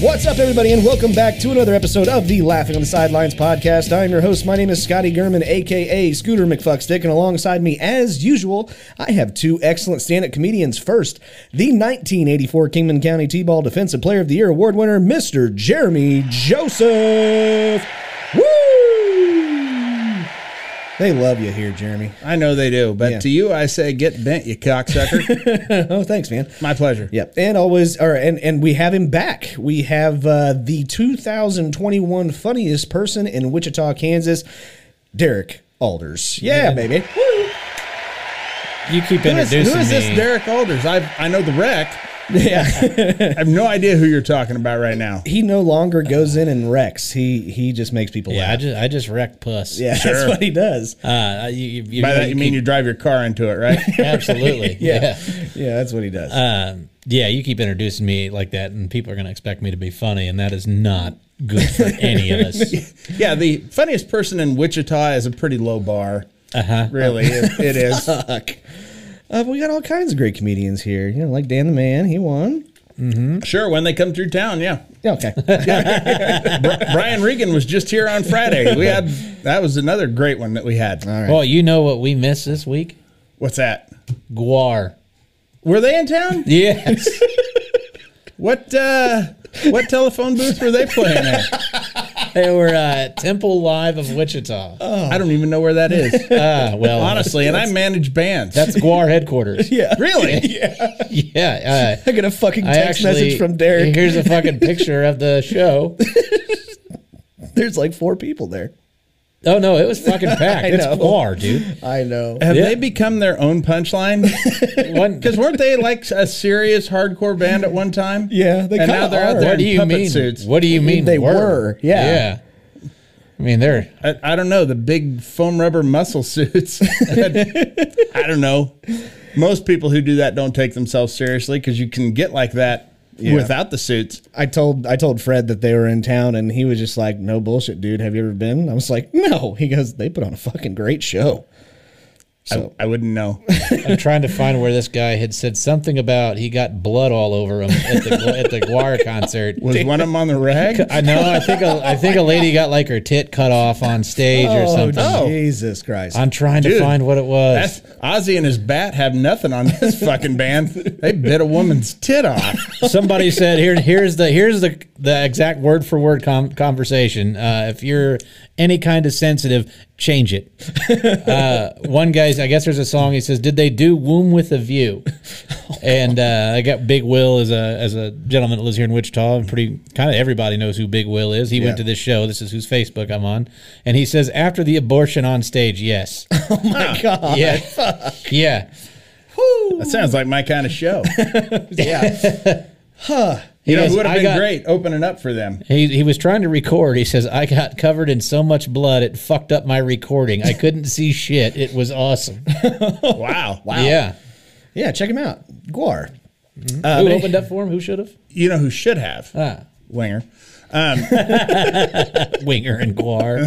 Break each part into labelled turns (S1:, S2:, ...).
S1: What's up, everybody, and welcome back to another episode of the Laughing on the Sidelines podcast. I'm your host. My name is Scotty Gurman, aka Scooter McFuckstick, and alongside me, as usual, I have two excellent stand-up comedians. First, the 1984 Kingman County T-Ball Defensive Player of the Year award winner, Mr. Jeremy Joseph. Woo! They love you here, Jeremy.
S2: I know they do, but
S1: Yeah.
S2: to you I say get bent, you cocksucker.
S1: Oh, thanks, man.
S2: my pleasure.
S1: Yep. And always, or and and we have him back. We have uh, the 2021 funniest person in Wichita, Kansas, Derek Alders. Yeah, baby.
S3: You keep
S2: Who is, who
S3: introducing
S2: is this
S3: me.
S2: Derek Alders? I I know the wreck.
S1: Yeah.
S2: I have no idea who you're talking about right now.
S1: he no longer goes in and wrecks. He he just makes people
S3: yeah, I
S1: laugh.
S3: just I just wrecked puss.
S1: yeah, that's what he does.
S3: Uh, you, you, you,
S2: By that you mean you drive your car into it, right?
S3: keep- absolutely.
S1: Yeah. Uh,
S3: yeah.
S1: Yeah, that's what he does.
S3: Um, yeah. You keep introducing me like that, and people are going to expect me to be funny, and that is not good for any of us.
S2: yeah, the funniest person in Wichita is a pretty low bar. Uh-huh. Really, it, it is.
S3: Uh-huh.
S1: Uh, we got all kinds of great comedians here. You know, like Dan the Man. He won.
S2: Sure, when they come through town, yeah.
S1: Yeah, okay.
S2: Brian Regan was just here on Friday. We had that was another great one that we had.
S3: Well, you know what we missed this week?
S2: What's that?
S3: Guar.
S2: Were they in town?
S3: Yes.
S2: What uh, what telephone booth were they playing at?
S3: they were uh, at Temple Live of Wichita.
S2: I don't even know where that is,
S3: Ah, well,
S2: Oh. honestly. And I manage bands.
S3: that's Guar headquarters.
S1: yeah.
S2: really
S3: Yeah. Uh,
S1: I get a fucking
S3: I
S1: text
S3: actually,
S1: message from Derek.
S3: Here's a fucking picture of the show.
S1: There's like four people there.
S3: Oh no, it was fucking packed.
S1: I
S3: it's
S1: know.
S3: Guar, dude.
S1: I know.
S2: have they become their own punchline?
S3: One,
S2: Because weren't they like a serious hardcore band at one time?
S1: Yeah, they
S2: they and
S1: kinda
S2: now they're
S1: are.
S2: out there
S3: What do
S2: in
S3: you
S2: puppet
S3: mean?
S2: suits.
S3: What do you mean
S1: They were, yeah.
S3: Yeah. I mean, they're
S2: I, I don't know the big foam rubber muscle suits. I don't know. Most people who do that don't take themselves seriously because you can get like that without the suits.
S1: I told I told Fred that they were in town, and he was just like, "No bullshit, dude. Have you ever been?" I was like, "No." He goes, "They put on a fucking great show." So
S2: I wouldn't know.
S3: I'm trying to find where this guy had said something about he got blood all over him at the at the Guar concert.
S2: Was one of them on the rag?
S3: I know. I think a, I think a lady got like her tit cut off on stage or
S1: Oh,
S3: something.
S2: no.
S1: Jesus Christ!
S3: I'm trying to
S2: Dude,
S3: find what it
S2: That's,
S3: was.
S2: Ozzy and his bat have nothing on this fucking band. They bit a woman's tit off.
S3: Somebody said here here's the here's the the exact word for word com- conversation. Uh, if you're any kind of sensitive, change it. Uh, one guy's I guess there's a song. He says, "Did they do womb with a view?" And uh, I got Big Will as a as a gentleman that lives here in Wichita, and pretty kind of everybody knows who Big Will is. He
S1: Yeah.
S3: went to this show. This is whose Facebook I'm on, and he says after the abortion on stage, yes,
S1: Oh my God.
S3: yeah, yeah.
S2: That sounds like my kind of show.
S3: He
S2: You know,
S3: goes,
S2: it would have
S3: "I
S2: been
S3: got-
S2: great opening up for them.
S3: He, he was trying to record. He says, I got covered in so much blood, it fucked up my recording. I couldn't see shit. It was awesome.
S2: Wow. Wow.
S3: Oh, Yeah.
S1: Yeah, check him out, Guar.
S3: Uh, Who opened up for him? Who should have?
S2: You know who should have?
S3: Ah.
S2: Winger.
S3: Winger and Guar.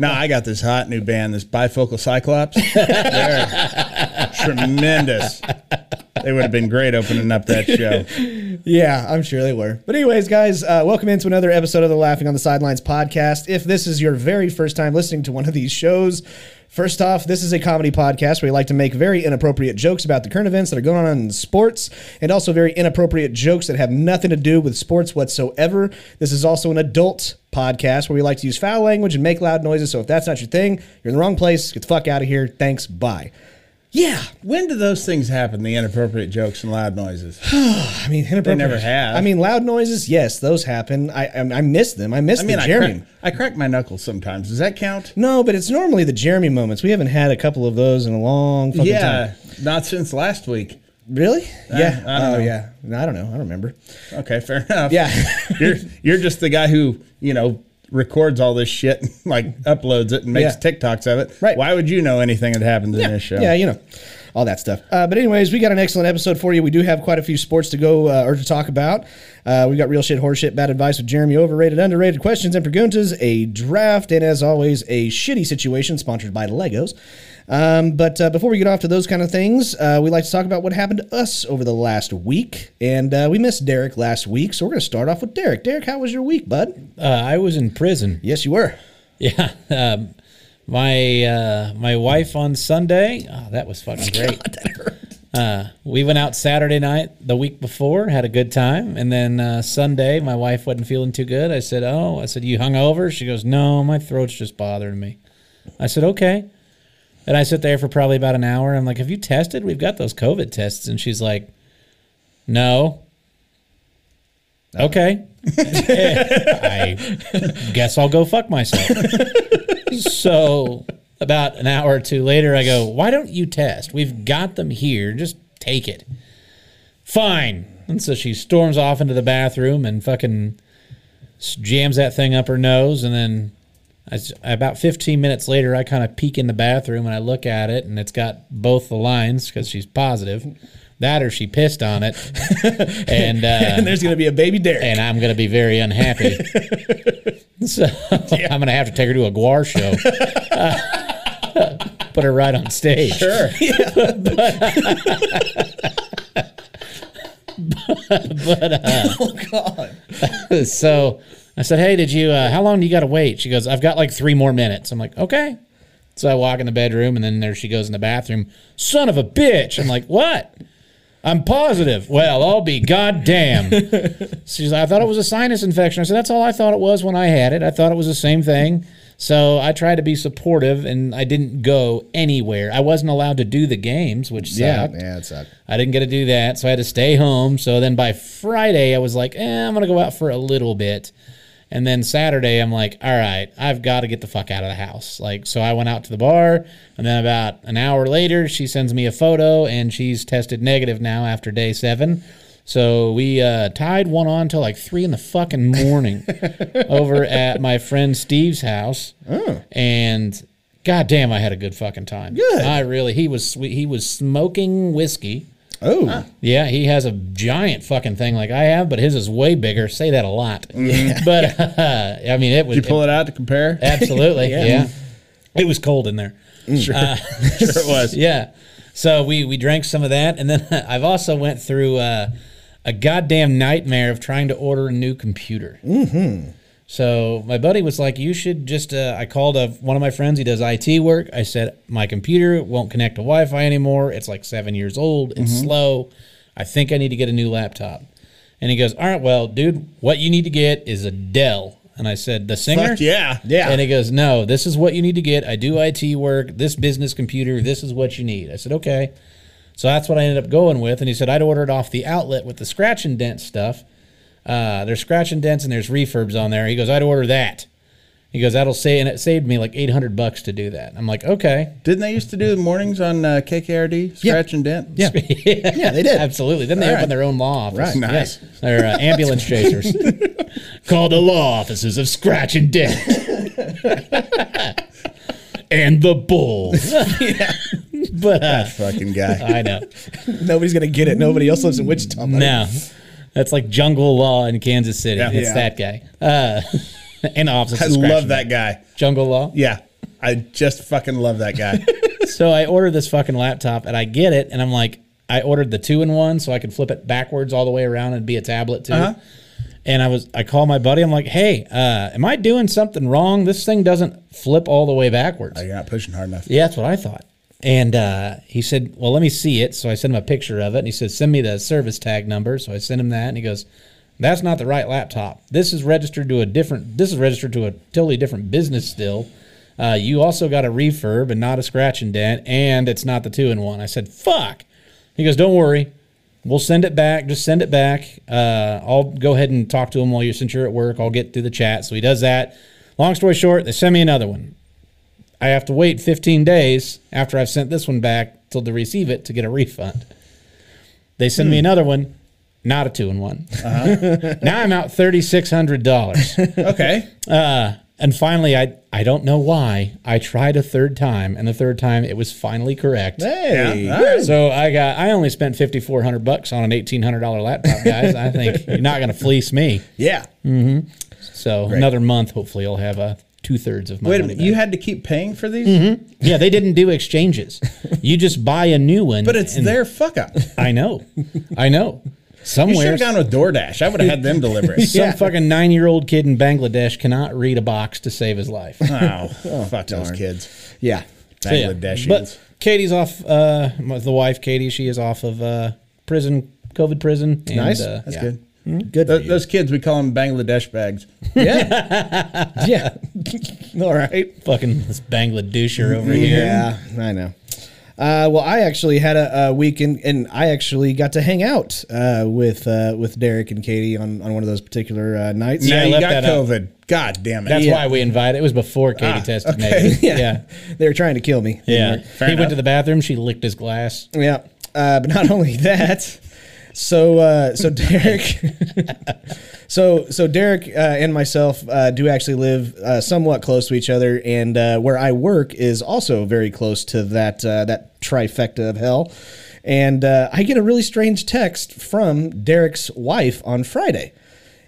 S2: Now I got this hot new band, this bifocal Cyclops. They're tremendous. They would have been great opening up that show.
S1: Yeah, I'm sure they were. But anyways, guys, uh, welcome into another episode of the Laughing on the Sidelines podcast. If this is your very first time listening to one of these shows, first off, this is a comedy podcast where we like to make very inappropriate jokes about the current events that are going on in sports, and also very inappropriate jokes that have nothing to do with sports whatsoever. This is also an adult podcast where we like to use foul language and make loud noises. So if that's not your thing, you're in the wrong place. Get the fuck out of here. Thanks. Bye. Yeah,
S2: When do those things happen? The inappropriate jokes and loud noises.
S1: I mean, inappropriate.
S2: never have.
S1: I mean, loud noises. Yes, those happen. I I, I miss them. I miss
S2: I mean,
S1: the
S2: I
S1: Jeremy.
S2: crack, I crack my knuckles sometimes. Does that count?
S1: No, but it's normally the Jeremy moments. We haven't had a couple of those in a long fucking time.
S2: Yeah, not since last week.
S1: Really? yeah.
S2: I don't
S1: oh,
S2: know.
S1: yeah. No, I don't know. I don't remember.
S2: Okay, fair enough.
S1: Yeah.
S2: you're you're just the guy who you know records all this shit, and, like uploads it and makes
S1: Yeah.
S2: TikToks of it.
S1: Right.
S2: Why would you know anything that happens in this show?
S1: Yeah, you know, all that stuff. Uh, but anyways, we got an excellent episode for you. We do have quite a few sports to go uh, or to talk about. Uh, we got real shit, horse shit, bad advice with Jeremy, overrated, underrated questions and preguntas, a draft, and as always, a shitty situation sponsored by Legos. Um, but uh, before we get off to those kind of things, uh, we like to talk about what happened to us over the last week, and uh, we missed Derek last week, so we're going to start off with Derek. Derek, how was your week, bud?
S3: Uh, I was in prison.
S1: Yes, you were.
S3: Yeah. Um, my uh, my wife on Sunday. Oh, that was fucking great. Uh, we went out Saturday night the week before, had a good time, and then uh, Sunday my wife wasn't feeling too good. I said, "Oh," I said, "You hung over?" She goes, "No, my throat's just bothering me." I said, "Okay," and I sit there for probably about an hour. I'm like, "Have you tested? We've got those COVID tests," and she's like, "No." Okay. I guess I'll go fuck myself. so about an hour or two later, I go, why don't you test? We've got them here. Just take it. Fine. And so she storms off into the bathroom and fucking s- jams that thing up her nose. And then I s about 15 minutes later, I kind of peek in the bathroom and I look at it and it's got both the lines because she's positive. That or she pissed on it. and, uh,
S1: And there's going to be a baby Derek.
S3: and I'm going to be very unhappy. so I'm going to have to take her to a guar show. Put her right on stage. Sure. so I said, "Hey, did you? Uh, how long do you got to wait?" She goes, "I've got like three more minutes." I'm like, "Okay." So I walk in the bedroom, and then there she goes in the bathroom. Son of a bitch! I'm like, "What?" I'm positive. Well, I'll be goddamn. She's like, I thought it was a sinus infection. I said, that's all I thought it was when I had it. I thought it was the same thing. So I tried to be supportive, and I didn't go anywhere. I wasn't allowed to do the games, which
S1: yeah,
S3: sucked.
S1: yeah, it sucked.
S3: I didn't get to do that, so I had to stay home. So then by Friday, I was like, eh, I'm gonna go out for a little bit. And then Saturday, I'm like, all right, I've got to get the fuck out of the house. Like, so I went out to the bar, and then about an hour later, she sends me a photo, and she's tested negative now after day seven. So we uh, tied one on till like three in the fucking morning over at my friend Steve's house, and goddamn, I had a good fucking time.
S1: Good.
S3: I really. He was sweet. He was smoking whiskey.
S1: Oh,
S3: Yeah, he has a giant fucking thing like I have, but his is way bigger. Say that a lot. But uh, I mean, it was
S2: Did you pull it out to compare?
S3: absolutely. yeah. it was cold in there.
S2: Sure, sure it was.
S3: Yeah, so we we drank some of that, and then I've also went through uh, a goddamn nightmare of trying to order a new computer.
S2: Mm-hmm.
S3: So my buddy was like, "You should just." Uh, I called a, one of my friends. He does IT work. I said, "My computer won't connect to Wi-Fi anymore. It's like seven years old. It's
S2: Mm-hmm.
S3: slow. I think I need to get a new laptop." And he goes, "All right, well, dude, what you need to get is a Dell." And I said, "The Singer."
S2: Fuck yeah.
S1: Yeah.
S3: And he goes, No, this is what you need to get. I do IT work, this business computer, this is what you need. I said, Okay. So that's what I ended up going with. And he said, I'd ordered off the outlet with the scratch and dent stuff. Uh, there's scratch and dents and there's refurbs on there. He goes, I'd order that. He goes, That'll say, and it saved me like 800 bucks to do that. I'm like, Okay.
S2: Didn't they used to do the mornings on uh, KKRD? Scratch and dent.
S1: yeah, yeah, they did.
S3: Absolutely. Then they
S1: All
S3: opened
S1: right.
S3: their own law office.
S1: Right.
S2: Nice.
S3: Yes. They're uh, ambulance chasers. Called the law offices of Scratch and Dent. and the Bulls. but uh,
S2: Fucking guy.
S3: I know.
S1: Nobody's gonna get it. Nobody else lives in Wichita. buddy.
S3: No. That's like jungle law in Kansas City.
S2: Yeah.
S3: It's
S2: Yeah.
S3: that guy. Uh, and opposite.
S2: I
S3: Scratch
S2: love
S3: Me.
S2: that guy.
S3: jungle law.
S2: Yeah, I just fucking love that guy.
S3: So I ordered this fucking laptop and I get it and I'm like, I ordered the two in one so I could flip it backwards all the way around and be a tablet too.
S2: Uh-huh.
S3: And I was, I call my buddy. I'm like, hey, uh, am I doing something wrong? This thing doesn't flip all the way backwards.
S2: You're not pushing hard enough.
S3: Yeah, that's what I thought. And uh, he said, "Well, let me see it." So I sent him a picture of it, and he said, "Send me the service tag number." So I sent him that, and he goes, "That's not the right laptop. This is registered to a different. This is registered to a totally different business still. Uh, you also got a refurb and not a scratch and dent, and it's not the two in one." I said, "Fuck." He goes, "Don't worry, we'll send it back. Just send it back. Uh, I'll go ahead and talk to him while you're since you're at work. I'll get through the chat." So he does that. Long story short, they send me another one. I have to wait 15 days after I've sent this one back till to receive it to get a refund. They send
S2: Hmm.
S3: me another one, not a two in one.
S2: Uh-huh.
S3: now I'm out $3,600.
S2: Okay.
S3: uh, and finally, I, I don't know why. I tried a third time, and the third time it was finally correct.
S1: Hey,
S2: Yeah, all right.
S3: So I got I only spent fifty four hundred bucks on an eighteen hundred dollar laptop, guys. I think you're not going to fleece me.
S2: Yeah.
S1: Mm-hmm.
S3: So another month, hopefully, I'll have a two thirds of my.
S2: Wait a
S3: money
S2: minute.
S3: back.
S2: You had to keep paying for these,
S1: Mm-hmm.
S3: Yeah, they didn't do exchanges. You just buy a new one.
S2: but it's
S3: and-
S2: their fuck up.
S3: I know. I know.
S2: You should
S3: Somewhere,
S2: have
S3: some
S2: gone with DoorDash. I would have had them deliver it.
S3: fucking nine year old kid in Bangladesh cannot read a box to save his life.
S2: Oh, fuck those kids.
S1: Yeah.
S3: So, yeah.
S2: Bangladeshians.
S3: But Katie's off, uh, the wife, Katie, she is off of uh, prison, COVID prison. and,
S1: Nice.
S3: uh,
S2: That's
S3: yeah.
S2: good.
S1: Good.
S2: Th- Mm-hmm. those kids, we call them Bangladesh bags.
S1: yeah. yeah. All right.
S3: Fucking this Bangladesher over here.
S1: Yeah, I know. Uh, well, I actually had a, a weekend, and I actually got to hang out uh, with uh, with Derek and Katie on, on one of those particular uh, nights.
S3: Yeah,
S2: now
S3: I
S2: you
S3: left
S2: got
S3: that out.
S2: COVID. God damn it.
S3: That's
S2: Yeah.
S3: why we invited. It was before Katie tested negative. Yeah. Yeah.
S1: they were trying to kill me.
S3: he
S2: enough.
S3: went to the bathroom. She licked his glass.
S1: Yeah. Uh, but not only that, so uh, so Derek, so so Derek uh, and myself uh, do actually live uh, somewhat close to each other, and uh, where I work is also very close to that uh, that trifecta of hell. And uh, I get a really strange text from Derek's wife on Friday,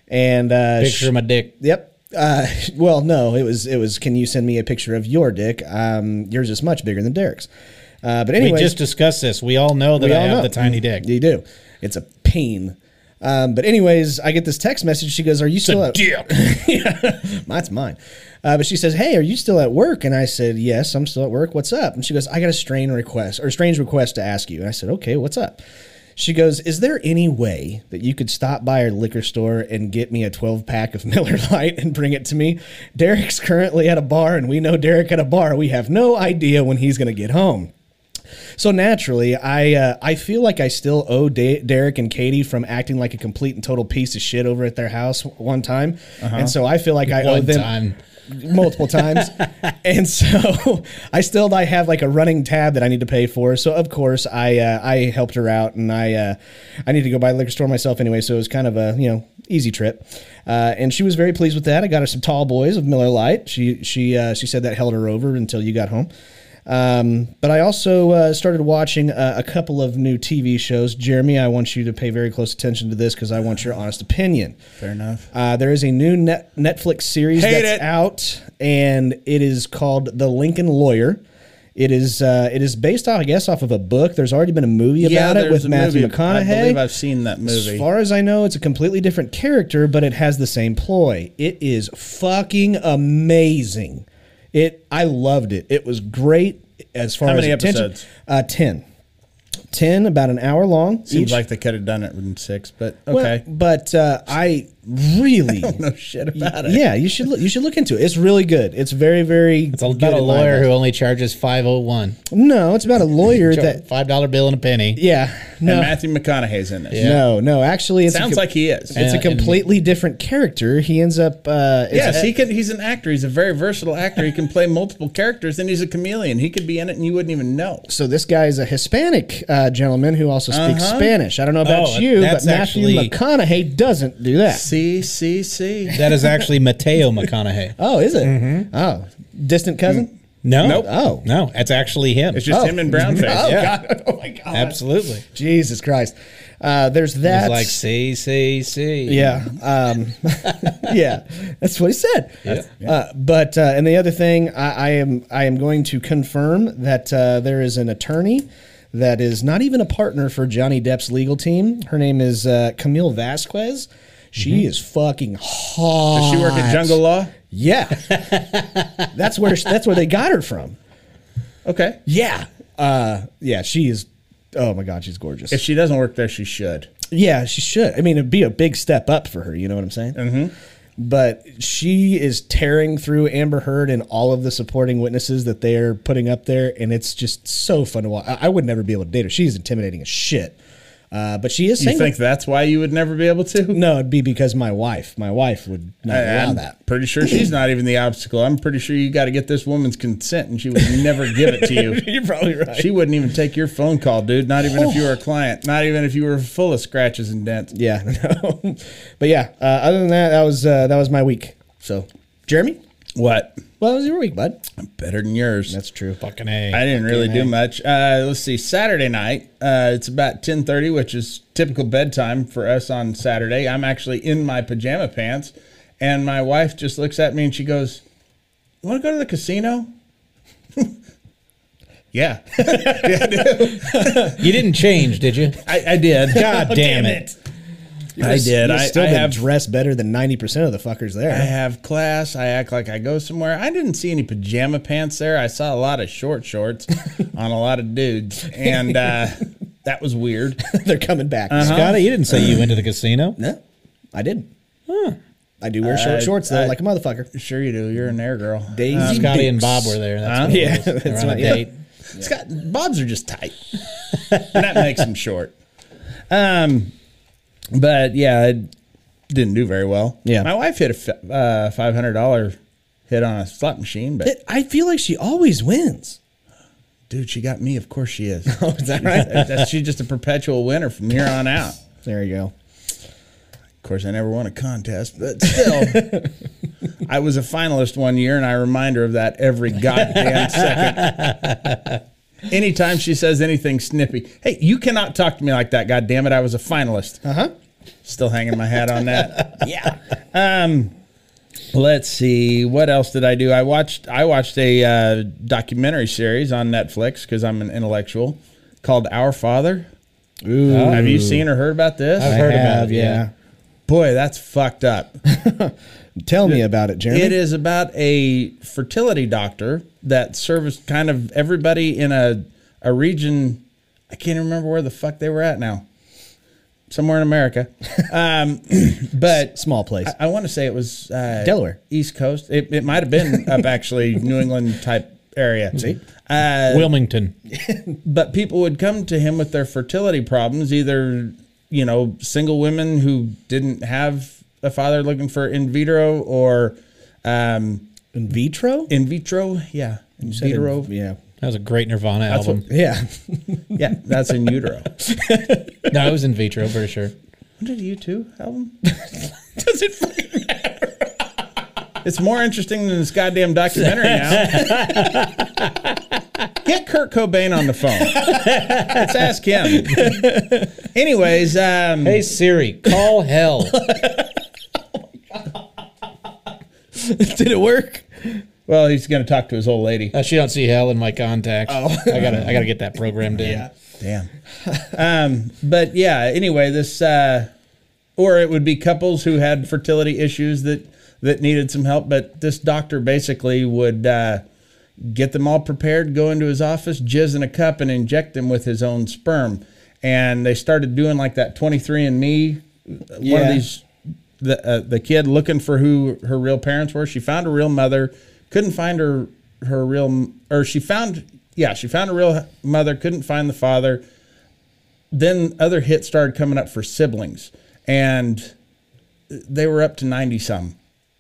S1: and uh,
S3: Picture of my dick.
S1: Yep. Uh, well, no, it was it was. Can you send me a picture of your dick? Um, yours is much bigger than Derek's. Uh, but anyway,
S3: we just discussed this. We all know that I
S1: all
S3: have
S1: know.
S3: the tiny dick.
S1: You do. It's a pain. Um, but anyways, I get this text message. She goes, "Are you still at that's mine?" Uh, but she says, "Hey, are you still at work?" And I said, "Yes, I'm still at work. What's up?" And she goes, "I got a strange request or strange request to ask you." And I said, "Okay, what's up?" She goes, "Is there any way that you could stop by our liquor store and get me a 12 pack of Miller Lite and bring it to me? Derek's currently at a bar, and we know Derek at a bar. We have no idea when he's going to get home." So naturally, I uh, I feel like I still owe Da- Derek and Katie from acting like a complete and total piece of shit over at their house one time, and so I feel like I owe
S3: Uh-huh. One
S1: them
S3: time.
S1: multiple times, and so I still I have like a running tab that I need to pay for. So of course I uh, I helped her out, and I uh, I need to go by the liquor store myself anyway. So it was kind of a you know easy trip, uh, and she was very pleased with that. I got her some tall boys of Miller Lite. She she uh, she said that held her over until you got home. Um, but I also uh, started watching uh, a couple of new TV shows. Jeremy, I want you to pay very close attention to this because I want your honest opinion.
S2: Fair enough.
S1: Uh, there is a new net Netflix series
S2: Hate
S1: that's
S2: it.
S1: out, and it is called The Lincoln Lawyer. It is uh, it is based off, I guess, off of a book. There's already been a movie about it
S2: there's
S1: with
S2: a
S1: Matthew
S2: movie.
S1: McConaughey.
S2: I believe I've seen that
S1: As
S2: movie.
S1: far as I know, it's a completely different character, but it has the same ploy. It is fucking amazing. It I loved it. It was great as far
S2: How
S1: as
S2: many
S1: attention-
S2: episodes?
S1: Uh, ten. Ten, about an hour long.
S2: Seems
S1: each.
S2: like they could have done it in six, but
S1: Well,
S2: okay.
S1: but uh, I really
S2: no shit about it.
S1: yeah, you should look. You should look into it. It's really good. It's very, very.
S3: It's about a lawyer who only charges five oh one.
S1: No, it's about a lawyer that.
S3: Five dollar bill and a penny.
S1: Yeah.
S2: And
S1: No.
S2: Matthew McConaughey's in this.
S1: No. No. Actually, it's a
S2: Sounds
S1: com-
S2: like he is.
S1: it's a
S3: and-
S1: completely different character. He ends up. Uh, it's
S2: Yes, he could. He's an actor. He's a very versatile actor. He can play multiple characters, and he's a chameleon. He could be in it, and you wouldn't even know.
S1: So this guy is a Hispanic uh, gentleman who also speaks Spanish. I don't know about
S3: Uh-huh. Oh,
S1: you, but
S3: that's
S1: Matthew
S3: actually-
S1: McConaughey doesn't do that.
S2: See, see, see.
S3: That is Mm. actually Mateo McConaughey.
S1: Oh, is it? Oh, Mm-hmm. distant cousin.
S3: No.
S2: Nope.
S1: Oh.
S3: No, that's actually him.
S2: It's just him and brown face.
S1: Oh,
S3: Yeah.
S1: God. oh my God.
S3: Absolutely.
S1: Jesus Christ. Uh, there's that.
S3: It's like say, say, say.
S1: Yeah. Um, yeah. That's what he said.
S3: That's-
S1: Uh, but uh, and the other thing, I, I am I am going to confirm that uh, there is an attorney that is not even a partner for Johnny Depp's legal team. Her name is uh, Camille Vasquez. She is fucking hot.
S2: Mm-hmm. Does she work at Jungle Law?
S1: Yeah. that's where that's where they got her from.
S2: Okay.
S1: Yeah. Uh, yeah. She is. Oh my God, she's gorgeous.
S2: If she doesn't work there, she should.
S1: Yeah, she should. I mean, it'd be a big step up for her. You know what I'm saying? Mm-hmm. But she is tearing through Amber Heard and all of the supporting witnesses that they're putting up there, and it's just so fun to watch. I, I would never be able to date her. She's intimidating as shit. Uh, but she is
S2: You
S1: single.
S2: think that's why you would never be able to?
S1: no, it'd be because my wife. My wife would not allow
S2: I'm
S1: that.
S2: pretty sure she's not even the obstacle. I'm pretty sure you got to get this woman's consent, and she would never give it to you.
S1: You're probably right.
S2: She wouldn't even take your phone call, dude. Not even if you were a client. Not even if you were full of scratches and dents.
S1: yeah, no. but yeah. Uh, other than that, that was uh, that was my week. So, Jeremy,
S2: What?
S1: well, that was your week, bud.
S2: Better than yours.
S1: That's true.
S3: Fucking A.
S2: I didn't really
S3: eh?
S2: do much. Uh, let's see. Saturday night, uh, it's about ten thirty, which is typical bedtime for us on Saturday. I'm actually in my pajama pants, and my wife just looks at me and she goes, "You want to go to the casino?" yeah,
S3: You didn't change, did you?
S2: I, I did.
S3: God Oh, damn it.
S2: I did.
S1: You
S2: I,
S1: still
S2: I
S1: been
S2: have.
S1: dressed better than ninety percent of the fuckers there.
S2: I have class. I act like I go somewhere. I didn't see any pajama pants there. I saw a lot of short shorts on a lot of dudes, and uh, that was weird.
S1: They're coming back.
S3: Scotty, you didn't say you went to the casino.
S1: No, I didn't. I do wear short shorts though,
S2: I-
S1: like a motherfucker.
S2: Sure you do. You're an air girl.
S1: Daisy
S3: Uh, Scotty and
S1: Dukes.
S3: Bob were there. That's
S2: Huh?
S3: what it
S1: Yeah,
S3: was. They were
S1: that's
S3: on a
S1: what- yeah.
S3: date.
S2: Scott, Bob's are just tight, and that makes them short. Um, but yeah, I didn't do very well.
S1: Yeah.
S2: my wife hit a fi- uh, five hundred dollar hit on a slot machine, but
S1: It- I feel like she always wins.
S2: dude, she got me. Of course, she is.
S1: Is that right?
S2: That's, she's just a perpetual winner from here on out.
S1: there you go.
S2: Of course, I never won a contest, but still, I was a finalist one year, and I remind her of that every goddamn second. Anytime she says anything snippy, hey, you cannot talk to me like that. God damn it, I was a finalist.
S3: Uh-huh.
S2: Uh huh. Still hanging my hat on that. yeah. Um, let's see. What else did I do? I watched. I watched a uh, documentary series on Netflix because I'm an intellectual called Our Father. Have you seen or heard about this?
S3: I've heard about
S1: have,
S3: it. Yeah.
S2: Boy, that's fucked up.
S1: Tell me about it, Jeremy.
S2: It is about a fertility doctor that serviced kind of everybody in a a region. I can't remember where the fuck they were at now. Somewhere in America, um, but
S1: Small place.
S2: I, I want to say it was uh,
S1: Delaware.
S2: East Coast. It, it might have been up actually New England type area. See, uh,
S3: Wilmington.
S2: but people would come to him with their fertility problems either you know single women who didn't have a father looking for in vitro or um
S1: in vitro.
S2: in vitro yeah in
S1: Said in-
S2: vitro
S1: Yeah.
S3: That was a great Nirvana album.
S1: Yeah.
S2: yeah that's in utero
S3: no, it was in vitro, pretty sure.
S2: when did you two album does it fucking matter it's more interesting than this goddamn documentary now get kurt cobain on the phone let's ask him anyways um
S3: Hey Siri, call hell.
S1: Did it work?
S2: well he's gonna talk to his old lady
S3: Uh, she don't see hell in my contacts. Oh. I gotta I gotta get that programmed in.
S2: Damn. um, but yeah, anyway, this uh, or it would be couples who had fertility issues that that needed some help, but this doctor basically would uh, get them all prepared, go into his office, jizz in a cup and inject them with his own sperm. And they started doing like that 23 and me one
S1: Yeah.
S2: of these the uh, the kid looking for who her real parents were. She found her real mother, couldn't find her her real m- or she found yeah she found her real mother, couldn't find the father. Then other hits started coming up for siblings, and they were up to ninety some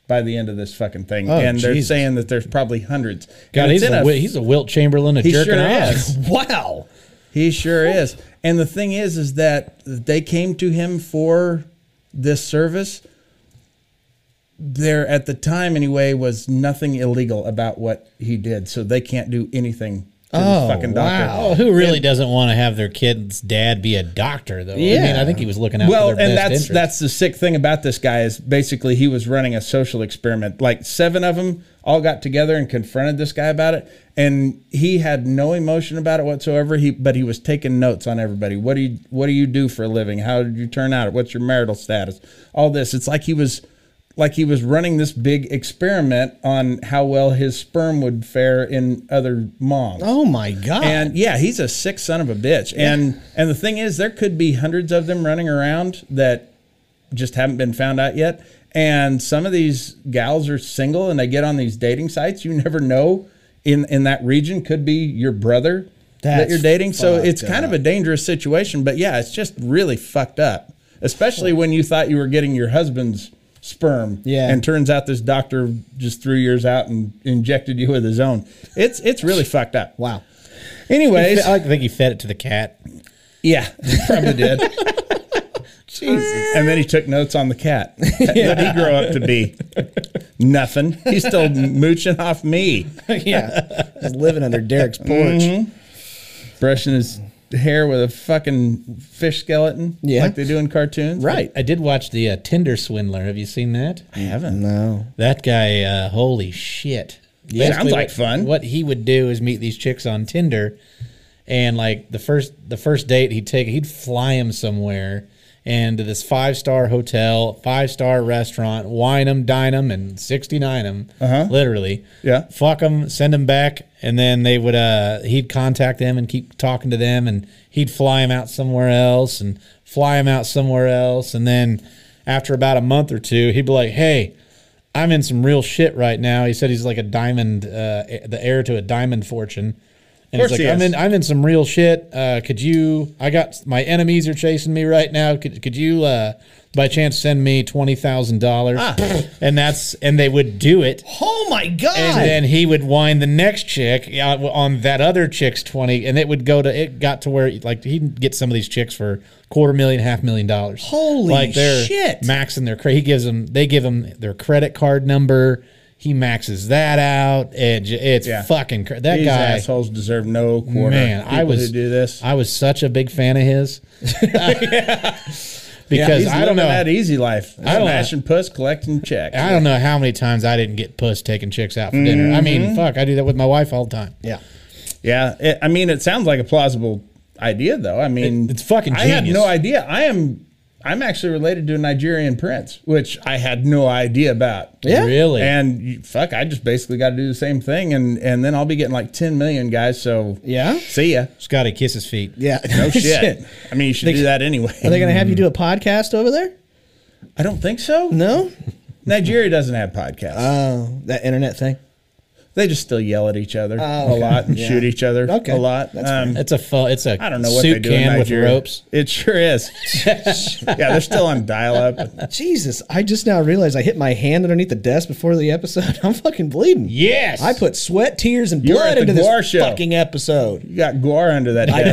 S2: by the end of this fucking thing.
S1: Oh,
S2: and they're
S1: Jesus.
S2: saying that there's probably hundreds.
S3: God,
S2: And it's
S3: he's
S2: in
S3: a, Wi- he's a Wilt Chamberlain of
S2: He
S3: jerking
S2: sure
S3: ass.
S2: is.
S1: Wow.
S2: He sure is. And the thing is, is that they came to him for this service there at the time anyway was nothing illegal about what he did, so they can't do anything to
S1: Oh,
S2: the fucking doctor.
S1: wow.
S3: Well, who really doesn't want to have their kid's dad be a doctor, though? I mean,
S2: Yeah.
S3: I think he was looking out
S2: well,
S3: for their
S2: and
S3: best
S2: that's
S3: interest.
S2: that's the sick thing about this guy is basically he was running a social experiment. Like seven of them all got together and confronted this guy about it, and he had no emotion about it whatsoever. He but he was taking notes on everybody. What do you what do you do for a living? How did you turn out? What's your marital status? All this. It's like he was like he was running this big experiment on how well his sperm would fare in other moms.
S1: Oh my god!
S2: And yeah, he's a sick son of a bitch. And and the thing is, there could be hundreds of them running around that just haven't been found out yet. And some of these gals are single and they get on these dating sites. You never know in in that region could be your brother that
S1: That's
S2: you're dating. So
S1: fucked
S2: it's kind of a dangerous situation. But yeah, it's just really fucked up. Especially when you thought you were getting your husband's sperm.
S1: Yeah.
S2: And turns out this doctor just threw yours out and injected you with his own. It's it's really fucked up.
S1: wow. oh,
S2: Anyways,
S3: I like to think he fed it to the cat.
S2: yeah, he probably did. Jesus. And then he took notes on the cat. What did he grow up to be? Nothing. He's still mooching off me,
S1: yeah, just living under Derek's porch.
S2: Mm-hmm. brushing his hair with a fucking fish skeleton,
S1: Yeah.
S2: like they do in cartoons.
S1: Right.
S3: I did watch the uh, Tinder Swindler. Have you seen that?
S2: I haven't.
S1: No.
S3: That guy, uh, holy shit. Basically,
S2: Sounds like
S3: what-
S2: fun.
S3: What he would do is meet these chicks on Tinder, and like the first the first date, he'd take he'd fly him somewhere, and to this five star hotel, five star restaurant, wine them, dine them, and sixty nine them, uh-huh. literally.
S2: Yeah.
S3: fuck them, send them back, and then they would uh he'd contact them and keep talking to them, and he'd fly them out somewhere else, and fly them out somewhere else, and then after about a month or two, he'd be like, hey. I'm in some real shit right now. He said he's like a diamond, uh, he- the heir to a diamond fortune. And he's
S2: Of course
S3: like,
S2: he
S3: I'm
S2: is.
S3: in, I'm in some real shit. Uh, could you? I got my enemies are chasing me right now. Could could you, uh, by chance, send me twenty thousand dollars?
S2: Ah.
S3: And that's and they would do it.
S1: Oh my god!
S3: And then he would wind the next chick out on that other chick's twenty, and it would go to it got to where like he'd get some of these chicks for quarter million, half million dollars.
S1: Holy
S3: like they're
S1: shit.
S3: Maxing their credit, he gives them they give him their credit card number. He maxes that out, and j- it's
S2: Yeah.
S3: fucking cra- that
S2: These
S3: guy.
S2: assholes deserve no quarter.
S3: Man, I
S2: People
S3: was
S2: who do this.
S3: I was such a big fan of his
S2: Yeah,
S3: because
S2: he's
S3: I don't
S2: living
S3: know
S2: that easy life.
S3: don't know.
S2: Smashing puss, collecting checks.
S3: I don't know how many times I didn't get puss taking chicks out for dinner. I
S2: Mm-hmm.
S3: mean, fuck, I do that with my wife all the time.
S1: yeah.
S2: Yeah, it, I mean, it sounds like a plausible idea, though. I mean,
S3: It- it's fucking
S2: I had
S3: genius.
S2: no idea. I am, I'm actually related to a Nigerian prince, which I had no idea about.
S1: Yeah.
S3: Really?
S2: And you, fuck, I just basically got to do the same thing, and and then I'll be getting like ten million guys. So
S1: Yeah?
S2: see ya.
S3: Scotty kiss his feet.
S1: Yeah.
S2: No shit. I mean, you should do that anyway.
S1: Are they going to have you do a podcast over there?
S2: I don't think so.
S1: No.
S2: Nigeria doesn't have podcasts.
S1: Oh, that internet thing.
S2: they just still yell at each other a
S1: Oh, okay.
S2: lot and shoot each other
S1: Okay.
S2: a lot.
S1: That's
S2: um,
S3: It's a fu- it's a
S2: I don't know what
S3: soup
S2: they do in
S3: can with
S2: Nigeria.
S3: ropes.
S2: It sure is. yeah, they're still on dial up.
S1: Jesus, I just now realized I hit my hand underneath the desk before the episode. I'm fucking bleeding.
S3: Yes.
S1: I put sweat, tears, and
S2: You were at
S1: blood
S2: the
S1: into
S2: Guar
S1: this
S2: show.
S1: fucking episode.
S2: You got guar under that
S1: I,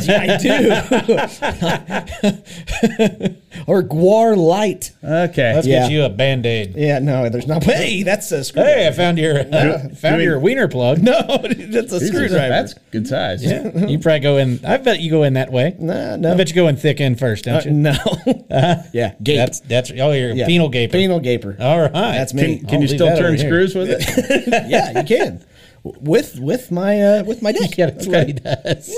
S2: desk.
S1: I do. or Guar Light.
S2: Okay.
S3: Let's
S1: Yeah.
S3: get you a band aid.
S1: Yeah, no, there's not. Hey, that's a screw.
S3: Hey, I found your uh, found
S2: we-
S3: your wiener plug.
S1: No, that's a
S2: Jesus,
S1: screwdriver.
S2: That's good size. Yeah.
S3: You probably go in. I bet you go in that way.
S1: Nah, Uh, no. Uh-huh.
S3: I bet you go in thick end first, don't you?
S1: no. yeah, gape.
S3: That's that's oh, you're
S1: Yeah.
S3: a penal gaper.
S1: Penal gaper.
S3: All right,
S1: That's me.
S2: Can, can
S3: I'll
S2: you
S3: leave
S2: still
S3: that over
S2: turn
S3: here.
S2: screws with it?
S1: yeah, you can. W- With with my uh, with my dick.
S3: Yeah, that's what he does.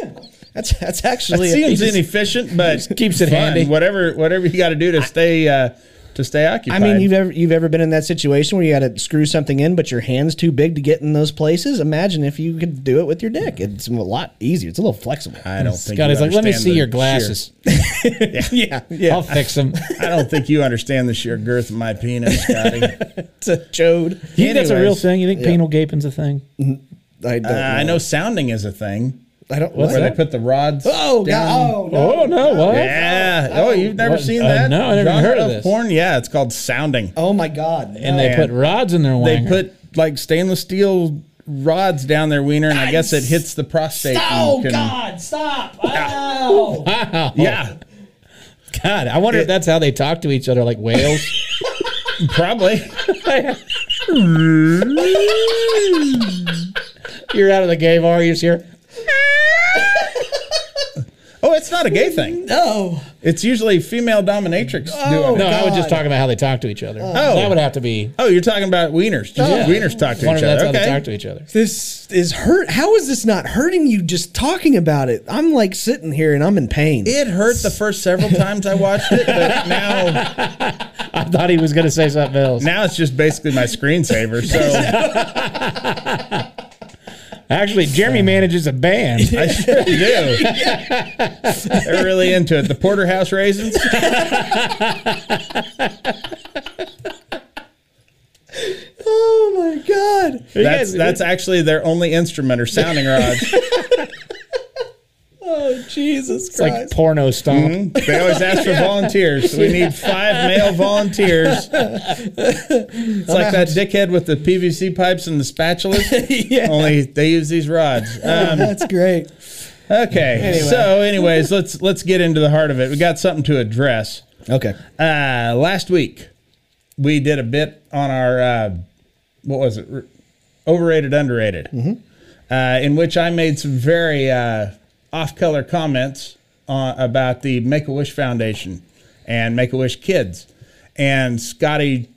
S1: That's that's actually
S2: It seems inefficient, but
S3: keeps it
S2: fun.
S3: handy.
S2: Whatever, whatever you got to do to stay uh, to stay
S1: I
S2: occupied.
S1: mean, you've ever you've ever been in that situation where you got to screw something in, but your hand's too big to get in those places. Imagine if you could do it with your dick. It's a lot easier. It's a little flexible.
S2: I don't think you
S3: Scotty's like, let me
S2: understand
S3: see
S2: the
S3: your glasses.
S1: yeah, yeah.
S3: I'll fix them.
S2: sheer- I don't think you understand the sheer girth of my penis, Scotty.
S1: It's a chode.
S3: You think that's a real
S2: Anyways.
S3: thing? You think penal gaping's a thing?
S1: I don't.
S2: Uh, I know sounding is a thing
S1: I don't.
S2: where
S1: what?
S2: they put the rods.
S1: Oh
S2: down.
S1: God! Oh no!
S3: no, what?
S2: Yeah. Oh, you've never
S3: What?
S2: seen
S3: Uh,
S2: that?
S3: no, I never
S2: Genre
S3: heard of
S2: of
S3: this.
S2: Porn? Yeah, it's called sounding.
S1: Oh my God!
S3: And
S1: no.
S3: they
S2: Man.
S3: put rods in their
S2: They
S3: wiener.
S2: put like stainless steel rods down their wiener, and I guess it hits the prostate. and
S1: Oh
S2: can-
S1: God! Stop! Ow!
S3: wow.
S2: Yeah.
S3: God, I wonder if that's how they talk to each other, like whales.
S2: Probably.
S3: You're out of the game, are you, here?
S2: Oh, it's not a gay thing.
S3: No.
S2: It's usually female dominatrix doing it.
S3: No, I was just talking about how they talk to each other.
S2: Oh.
S3: That would have to be
S2: Oh, you're talking about wieners.
S3: Yeah.
S2: Wieners talk to
S3: one
S2: each
S3: of them, that's how
S2: other.
S3: they
S2: Okay.
S3: talk to each other.
S1: This is hurt. How is this not hurting you just talking about it? I'm like sitting here and I'm in pain.
S2: It hurt the first several times I watched it, but now
S3: I thought he was going to say something else.
S2: now it's just basically my screensaver. So
S3: Actually, Jeremy manages a band.
S2: I sure do. They're really into it. The porterhouse raisins.
S1: oh my god.
S2: That's that's actually their only instrument or sounding rods.
S1: Oh Jesus
S3: It's like porno stomp.
S2: They always ask for volunteers. We need five male volunteers. It's like that dickhead with the PVC pipes and the spatulas.
S1: Yeah.
S2: Only they use these rods. Um,
S1: That's great.
S2: okay. So, anyways, let's let's get into the heart of it. We got something to address.
S1: Okay.
S2: Uh, last week we did a bit on our uh, what was it? Re- Overrated, underrated, uh, in which I made some very uh, off-color comments uh, about the Make a Wish Foundation and Make a Wish kids, and Scotty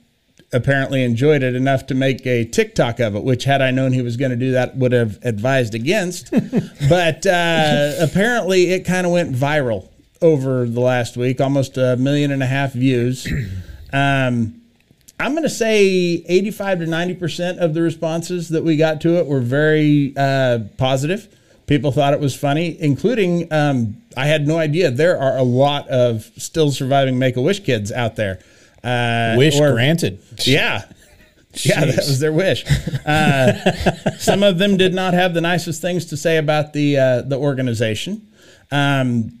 S2: apparently enjoyed it enough to make a TikTok of it. Which, had I known he was going to do that, would have advised against. but uh, apparently, it kind of went viral over the last week, almost a million and a half views. Um, I'm going to say 85 to 90% of the responses that we got to it were very uh, positive. People thought it was funny, including um, I had no idea there are a lot of still surviving Make a Wish kids out there. Uh,
S3: Wish
S2: or-
S3: granted.
S2: yeah. Yeah, that was their wish. Uh, some of them did not have the nicest things to say about the uh, the organization, um,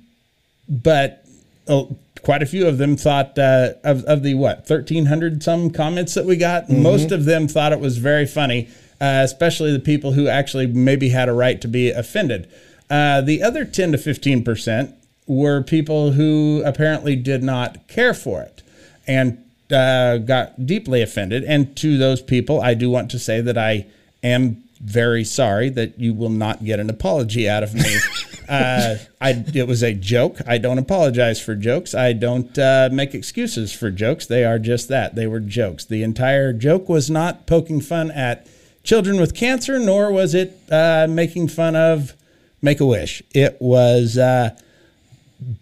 S2: but uh, quite a few of them thought uh, of of the what thirteen hundred some comments that we got. Most of them thought it was very funny, uh, especially the people who actually maybe had a right to be offended. Uh, the other ten to fifteen percent were people who apparently did not care for it and uh, got deeply offended. And to those people, I do want to say that I am very sorry that you will not get an apology out of me. uh, I, it was a joke. I don't apologize for jokes. I don't uh, make excuses for jokes. They are just that. They were jokes. The entire joke was not poking fun at children with cancer, nor was it uh, making fun of Make a Wish. It was. Uh,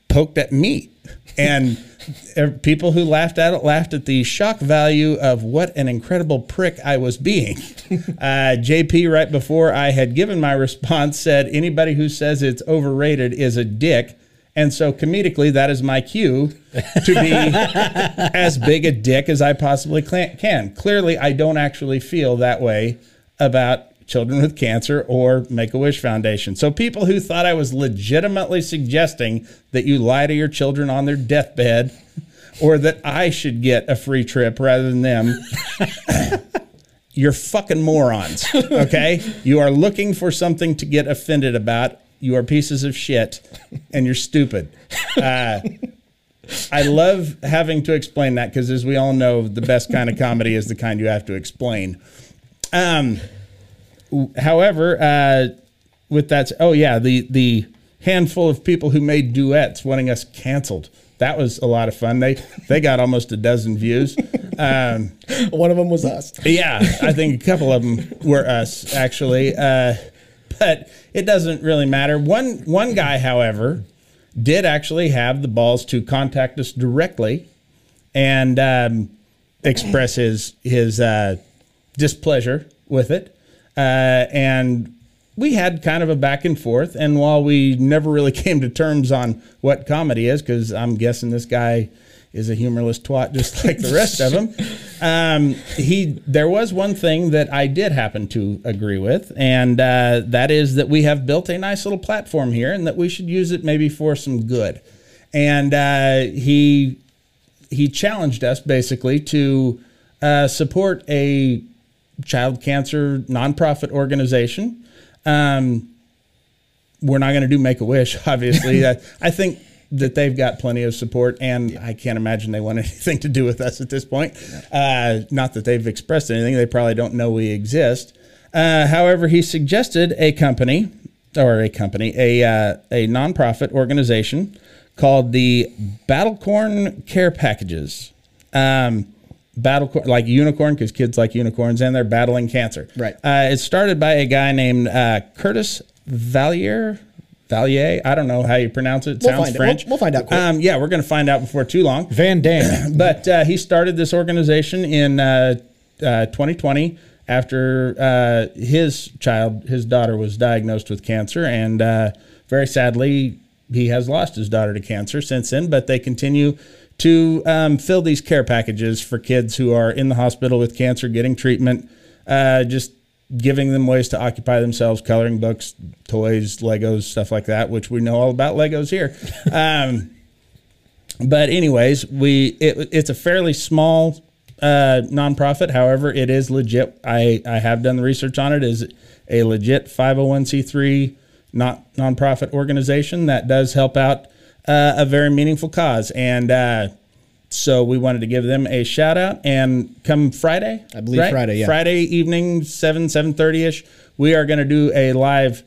S2: poked at me. And ev- people who laughed at it laughed at the shock value of what an incredible prick I was being. Uh, JP, right before I had given my response, said, Anybody who says it's overrated is a dick. And so, comedically, that is my cue to be as big a dick as I possibly cla- can. Clearly, I don't actually feel that way about children with cancer or Make a Wish Foundation. So, people who thought I was legitimately suggesting that you lie to your children on their deathbed or that I should get a free trip rather than them. You're fucking morons. Okay. you are looking for something to get offended about. You are pieces of shit and you're stupid. I love having to explain that because, as we all know, the best kind of comedy is the kind you have to explain. Um, w- however, uh, with that, s- oh yeah, the the handful of people who made duets wanting us canceled. That was a lot of fun. They they got almost a dozen views. Um,
S1: One of them was us.
S2: yeah, I think a couple of them were us actually, uh, but it doesn't really matter. One one guy, however, did actually have the balls to contact us directly and um, express his his uh, displeasure with it, uh, and we had kind of a back and forth. And while we never really came to terms on what comedy is, because I'm guessing this guy is a humorless twat just like the rest of them, um, he there was one thing that I did happen to agree with, and uh, that is that we have built a nice little platform here, and that we should use it maybe for some good. And uh, he he challenged us basically to uh, support a child cancer nonprofit organization. Um, we're not going to do Make a Wish, obviously. I, I think that they've got plenty of support, and I can't imagine they want anything to do with us at this point. Uh, not that they've expressed anything; they probably don't know we exist. Uh, however, he suggested a company or a company, a uh, a nonprofit organization called the Battlecorn Care Packages. Um, Battlecorn, like unicorn, because kids like unicorns, and they're battling cancer.
S1: Right.
S2: Uh, it's started by a guy named uh, Curtis Valier. Valier, I don't know how you pronounce it. It
S1: We'll
S2: Sounds
S1: find it.
S2: French.
S1: We'll- we'll find out quick.
S2: Um, yeah, we're going to find out before too long.
S3: Van Dam.
S2: But uh, he started this organization in uh, uh, 2020 after uh, his child, his daughter, was diagnosed with cancer, and uh, very sadly, he has lost his daughter to cancer since then. But they continue to um, fill these care packages for kids who are in the hospital with cancer, getting treatment, uh, just giving them ways to occupy themselves, coloring books, toys, Legos, stuff like that, which we know all about Legos here. Um, but anyways, we it, it's a fairly small uh, nonprofit. However, it is legit. I I have done the research on it. it. Is a legit 501c3 not nonprofit organization that does help out uh, a very meaningful cause. And uh, so we wanted to give them a shout out. And come Friday,
S1: I believe Friday, yeah.
S2: Friday evening, seven seven thirty ish, we are going to do a live.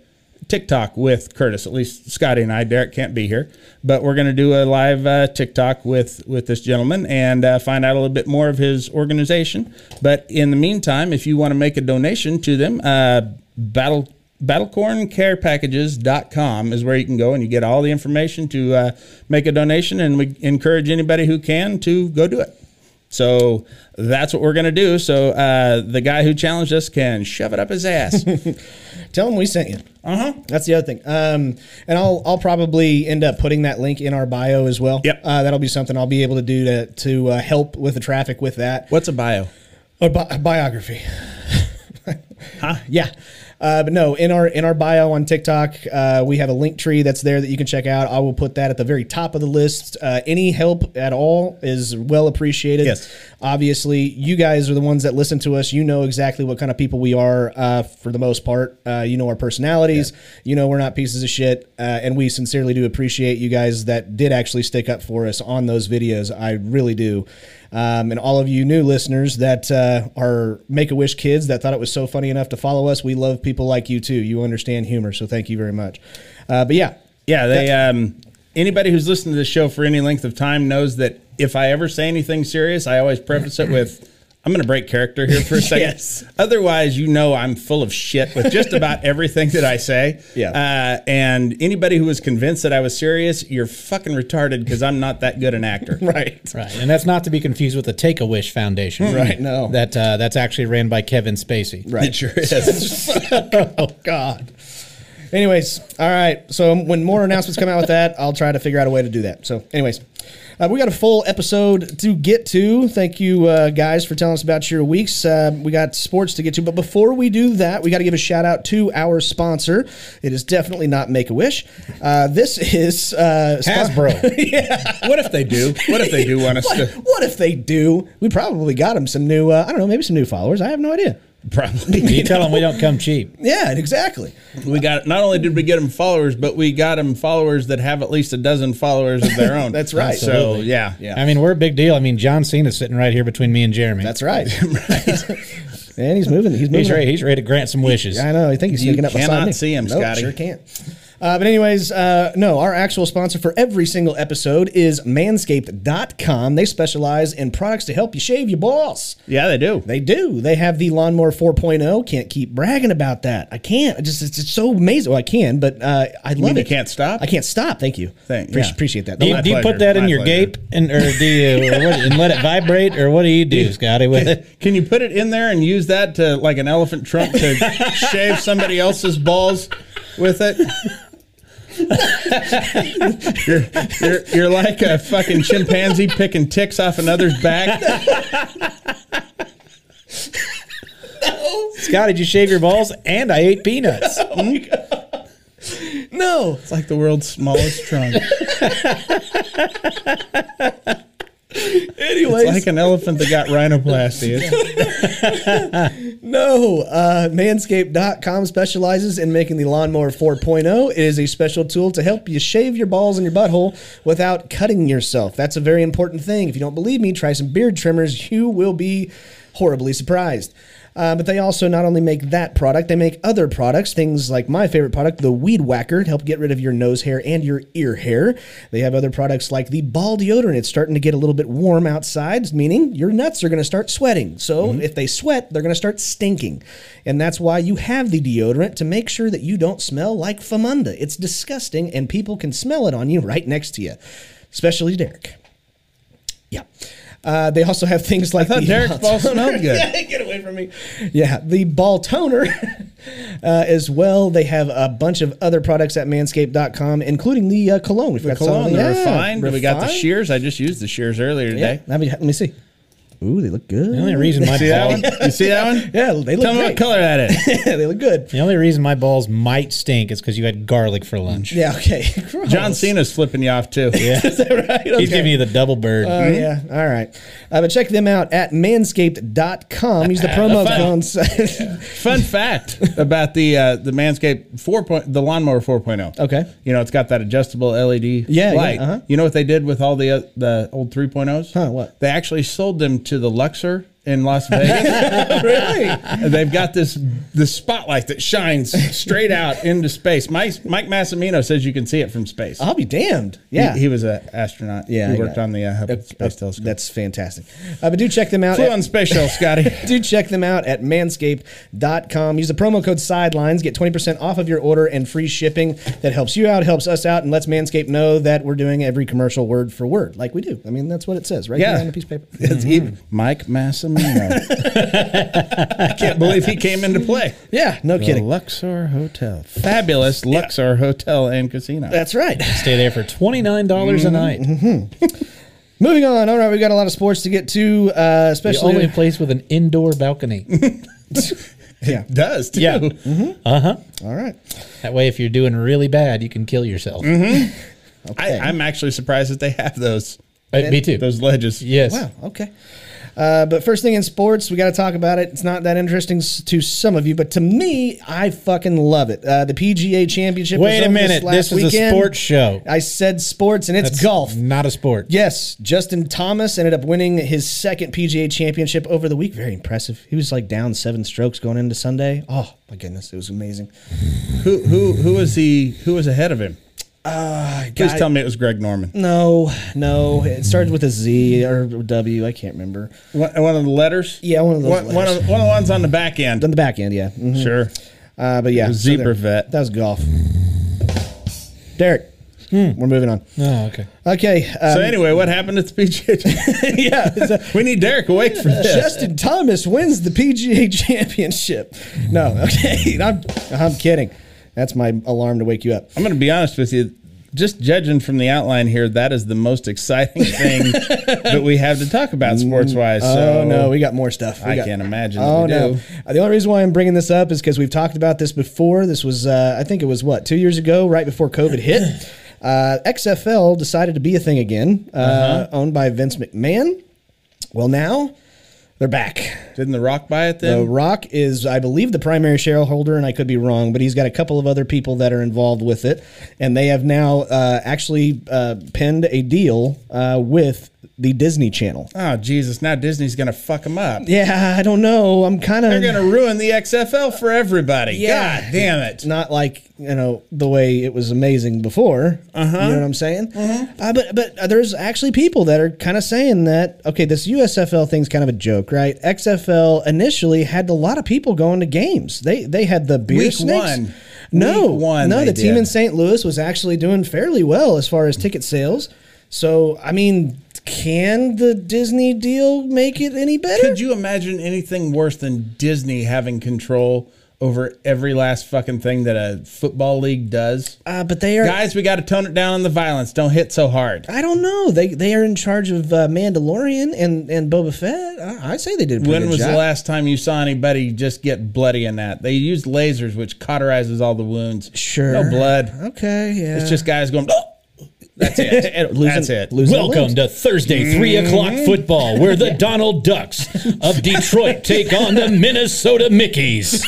S2: TikTok with Curtis. At least Scotty and I. Derek can't be here, but we're going to do a live uh, TikTok with with this gentleman and uh, find out a little bit more of his organization. But in the meantime, if you want to make a donation to them, uh, battle battlecorncarepackages.com is where you can go and you get all the information to uh, make a donation and we encourage anybody who can to go do it so that's what we're going to do so uh, the guy who challenged us can shove it up his ass Uh-huh.
S1: Tell them we sent you. Uh huh. That's the other thing. Um, and I'll I'll probably end up putting that link in our bio as well.
S2: Yep.
S1: Uh, that'll be something I'll be able to do to to uh, help with the traffic with that.
S2: what's a bio
S1: A, bi- a biography. Yeah. Uh, but no, in our in our bio on TikTok, uh, we have a link tree that's there that you can check out. I will put that at the very top of the list. Uh, any help at all is well appreciated.
S2: Yes.
S1: Obviously, you guys are the ones that listen to us. You know exactly what kind of people we are uh, for the most part. Uh, you know our personalities. You know we're not pieces of shit, uh, and we sincerely do appreciate you guys that did actually stick up for us on those videos. I really do. Um, and all of you new listeners that uh, are Make a Wish kids that thought it was so funny enough to follow us, we love people like you too. You understand humor, so thank you very much. Uh, but yeah,
S2: Yeah, they. Um, anybody who's listened to this show for any length of time knows that if I ever say anything serious, I always preface it with, "I'm going to break character here for a second.
S1: Yes.
S2: Otherwise, you know, I'm full of shit with just about everything that I say.
S1: Yeah.
S2: Uh, and anybody who was convinced that I was serious, you're fucking retarded because I'm not that good an actor.
S1: right.
S3: Right, and that's not to be confused with the Take a Wish
S2: Hmm.
S3: Foundation.
S1: Right, no.
S3: that uh, that's actually ran by Kevin Spacey.
S1: Right.
S2: It sure is.
S1: oh God. Anyways, all right. So when more announcements come out with that, I'll try to figure out a way to do that. So, anyways, uh, we got a full episode to get to. Thank you uh, guys for telling us about your weeks. Uh, we got sports to get to, but before we do that, we got to give a shout out to our sponsor. It is definitely not Make a Wish. Uh, this is uh, spon-
S3: Hasbro.
S2: what if they do? What if they do want us
S1: What,
S2: to?
S1: what if they do? We probably got them some new. Uh, I don't know, maybe some new followers. I have no idea.
S2: Probably.
S3: you tell them we don't come cheap.
S1: Yeah, exactly.
S2: We got not only did we get them followers, but we got them followers that have at least a dozen followers of their own.
S1: That's right.
S2: So
S3: Absolutely.
S2: yeah,
S3: I mean, we're a big deal. I mean, John Cena's sitting right here between me and Jeremy.
S1: That's right. and he's moving. He's moving.
S3: he's ready. He's ready to grant some wishes.
S1: I know. I think he's
S2: You
S1: sneaking up beside
S2: cannot
S1: me.
S2: see him,
S1: Nope,
S2: Scotty.
S1: Sure can't. Uh, but anyways, uh, no, our actual sponsor for every single episode is manscaped.com. They specialize in products to help you shave your balls.
S2: Yeah, they do.
S1: They do. They have the lawnmower 4.0. Can't keep bragging about that. I can't. I just it's, it's so amazing. Well, I can, but uh, I love
S2: mean you
S1: it.
S2: can't stop?
S1: I can't stop. Thank you.
S2: Thank-
S1: Appreci-
S2: yeah.
S1: Appreciate that.
S3: Do you,
S2: My
S3: do you
S2: pleasure.
S3: put that in
S2: My
S3: your
S2: pleasure.
S3: gape and or do you or what, and let it vibrate or what do you do, Scotty? With it?
S2: Can you put it in there and use that to like an elephant trunk to shave somebody else's balls with it? you're, you're, you're like a fucking chimpanzee picking ticks off another's back.
S3: Scott, did you shave your balls? And I ate peanuts.
S1: no.
S2: It's like the world's smallest trunk.
S1: Anyways,
S2: Like an elephant that got rhinoplasty. It's-
S1: No, uh, manscaped.com specializes in making the lawnmower 4.0. It is a special tool to help you shave your balls and your butthole without cutting yourself. That's a very important thing. If you don't believe me, try some beard trimmers. You will be horribly surprised. Uh, but they also not only make that product, they make other products, things like my favorite product, the Weed Whacker, to help get rid of your nose hair and your ear hair. They have other products like the ball deodorant. It's starting to get a little bit warm outside, meaning your nuts are going to start sweating. So if they sweat, they're going to start stinking. And that's why you have the deodorant to make sure that you don't smell like famunda. It's disgusting, and people can smell it on you right next to you, especially Derek. Yeah. Uh, they also have things like
S2: thought
S1: the
S2: Derek's balls smelled good.
S1: Yeah, get away from me. Yeah, the ball toner uh, as well. They have a bunch of other products at manscaped.com, including the uh, cologne. We've got
S2: Cologne,
S1: some,
S2: the
S1: yeah,
S2: refined. We got the
S1: refined.
S2: shears. I just used the shears earlier
S1: Yeah,
S2: today.
S1: let me, let me see. Ooh, they look good.
S3: The only reason my
S2: See that
S3: balls,
S2: one? You see that one?
S1: Yeah, they look
S2: Tell me
S1: great.
S2: what color that is.
S1: they look good.
S3: the only reason my balls might stink is because you had garlic for lunch.
S1: Yeah, okay. Gross.
S2: John Cena's flipping you off too. Yeah.
S1: Is that right?
S3: He's
S1: Okay.
S3: giving you the double bird.
S2: Mm-hmm.
S1: Oh, yeah. All right. Uh, but check them out at manscaped.com. Use the promo
S2: Fun.
S1: code.
S2: Fun fact about the uh, the Manscaped four point the lawnmower four
S1: Okay.
S2: You know it's got that adjustable LED
S1: Yeah, yeah,
S2: light.
S1: uh-huh.
S2: You know what they did with all the uh, the old three
S1: Huh, what?
S2: They actually sold them to the Luxor in Las Vegas.
S1: really?
S2: And they've got this this spotlight that shines straight out into space. Mike Mike Massimino says you can see it from space.
S1: I'll be damned.
S2: He-
S1: Yeah.
S2: he, was an astronaut.
S1: Yeah, I
S2: he
S1: got
S2: worked
S1: it.
S2: on the uh, Hubble
S1: Uh,
S2: Space
S1: uh,
S2: Telescope.
S1: That's fantastic. Uh, but do check them out.
S2: Flew
S1: at-
S2: on space shuttle, Scotty.
S1: do check them out at manscaped.com. Use the promo code sidelines, get 20% off of your order and free shipping. That helps you out, helps us out, and lets Manscaped know that we're doing every commercial word for word, like we do. I mean, that's what it says right
S2: Yeah.
S1: there on a piece of paper.
S2: It's even- Mike Massimino. I can't believe he came into play.
S1: Yeah, no
S2: The
S1: kidding.
S2: Luxor Hotel. Fabulous Luxor Hotel and Casino.
S1: That's right.
S3: Stay there for twenty nine dollars a night.
S1: Moving on. All right, we've got a lot of sports to get to, uh,
S3: The
S1: especially.
S3: only place with an indoor balcony.
S1: yeah.
S2: It does, too.
S3: Yeah.
S1: All right.
S3: That way, if you're doing really bad, you can kill yourself.
S2: I, I'm actually surprised that they have those
S3: Uh, me too.
S2: those ledges.
S3: yes.
S1: Wow. Okay. Uh, but first thing in sports, we got to talk about it. It's not that interesting s- to some of you, but to me, I fucking love it. Uh, the PGA Championship.
S3: Wait
S1: was
S3: a
S1: on
S3: minute.
S1: This, last
S3: This is a
S1: weekend.
S3: sports show.
S1: I said sports, and it's
S3: That's
S1: golf.
S3: not a sport.
S1: Yes, Justin Thomas ended up winning his second PGA Championship over the week. Very impressive. He was like down seven strokes going into Sunday. Oh my goodness, it was amazing.
S2: Who who who was he? Who was ahead of him? Please
S1: Guy-
S2: tell me it was Greg Norman.
S1: No, no, it started with a Z or W. I can't remember.
S2: One, one of the letters.
S1: Yeah, one of those
S2: One, one
S1: letters.
S2: of, one of the ones on the Um, back end.
S1: On the back end, yeah. Mhm.
S2: Sure.
S1: Uh, but yeah,
S2: was
S1: so
S2: zebra
S1: there-
S2: vet.
S1: That was golf. Derek, we're moving on.
S3: Oh, okay.
S1: Okay. Um,
S2: Hmm. So anyway, what happened at the PGA?
S1: yeah. so
S2: we need Derek awake for this.
S1: Justin Thomas wins the PGA Championship. No, okay, I'm, I'm kidding. That's my alarm to wake you up.
S2: I'm going to be honest with you. Just judging from the outline here, that is the most exciting thing that we have to talk about sports wise. So
S1: Mm, oh no, we got more stuff. We
S2: I
S1: got-
S2: can't imagine that
S1: Oh
S2: we
S1: no,
S2: do.
S1: Uh, the only reason why I'm bringing this up is because we've talked about this before. This was, uh, I think it was what two years ago, right before COVID hit. Uh, XFL decided to be a thing again, uh,
S2: Uh-huh.
S1: owned by Vince McMahon. Well, now they're back.
S2: didn't The Rock buy it
S1: The
S2: then?
S1: Rock is, I believe, the primary shareholder, and I could be wrong, but he's got a couple of other people that are involved with it, and they have now uh, actually uh, penned a deal uh, with the Disney Channel.
S2: oh Jesus! Now Disney's going to fuck him up.
S1: Yeah, I don't know. I'm kind of
S2: They're going to ruin the XFL for everybody. God damn it!
S1: not like you know the way it was amazing before. Uh-huh. You know what I'm saying? Uh, but but uh, there's actually people that are kind of saying that okay, this USFL thing's kind of a joke, right? XFL initially had a lot of people going to games. They they had the beer
S2: Week
S1: snakes.
S2: one.
S1: No,
S2: Week one
S1: no,
S2: they
S1: the team
S2: did.
S1: in St. Louis was actually doing fairly well as far as ticket sales. So I mean, can the Disney deal make it any better?
S2: Could you imagine anything worse than Disney having control over every last fucking thing that a football league does?
S1: uh, but they are
S2: Guys, we got to tone it down on the violence. Don't hit so hard.
S1: I don't know. They they are in charge of uh, Mandalorian and and Boba Fett. I, I say they did. A pretty
S2: When
S1: good
S2: was
S1: job.
S2: the last time you saw anybody just get bloody in that? They use lasers, which cauterizes all the wounds.
S1: Sure.
S2: No blood.
S1: Okay, yeah.
S2: It's just guys going. "Oh." That's That's it. That's it.
S1: Losing
S3: Welcome
S1: limbs.
S3: to Thursday, 3 o'clock
S1: Mm-hmm.
S3: football, where the Donald Ducks of Detroit take on the Minnesota Mickeys.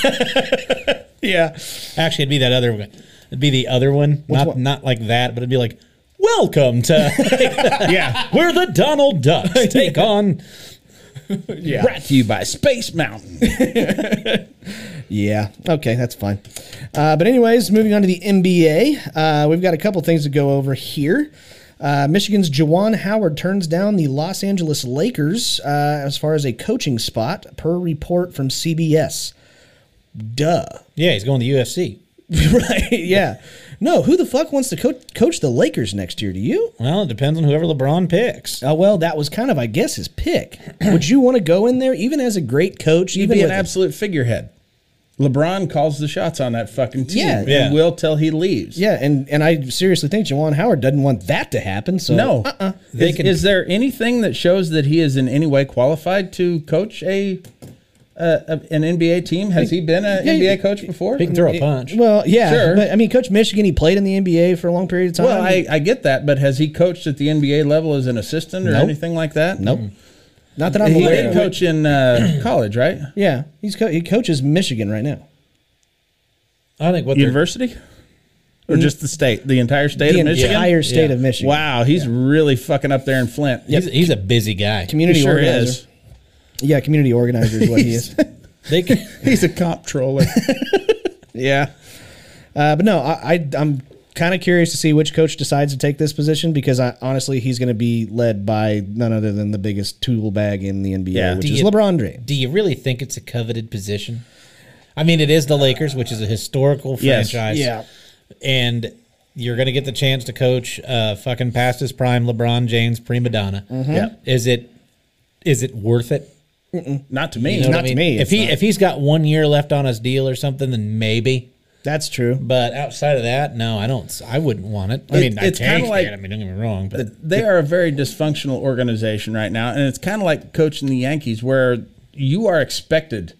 S1: Yeah.
S3: Actually, it'd be that other one. It'd be the other one. not
S1: one?
S3: not like that, but it'd be like, Welcome to
S2: Yeah.
S3: We're the Donald Ducks. Take on
S1: Yeah.
S2: Brought to you by Space Mountain.
S1: Yeah. Okay, that's fine. Uh, but anyways, moving on to the NBA, uh, we've got a couple things to go over here. Uh, Michigan's Jawan Howard turns down the Los Angeles Lakers uh, as far as a coaching spot, per report from CBS. Duh.
S3: Yeah, he's going to UFC.
S1: right? Yeah. No, who the fuck wants to co- coach the Lakers next year? Do you?
S3: Well, it depends on whoever LeBron picks.
S1: Oh well, that was kind of, I guess, his pick. Would you want to go in there, even as a great coach,
S2: He'd
S1: even
S2: be an
S1: with a-
S2: absolute figurehead. LeBron calls the shots on that fucking team.
S1: Yeah.
S2: and
S3: Yeah.
S2: will till he leaves.
S1: Yeah, and and I seriously think Jawan Howard doesn't want that to happen. So
S2: No.
S1: uh-uh.
S2: Is, is there anything that shows that he is in any way qualified to coach a uh, an NBA team? Has he been an
S1: Yeah, he-
S2: NBA coach before?
S3: He can throw a punch.
S1: Well, yeah,
S2: Sure.
S1: but I mean, Coach Michigan, he played in the NBA for a long period of time.
S2: Well, I, I get that, but has he coached at the NBA level as an assistant or
S1: Nope.
S2: anything like that?
S1: nope, not that I'm
S2: Mm. He
S1: aware.
S2: did
S1: of.
S2: coach in uh, college, right?
S1: Yeah, he's co- he coaches Michigan right now.
S3: I think what they're-
S2: University? Or just the state, the entire state
S1: The
S2: of Michigan?
S1: entire state
S3: Yeah.
S1: of Michigan.
S2: Wow, he's really fucking up there in Flint.
S3: he's, he's a busy guy.
S2: He
S1: community
S2: sure
S1: organizer.
S2: is.
S1: Yeah, community organizer is what he is.
S3: They can,
S2: He's a comptroller.
S1: Yeah. Uh, but no, I, I I'm kind of curious to see which coach decides to take this position because I, honestly, he's going to be led by none other than the biggest tool bag in the NBA,
S2: Yeah.
S1: which
S3: Do
S1: is
S3: you-
S1: LeBron James.
S3: do you really think it's a coveted position? I mean, it is the Lakers, which is a historical
S2: Yes.
S3: franchise. and you're going to get the chance to coach uh, fucking past his prime LeBron James prima donna.
S1: Mm-hmm.
S2: Yeah.
S3: Is it is it worth it?
S2: Not to me.
S3: You know what
S1: Not
S3: I
S1: to
S3: mean?
S1: me,
S3: If
S1: it's
S3: he
S1: not.
S3: if he's got one year left on his deal or something, then maybe.
S1: That's true.
S3: But outside of that, no, I don't. I wouldn't want it. I
S2: It-
S3: mean, I
S2: it's kinda
S3: take
S2: like-
S3: it. I mean, don't get me wrong, but
S2: they are a very dysfunctional organization right now, and it's kind of like coaching the Yankees, where you are expected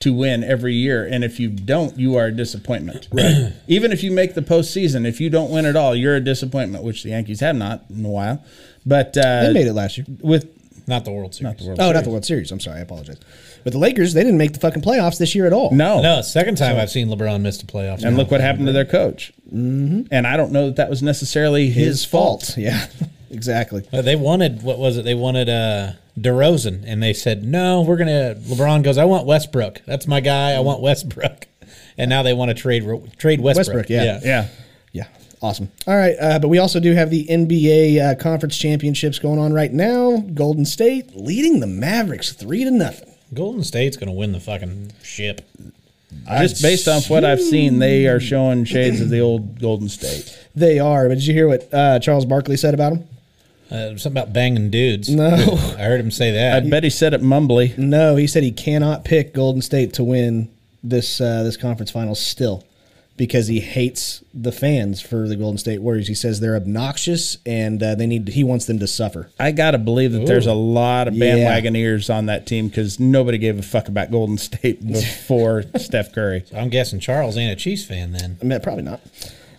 S2: to win every year, and if you don't, you are a disappointment. Right. Even if you make the postseason, if you don't win at all, you're a disappointment, which the Yankees have not in a while. But uh,
S1: They made it last year.
S2: with
S3: not the World Series. Not the World.
S1: Oh, not the World Series. I'm sorry. I apologize. But the Lakers, they didn't make the fucking playoffs this year at all.
S2: no,
S3: No, second time I've seen LeBron miss the playoffs.
S2: and look what happened to their coach. Mm-hmm. And I don't know that that was necessarily his,
S1: His
S2: fault.
S1: fault. Yeah, exactly.
S3: Uh, They wanted what was it? They wanted uh DeRozan, and they said no. We're gonna. LeBron goes. I want Westbrook. That's my guy. I want Westbrook. And now they want to trade Ro- trade Westbrook.
S1: Westbrook, yeah.
S2: Yeah.
S1: Yeah, awesome. All right, uh, but we also do have the NBA uh, conference championships going on right now. Golden State leading the Mavericks three to nothing.
S3: Golden State's gonna win the fucking ship.
S2: Just based off what I've seen, they are showing shades of the old Golden State.
S1: They are. But did you hear what uh, Charles Barkley said about him?
S3: Uh, something about banging dudes.
S1: No.
S3: I heard him say
S2: I
S3: that.
S2: bet he said it mumbly.
S1: No, he said he cannot pick Golden State to win this uh, this conference finals still because he hates the fans for the Golden State Warriors. He says they're obnoxious and uh, they need. He wants them to suffer.
S2: I gotta believe that there's a lot of
S1: Yeah.
S2: bandwagoneers on that team because nobody gave a fuck about Golden State before Steph Curry.
S3: I'm guessing Charles ain't a Chiefs fan then.
S1: I mean, probably not.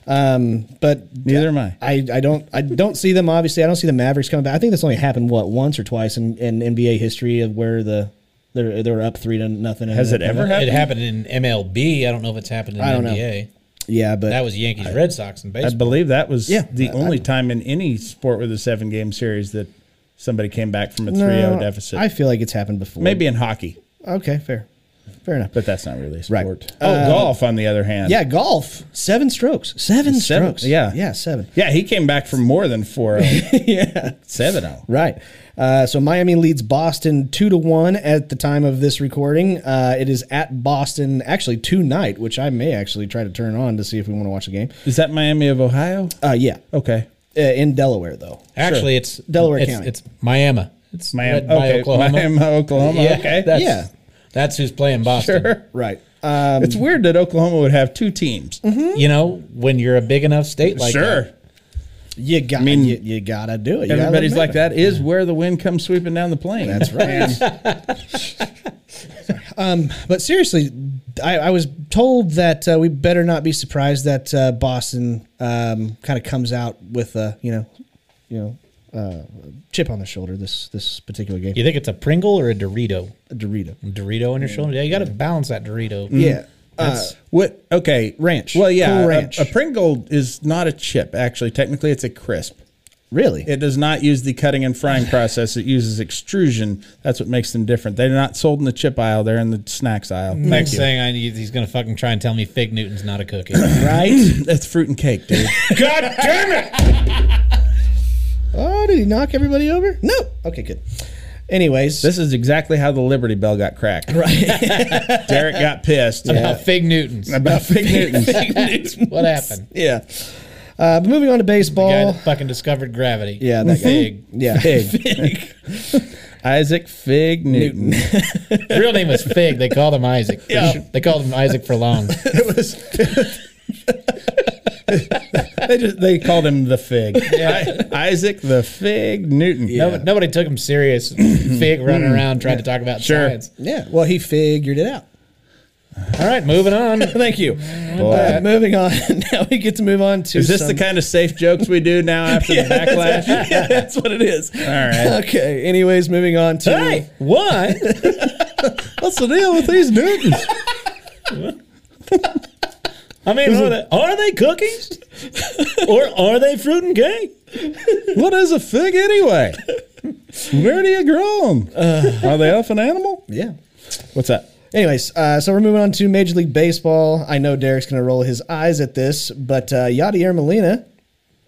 S1: Um, but
S2: Neither am I.
S1: I, I don't I don't see them obviously I don't see the Mavericks coming back. I think that's only happened what once or twice in, in NBA history of where the they're they were up three to nothing. and
S2: Has
S1: then-
S2: it ever
S3: It
S2: happened?
S3: happened in MLB. I don't know if it's happened in
S1: I don't know.
S3: NBA.
S1: Yeah, but
S3: That was Yankees, Red Sox, and
S2: I
S3: baseball.
S2: believe that was
S1: Yeah.
S2: the
S1: I-
S2: only time in any sport with a seven game series that somebody came back from a 3
S1: no,
S2: 0 deficit.
S1: I feel like it's happened before.
S2: Maybe in hockey,
S1: okay, fair, fair enough.
S2: but that's not really a
S1: Right. Uh,
S2: sport. Oh, golf, on the other hand.
S1: yeah, golf seven strokes, seven,
S2: Seven-
S1: strokes.
S2: yeah.
S1: yeah, seven.
S2: Yeah, he came back from more than oh. 4 0.
S1: yeah.
S2: 7 0.
S1: Right. Uh, so Miami leads Boston two to one at the time of this recording. Uh, it is at Boston actually tonight, which I may actually try to turn on to see if we want to watch the game.
S2: Is that Miami of Ohio?
S1: Uh, yeah,
S2: Okay.
S1: uh, in Delaware though.
S3: Actually, it's
S1: Delaware
S3: it's,
S1: County.
S3: It's Miami. It's led
S2: Miami.
S3: by
S2: Okay.
S3: Oklahoma.
S2: Miami, Oklahoma.
S3: Yeah,
S2: Okay.
S3: That's,
S1: Yeah.
S3: that's who's playing Boston.
S2: Sure.
S1: Right. Um, Mm-hmm.
S2: It's weird that Oklahoma would have two teams.
S1: Hmm.
S3: you know, when you're a big enough state like
S2: sure.
S3: that.
S1: you got.
S2: mean,
S1: you, you gotta do it. You gotta
S2: Everybody's
S1: admit
S2: like
S1: it.
S2: that is where the wind comes sweeping down the plane.
S1: That's right. um, but seriously, I, I was told that uh, we better not be surprised that uh, Boston um, kind of comes out with a you know you know, uh, chip on the shoulder this this particular game.
S3: You think it's a Pringle or a Dorito?
S1: A Dorito.
S2: Mm-hmm.
S3: Dorito on your shoulder? Yeah, you got to
S2: Mm.
S3: balance that Dorito.
S1: Yeah. Uh,
S3: That's,
S2: What? Okay,
S1: Ranch.
S2: Well, yeah,
S1: Cool
S2: a-
S1: ranch.
S2: A, Pringle is not a chip. Actually, technically, it's a crisp.
S1: Really?
S2: It does not use the cutting and frying process. It uses extrusion. That's what makes them different. They're not sold in the chip aisle. They're in the snacks aisle.
S1: Mm.
S3: next thing I need, he's going to fucking try and tell me Fig Newton's not a cookie.
S2: right? That's fruit and cake, dude.
S3: God damn it!
S1: oh, did he knock everybody over? No. Okay, good. Anyways,
S2: this is exactly how the Liberty Bell got cracked. Right. Derek got pissed
S3: About Uh, Fig Newton's.
S2: about Fig Newtons.
S3: what happened?
S1: yeah. Uh, but moving on to
S3: The guy
S1: baseball.
S3: that fucking discovered gravity.
S1: yeah, that guy.
S3: Fig.
S1: Yeah.
S2: Fig. Isaac Fig Newton.
S3: His real name was Fig. They called him Isaac. They called him Isaac for long.
S2: It was. they just they called him the Fig. I- Isaac the Fig Newton.
S3: No, Nobody took him serious. Fig
S1: Mm.
S3: running around trying to talk about
S2: Sure.
S3: science.
S1: Yeah. Well, he figured it out.
S3: All right, moving on.
S1: Thank you.
S2: Boy.
S1: Uh, moving on. now we get to move on to.
S2: Is this the
S1: some-
S2: kind of safe jokes we do now after the backlash?
S1: yeah, that's what it is. All
S2: right.
S1: Okay. Anyways, moving on to.
S3: Hey, what?
S2: What's the deal with these Newtons?
S3: I mean, are they, are they cookies? or are they fruit and cake?
S2: What is a fig anyway? Where do you grow them?
S3: Uh.
S2: Are they off an animal?
S1: Yeah.
S2: What's that?
S1: Anyways, uh, so we're moving on to Major League Baseball. I know Derek's going to roll his eyes at this, but uh, Yadier Molina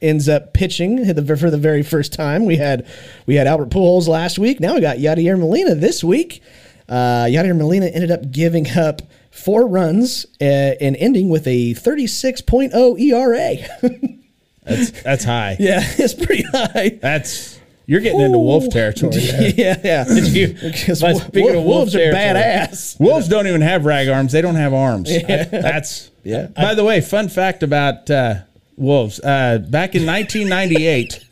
S1: ends up pitching the- for the very first time. We had we had Albert Pujols last week. Now we got Yadier Molina this week. Uh, Yadier Molina ended up giving up four runs uh, and ending with a 36.0 ERA.
S2: That's that's high.
S1: yeah, it's pretty high.
S2: That's you're getting into wolf
S1: Ooh.
S2: territory. there.
S1: Yeah, yeah.
S3: You-
S1: Because
S3: Well,
S1: wo-
S3: speaking
S1: wo-
S3: of wolf
S1: wolves are
S3: territory.
S1: badass.
S2: Wolves don't even have rag arms. They don't have arms. That's
S1: Yeah.
S2: By the way, fun fact about uh, wolves. Uh, back in 1998,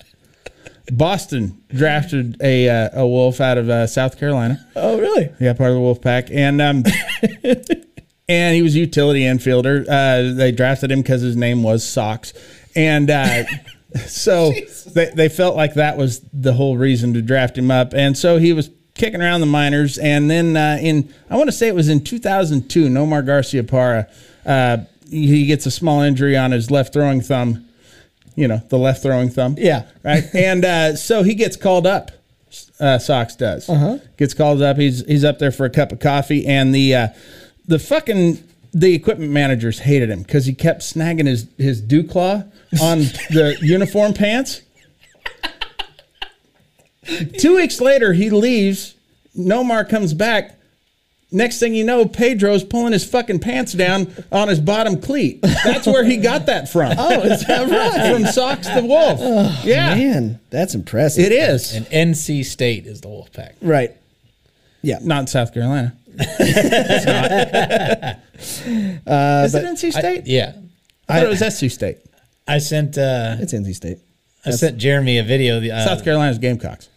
S2: Boston drafted a uh, a wolf out of uh, South Carolina.
S1: Oh, really?
S2: Yeah, part of the wolf pack, and um, and he was a utility infielder. Uh, they drafted him because his name was Socks, and uh, so they, they felt like that was the whole reason to draft him up, and so he was kicking around the minors, and then uh, in I want to say it was in 2002, Nomar Garcia Parra, uh, he gets a small injury on his left throwing thumb, you know, the left throwing thumb,
S1: Yeah.
S2: right, and uh, so he gets called up uh, Sox does.
S1: Uh-huh.
S2: Gets called up. He's he's up there for a cup of coffee, and the uh, the fucking the equipment managers hated him because he kept snagging his his dew claw on the uniform pants. Two weeks later, he leaves. Nomar comes back. Next thing you know, Pedro's pulling his fucking pants down on his bottom cleat. That's where he got that from.
S1: Oh, is that right? Oh,
S2: From Socks the Wolf. yeah.
S1: Man, that's impressive.
S2: It is.
S3: And NC State is the wolf pack.
S1: Right. Yeah.
S2: Not in South Carolina. Is it NC State?
S3: Yeah.
S2: I thought it was SC State.
S3: I sent uh,
S1: It's NC State.
S3: I sent Jeremy a video the, uh,
S2: South Carolina's Gamecocks.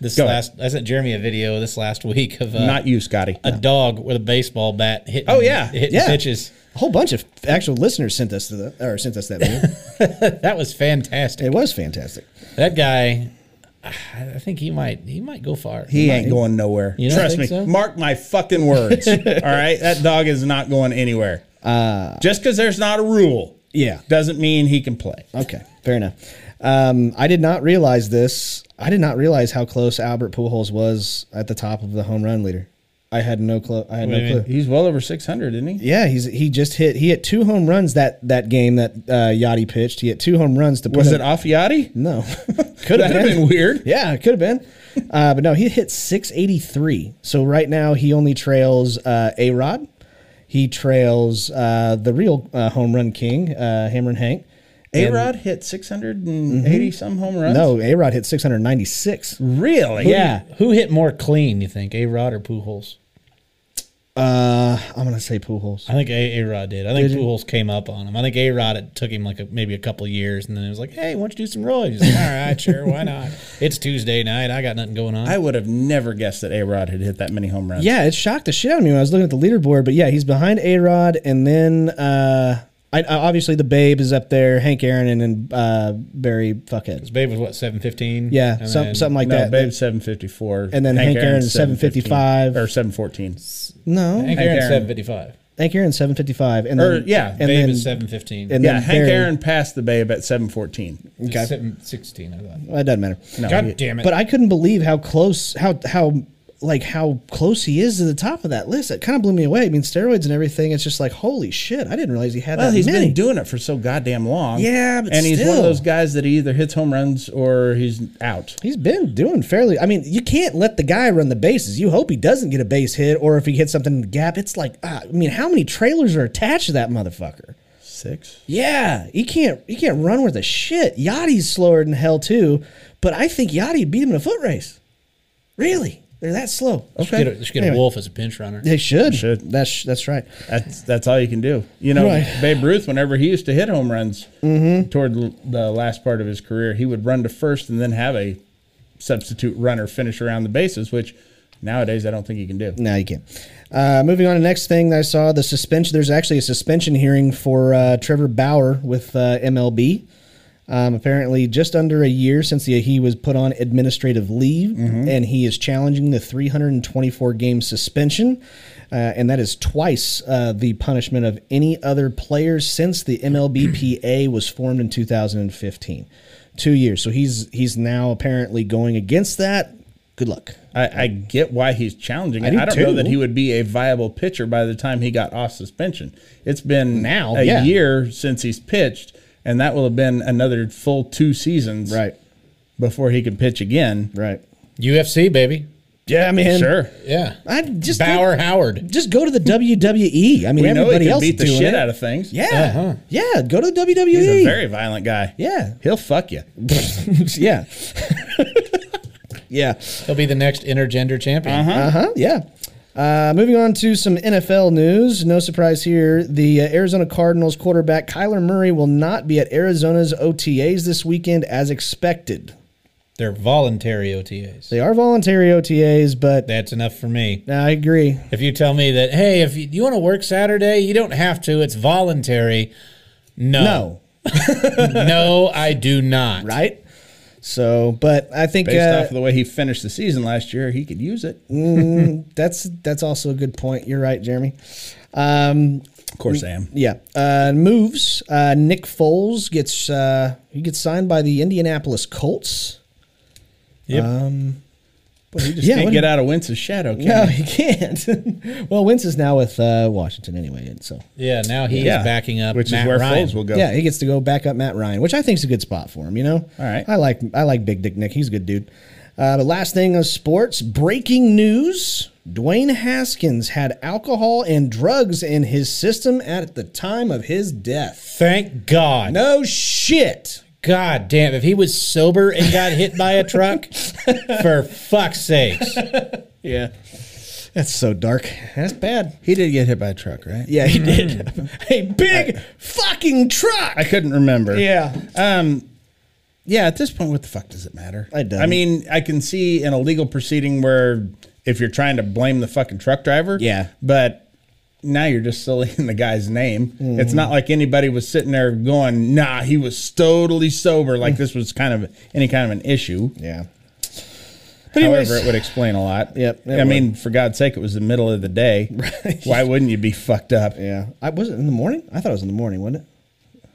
S3: this
S2: go ahead.
S3: last I sent Jeremy a video this last week of uh,
S2: Not you, Scotty.
S3: a dog with a baseball bat hitting
S2: Oh, yeah.
S3: hitting
S1: Yeah.
S3: pitches.
S1: A whole bunch of actual listeners sent us to the or sent us that video.
S3: That was fantastic.
S1: it was fantastic.
S3: That guy I I think he might he might go far.
S2: he ain't going nowhere.
S3: You don't
S2: Trust
S3: think
S2: me.
S3: so?
S2: Mark my fucking words. all right. That dog is not going anywhere. Just because there's not a rule
S1: Yeah.
S2: doesn't mean he can play.
S1: Okay. Fair enough. Um, I did not realize this. I did not realize how close Albert Pujols was at the top of the home run leader. I had no clue. I had
S3: do you
S1: no
S3: mean?
S1: clue.
S2: He's well over 600, isn't he?
S1: Yeah, he's he just hit. He hit two home runs that that game that uh, Yachty pitched. He hit two home runs to put
S2: Was
S1: him-
S2: it Affiati?
S1: No, could have
S2: That'd have
S1: been.
S2: been weird.
S1: Yeah, it could have been. Uh, but no, he hit 683. So right now he only trails uh, A Rod. He trails uh, the real uh, home run king, uh, Hammerin Hank.
S2: A Rod hit 680 some home runs.
S1: No, A Rod hit 696.
S2: Really?
S3: Yeah. Who hit more clean, you think? A Rod or Pujols?
S1: Uh, I'm gonna say Pujols.
S3: I think A A Rod did. I think Pujols came up on him. I think A Rod it took him like a, maybe a couple years, and then it was like, "Hey, why don't you do some rolling?" He's like, "All right, sure, why not? It's Tuesday night. I got nothing going on."
S2: I would have never guessed that A Rod had hit that many home runs.
S1: Yeah, it shocked the shit out of me when I was looking at the leaderboard. But yeah, he's behind A Rod, and then uh, I, I- obviously, the Babe is up there. Hank Aaron and then uh, Barry fuckhead.
S3: Babe was what seven fifteen.
S1: Yeah, some, something like
S2: no,
S1: that.
S2: Babe seven fifty four,
S1: And then Hank Aaron's 755.
S2: or seven fourteen.
S1: no,
S3: Hank
S1: Hank,
S3: Aaron
S2: Aaron.
S3: seven fifty five.
S1: Aaron's seven fifty five, and
S2: Or,
S1: then
S2: yeah,
S1: and
S3: Babe
S1: then
S3: is seven fifteen.
S1: and
S2: Yeah,
S1: then
S2: Hank
S1: Barry.
S2: Aaron passed the Babe at seven fourteen.
S1: okay.
S3: seven sixteen. I thought.
S1: Well, It doesn't matter.
S2: No,
S3: God
S2: he-
S3: damn it!
S1: But I couldn't believe how close, how how like how close he is to the top of that list. It kind of blew me away. I mean, steroids and everything. It's just like holy shit. I didn't realize he had
S2: Well,
S1: that
S2: he's
S1: many.
S2: been doing it for so goddamn long.
S1: Yeah, but
S2: and he's one
S1: still.
S2: of those guys that he either hits home runs or he's out.
S1: he's been doing fairly. I mean, you can't let the guy run the bases. You hope he doesn't get a base hit, or if he hits something in the gap, it's like ah, I mean, how many trailers are attached to that motherfucker?
S2: Six.
S1: Yeah, he can't he can't run worth a shit. Yachty's slower than hell too, but I think Yachty beat him in a foot race. Really, they're that slow.
S3: Should get, a, should get a
S1: Anyway.
S3: wolf as a pinch runner.
S1: They should.
S2: Should.
S1: That's that's right.
S2: That's that's all you can do. You know,
S1: Right. Mm-hmm.
S2: Babe Ruth, whenever he used to hit home runs toward l- the last part of his career, he would run to first and then have a substitute runner finish around the bases, which nowadays I don't think you can do.
S1: No, you can't. Uh, moving on to the next thing that I saw the suspension. There's actually a suspension hearing for uh, Trevor Bauer with uh, MLB. Um, apparently, just under a year since the, he was put on administrative leave, and he is challenging the 324 game suspension, uh, and that is twice uh, the punishment of any other player since the MLBPA was formed in 2015. Two years. So he's he's now apparently going against that. Good luck.
S2: I, I get why he's challenging. it. I,
S1: do
S2: don't know
S1: too.
S2: that he would be a viable pitcher by the time he got off suspension. It's been
S1: Now,
S2: a
S1: yeah.
S2: year since he's pitched, and that will have been another full two seasons before he could pitch again.
S1: Right.
S3: UFC baby.
S1: Yeah, man.
S2: Sure.
S3: Yeah.
S1: I just
S3: Bauer
S1: go-
S3: Howard.
S1: Just go to the WWE. I mean,
S2: We know he
S1: everybody
S2: can
S1: else
S2: beat the
S1: is doing
S2: shit
S1: it.
S2: out of things.
S1: yeah,
S3: Uh-huh.
S1: yeah. Go to the WWE.
S2: He's a very violent guy.
S1: yeah,
S2: He'll fuck you.
S1: yeah, yeah.
S3: He'll be the next intergender champion.
S1: Uh huh. Yeah. Uh, moving on to some NFL news. No surprise here. The uh, Arizona Cardinals quarterback Kyler Murray will not be at Arizona's OTAs this weekend as expected.
S3: They're voluntary OTAs.
S1: They are voluntary OTAs, but
S3: That's enough for me.
S1: I agree.
S3: If you tell me that, hey, if you, you want to work Saturday, you don't have to. It's voluntary. No,
S1: No,
S3: no, I do not.
S1: right? So, but I think
S2: Based
S1: uh,
S2: off of the way he finished the season last year, he could use it. Of
S1: Mm, that's that's also a good point. You're right, Jeremy. Um,
S2: course, I am.
S1: yeah, uh, moves. Uh, Nick Foles gets uh, he gets signed by the Indianapolis Colts.
S3: Yep.
S2: Um, Well, he just
S1: Yeah,
S2: can't
S1: what-
S2: get out of Wentz's shadow. Can
S1: No, he
S2: he?
S1: can't. well, Wentz is now with uh, Washington anyway, and so
S3: yeah. Now he's
S2: Yeah.
S3: backing up.
S2: which
S3: Matt
S2: is where
S3: Ryan.
S2: Foles will go.
S1: yeah, he gets to go back up Matt Ryan, which I think is a good spot for him. You know,
S2: All right.
S1: I like I like Big Dick Nick. He's a good dude. Uh, but last thing on sports, breaking news: Dwayne Haskins had alcohol and drugs in his system at the time of his death.
S3: Thank God.
S1: No shit.
S3: God damn! If he was sober and got hit by a truck, for fuck's sakes.
S2: yeah.
S1: That's so dark. That's bad.
S2: He did get hit by a truck, right?
S1: Yeah, he did. a big fucking truck.
S2: I couldn't remember.
S1: yeah.
S2: Um, yeah, at this point, what the fuck does it matter?
S1: It doesn't.
S2: I mean, I can see in a legal proceeding where if you're trying to blame the fucking truck driver,
S1: Yeah.
S2: but now you're just silly in the guy's name.
S1: Mm-hmm.
S2: It's not like anybody was sitting there going, "Nah, he was totally sober." Like this was kind of any kind of an issue.
S1: Mm. Yeah.
S2: However, it would explain a lot.
S1: Yep, it
S2: I mean, for God's sake, it was the middle of the day. Why wouldn't you be fucked up?
S1: Yeah. I was it in the morning? I thought it was in the morning, wasn't it?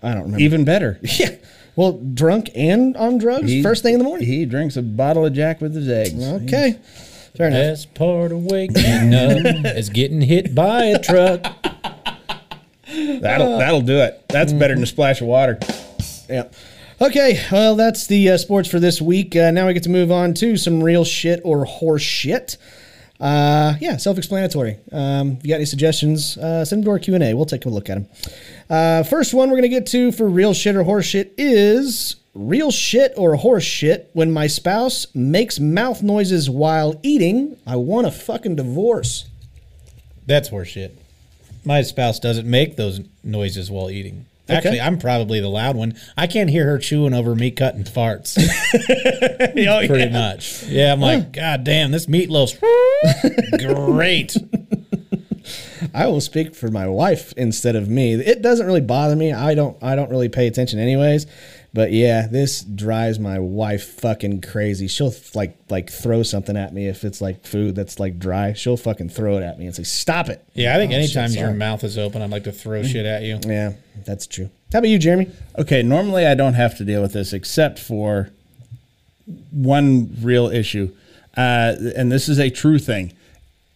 S1: I don't remember.
S2: Even better.
S1: yeah. Well, drunk and on drugs
S2: He-
S1: first thing in the morning.
S2: He drinks a bottle of Jack with his eggs.
S1: okay. Fair enough.
S3: Best part of waking up is getting hit by a truck.
S2: That'll that'll do it. That's
S1: Mm-hmm.
S2: better than a splash of water.
S1: Yep. Okay, well, that's the uh, sports for this week. Uh, now we get to move on to some real shit or horse shit. Uh, yeah, self-explanatory. Um, if you got any suggestions, uh, send them to our Q&A. We'll take a look at them. Uh, first one we're going to get to for real shit or horse shit is real shit or horse shit. When my spouse makes mouth noises while eating, I want a fucking divorce.
S3: That's horseshit. My spouse doesn't make those noises while eating. Actually, I'm probably the loud one. I can't hear her chewing over me cutting farts.
S1: Oh,
S3: pretty much. Yeah, I'm like, God damn, this meatloaf's great.
S1: I will speak for my wife instead of me. It doesn't really bother me. I don't I don't really pay attention anyways. But yeah, this drives my wife fucking crazy. She'll like like throw something at me if it's like food that's like dry. She'll fucking throw it at me and say, "Stop it."
S3: Yeah, I think
S1: Oh, shit,
S3: anytime your
S1: sorry.
S3: mouth is open, I'd like to throw shit at you.
S1: Yeah, that's true. How about you, Jeremy?
S2: Okay, normally I don't have to deal with this except for one real issue. Uh, and this is a true thing.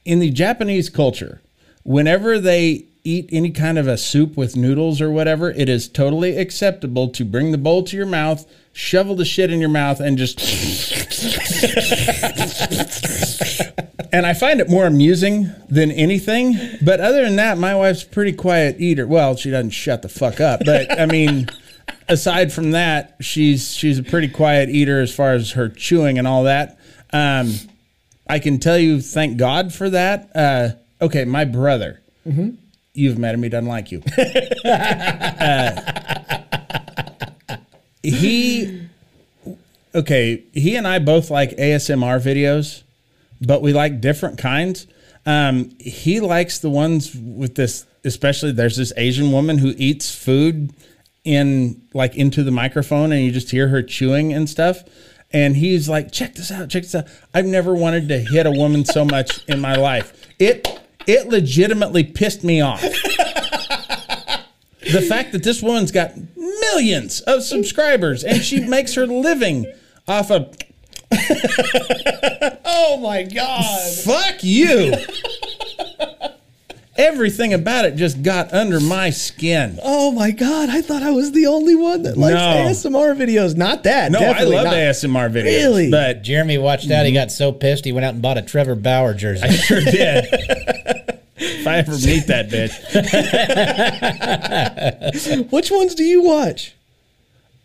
S2: In the Japanese culture, whenever they eat any kind of a soup with noodles or whatever, it is totally acceptable to bring the bowl to your mouth, shovel the shit in your mouth, and just. and I find it more amusing than anything. But other than that, my wife's a pretty quiet eater. Well, she doesn't shut the fuck up, but I mean, aside from that, she's she's a pretty quiet eater as far as her chewing and all that. Um, I can tell you, thank God for that. Uh, okay, my brother, you've met him. He doesn't like you. Uh, he okay he and i both like asmr videos but we like different kinds um he likes the ones with this especially there's this asian woman who eats food in like into the microphone and you just hear her chewing and stuff and he's like check this out check this out i've never wanted to hit a woman so much in my life it it legitimately pissed me off the fact that this woman's got millions of subscribers and she makes her living off of
S1: Oh my god.
S2: fuck you. Everything about it just got under my skin.
S1: Oh my god. I thought I was the only one that likes
S2: No.
S1: ASMR videos. Not that.
S2: No, I
S1: definitely
S2: love
S1: not.
S2: ASMR videos.
S1: Really?
S2: But
S3: Jeremy watched that.
S1: Mm-hmm.
S3: He got so pissed, he went out and bought a Trevor Bauer jersey.
S2: I sure did. if I ever meet that bitch.
S1: Which ones do you watch?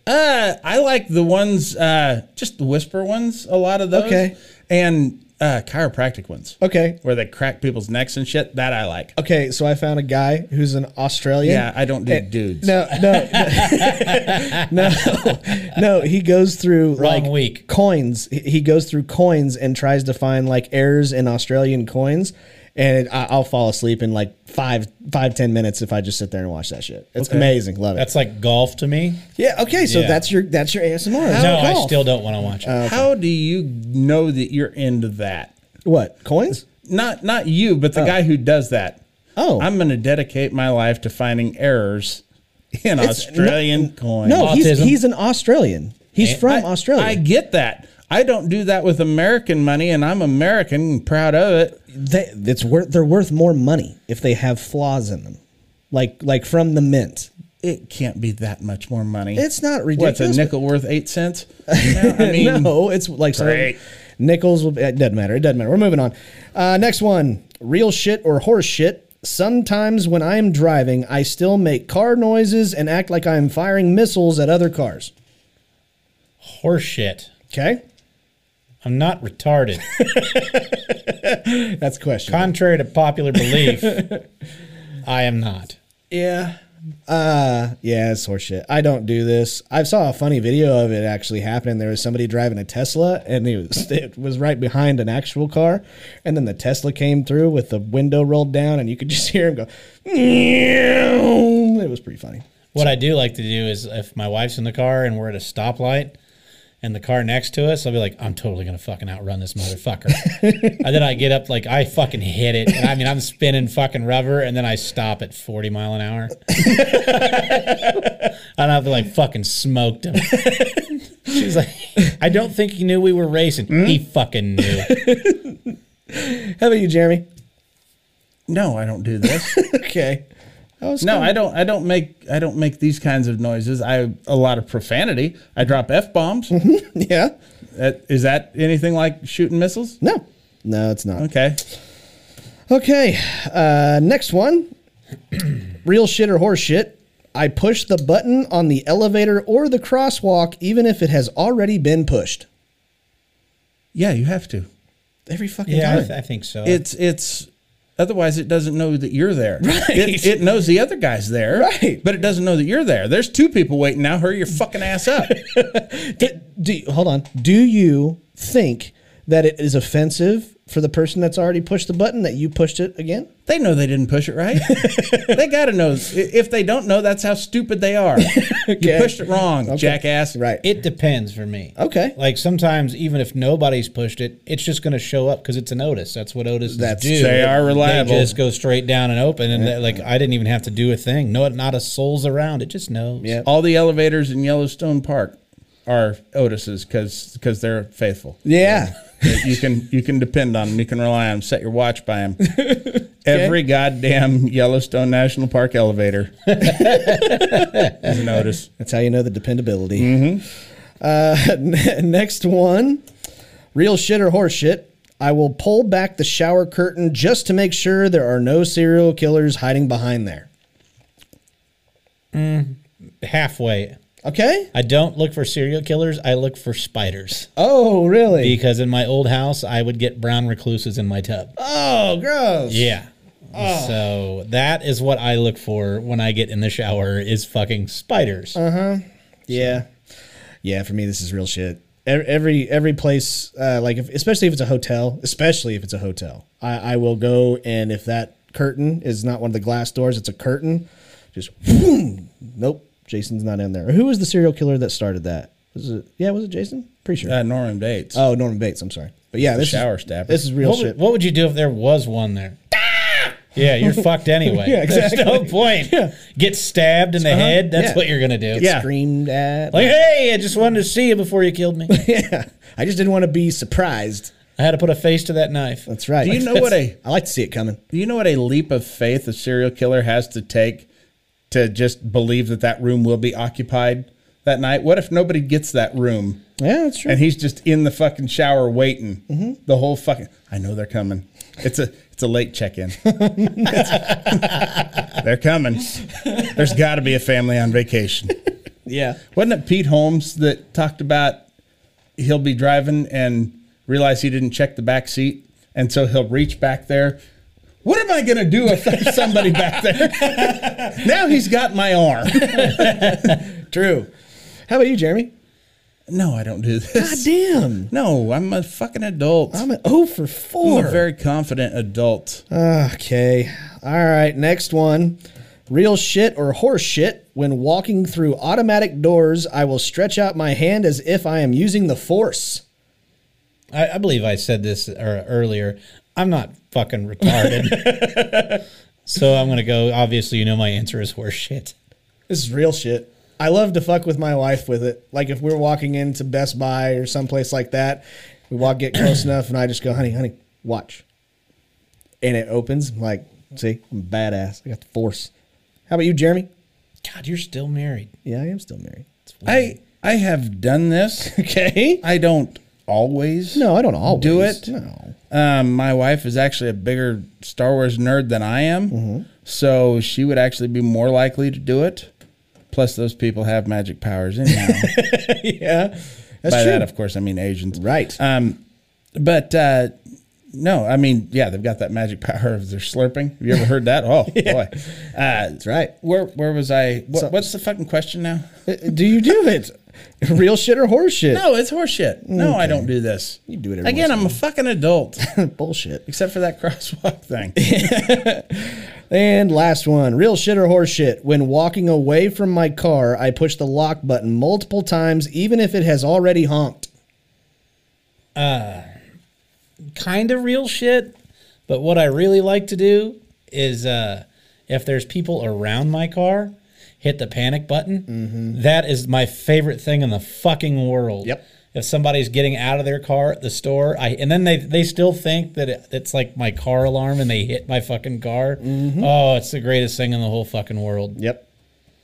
S2: Uh, I like the ones, uh, just the whisper ones, a lot of those.
S1: Okay.
S2: And uh, chiropractic ones.
S1: Okay.
S2: Where they crack people's necks and shit. That I like.
S1: Okay, so I found a guy who's in Australia.
S2: Yeah, I don't do dudes.
S1: No, no, no, no. He goes through
S3: Wrong
S1: like
S3: week.
S1: coins. He- He goes through coins and tries to find like errors in Australian coins. And I- I'll fall asleep in like five, five, ten minutes if I just sit there and watch that shit. It's amazing. Love it.
S3: That's like golf to me.
S1: yeah. Okay. So
S3: Yeah.
S1: that's your that's your ASMR.
S3: No, I
S1: Oh, Golf. Uh,
S3: still don't want to watch it.
S2: How do you know that you're into that?
S1: what coins?
S2: Not not you, but the guy who does that.
S1: Oh.
S2: I'm going to dedicate my life to finding errors in
S1: It's-
S2: Australian coins.
S1: No, he's
S3: Autism. Eh,
S1: he's an Australian. He's
S3: And
S1: from
S2: I-
S1: Australia.
S2: I get that. I don't do that with American money, and I'm American and proud of it.
S1: they, it's worth they're worth more money if they have flaws in them, like like from the mint.
S2: It can't be that much more money.
S1: It's not
S2: What's a
S1: ridiculous.
S2: nickel worth eight cents? No, I mean,
S1: no, it's like some
S2: Great.
S1: nickels. Will, it doesn't matter. It doesn't matter. We're moving on. Uh, next one: real shit or horse shit. Sometimes when I am driving, I still make car noises and act like I am firing missiles at other cars.
S3: Horse shit.
S1: Okay,
S3: I'm not retarded.
S1: that's a question.
S3: Contrary to popular belief, I am not.
S2: yeah.
S1: Yeah, it's horseshit. I don't do this. I saw a funny video of it actually happening. There was somebody driving a Tesla, and he was it was right behind an actual car, and then the Tesla came through with the window rolled down, and you could just hear him go. "Meow." It was pretty funny.
S3: What I do like to do is if my wife's in the car and we're at a stoplight and the car next to us, I'll be like, I'm totally going to fucking outrun this motherfucker. and then I get up like, I fucking hit it. And I mean, I'm spinning fucking rubber and then I stop at 40 mile an hour. and I'll be like, fucking smoked him. She's like, I don't think he knew we were racing. He fucking knew.
S1: How about you, Jeremy?
S2: No, I don't do this.
S1: Okay. That was
S2: No,
S1: good.
S2: I don't. I don't make. I don't make these kinds of noises. I a lot of profanity. I drop f bombs.
S1: Mm-hmm. yeah.
S2: That- Is that anything like shooting missiles?
S1: No. No, it's not.
S2: Okay.
S1: Okay. Uh, next one. Real shit or horse shit. I push the button on the elevator or the crosswalk, even if it has already been pushed.
S2: Yeah, you have to.
S1: Every fucking
S3: Yeah, I,
S1: time.
S3: th- I think so.
S2: It's it's. Otherwise, it doesn't know that you're there. Right. It, it knows the other guy's there.
S1: Right.
S2: But it doesn't know that you're there. There's two people waiting now. Hurry your fucking ass up.
S1: do, do- hold on. Do you think that it is offensive for the person that's already pushed the button that you pushed it again?
S2: They know they didn't push it right. they got to know. I- If they don't know, that's how stupid they are. You pushed it wrong, jackass.
S1: Right.
S3: It depends for me.
S1: Okay.
S3: Like sometimes, even if nobody's pushed it, it's just going to show up because it's an Otis. That's what Otis
S1: That's-
S3: do.
S2: they are reliable.
S3: They just go straight down and open, and they- like I didn't even have to do a thing. No, not a soul's around. It just knows.
S1: Yeah.
S2: All the elevators in Yellowstone Park are Otis's because they're faithful.
S1: Yeah.
S2: that you can you can depend on them. You can rely on them. Set your watch by them. Every goddamn Yellowstone National Park elevator. is an Otis.
S1: That's how you know the dependability.
S3: Mm-hmm.
S1: Uh, n- next one real shit or horse shit. I will pull back the shower curtain just to make sure there are no serial killers hiding behind there.
S3: Halfway.
S1: Okay.
S3: I don't look for serial killers. I look for spiders
S1: Oh, really?
S3: because in my old house I would get brown recluses in my tub.
S1: oh, gross.
S3: Yeah. So that is what I look for when I get in the shower is fucking spiders.
S2: Uh,
S1: Yeah, yeah. For me, this is real shit. Ev- Every every place, uh, like if, especially if it's a hotel, especially if it's a hotel, I, I will go and if that curtain is not one of the glass doors, it's a curtain. Just boom. Nope, Jason's not in there. Who was the serial killer that started that? Was it? Yeah, was it Jason? Pretty sure.
S2: Uh, Norman Bates.
S1: oh, Norman Bates. I'm sorry, but yeah, this
S2: shower
S1: is,
S2: stabber.
S1: This is real
S3: what,
S1: shit.
S3: would, what would you do if there was one there? yeah, you're fucked anyway.
S1: Yeah, exactly. Uh-huh.
S3: There's no point. Get stabbed in the head. That's
S1: Yeah.
S3: what you're gonna do.
S1: Get Screamed at.
S3: Like, hey, I just wanted to see you before you killed me.
S1: yeah, I just didn't want to be surprised.
S3: I had to put a face to that knife.
S1: That's right.
S2: Do you know what a
S1: I like to see it coming.
S2: Do you know what a leap of faith a serial killer has to take to just believe that that room will be occupied that night? What if nobody gets that room
S1: Yeah, that's true.
S2: and he's just in the fucking shower waiting the whole fucking? I know they're coming. It's a it's a late check in. they're coming. There's got to be a family on vacation.
S1: yeah.
S2: Wasn't it Pete Holmes that talked about he'll be driving and realize he didn't check the back seat, and so he'll reach back there. What am I gonna do if there's somebody back there? now he's got my arm.
S1: True. How about you, Jeremy?
S2: No, I don't do
S1: God
S2: this.
S1: damn.
S2: No, I'm a fucking adult.
S1: I'm an O for 4
S2: I'm a very confident adult.
S1: okay. All right. Next one. Real shit or horse shit. When walking through automatic doors, I will stretch out my hand as if I am using the force.
S3: I, I believe I said this er, earlier. I'm not fucking retarded. so I'm gonna go. Obviously, you know my answer is horse shit.
S1: This is real shit. I love to fuck with my wife with it. Like if we're walking into Best Buy or someplace like that, we walk get close enough, and I just go, "Honey, honey, watch," and it opens. I'm like, see, I'm badass. I got the force. How about you, Jeremy?
S3: God, you're still married.
S1: Yeah, I am still married.
S2: I I have done this.
S1: Okay.
S2: I don't always.
S1: No, I don't always
S2: do it.
S1: No.
S2: Um, my wife is actually a bigger Star Wars nerd than I am,
S1: Mm-hmm.
S2: so she would actually be more likely to do it. Plus, those people have magic powers anyhow.
S1: yeah, that's
S2: By
S1: true. Uh,
S2: that, of course, I mean Asians,
S1: right.
S2: Um, but uh, no, I mean, yeah, they've got that magic power of their slurping. Have you ever heard that? Oh boy, uh, that's
S1: right.
S2: Where where was I? What,
S1: So-
S2: what's the fucking question now?
S1: do you do it? Real shit or horse shit?
S2: No, it's horseshit. No, I don't do this. You
S1: do it every
S2: again.
S1: once in
S2: I'm a fucking adult,
S1: Bullshit.
S2: except for that crosswalk thing.
S1: And last one. Real shit or horse shit? When walking away from my car, I push the lock button multiple times, even if it has already honked.
S3: kind of real shit. But what I really like to do is uh, if there's people around my car, hit the panic button. That is my favorite thing in the fucking world.
S1: Mm-hmm. Yep.
S3: If somebody's getting out of their car at the store, I and then they they still think that it, it's like my car alarm and they hit my fucking car.
S1: Mm-hmm.
S3: Oh, it's the greatest thing in the whole fucking world.
S1: Yep.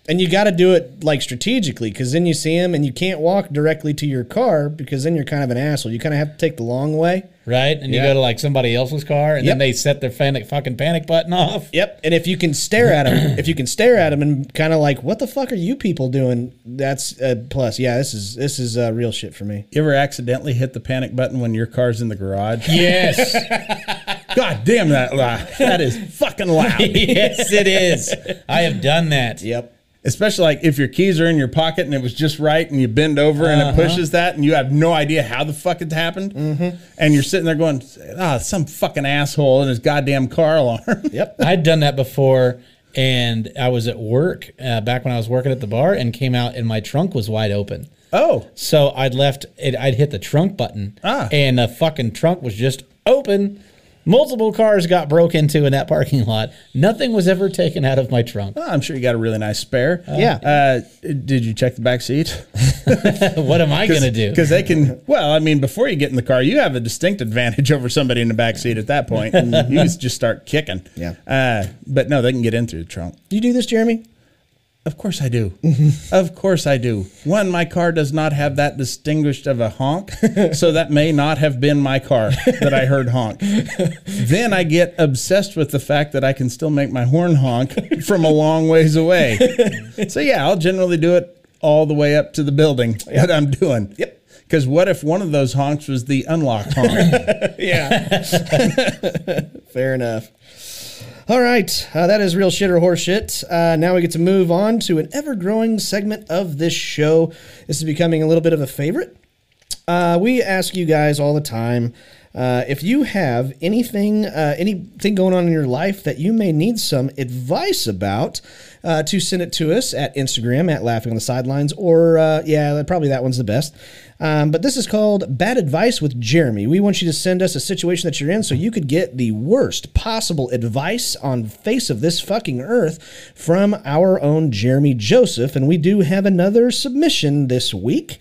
S1: And you got to do it like strategically because then you see him and you can't walk directly to your car because then you're kind of an asshole. You kind of have to take the long way.
S3: Right? And you go to like somebody else's car and
S1: Yep.
S3: then they set their panic fucking panic button off.
S1: Yep. And if you can stare at them, if you can stare at them and kind of like, what the fuck are you people doing? That's a plus. Yeah, this is this is uh, real shit for me.
S2: You ever accidentally hit the panic button when your car's in the garage?
S3: Yes.
S2: God damn that loud. That is fucking loud.
S3: yes, it is. I have done that.
S1: Yep.
S2: especially like if your keys are in your pocket and it was just right and you bend over and it
S1: Uh-huh.
S2: pushes that and you have no idea how the fuck it happened
S1: Mm-hmm.
S2: and you're sitting there going ah some fucking asshole in his goddamn car alarm
S1: Yep.
S3: I'd done that before, and I was at work uh, back when I was working at the bar, and came out, and my trunk was wide open.
S2: oh
S3: So I'd left it. I'd hit the trunk button,
S2: Ah.
S3: and the fucking trunk was just open. Multiple cars got broke into in that parking lot. Nothing was ever taken out of my trunk.
S2: I'm sure you got a really nice spare
S1: Yeah.
S2: uh, did you check the back seat
S3: what am I gonna do?
S2: because they can well I mean before you get in the car you have a distinct advantage over somebody in the back seat at that point you just start kicking
S1: Yeah.
S2: uh, but no they can get in through the trunk
S1: Do you do this, Jeremy?
S2: Of course I do. of course I do. One, my car does not have that distinguished of a honk, so that may not have been my car that I heard honk. then I get obsessed with the fact that I can still make my horn honk from a long ways away. so yeah, I'll generally do it all the way up to the building that I'm doing. Yep. Because what if one of those honks was the unlock honk?
S1: Yeah. Fair enough. All right. Uh, that is real shit or horse shit. Uh, now we get to move on to an ever growing segment of this show. This is becoming a little bit of a favorite. Uh, we ask you guys all the time uh, if you have anything, uh, anything going on in your life that you may need some advice about, uh, to send it to us at Instagram at Laughing on the Sidelines, or uh, yeah, probably that one's the best. Um, but this is called Bad Advice with Jeremy. We want you to send us a situation that you're in so you could get the worst possible advice on face of this fucking earth from our own Jeremy Joseph. And we do have another submission this week.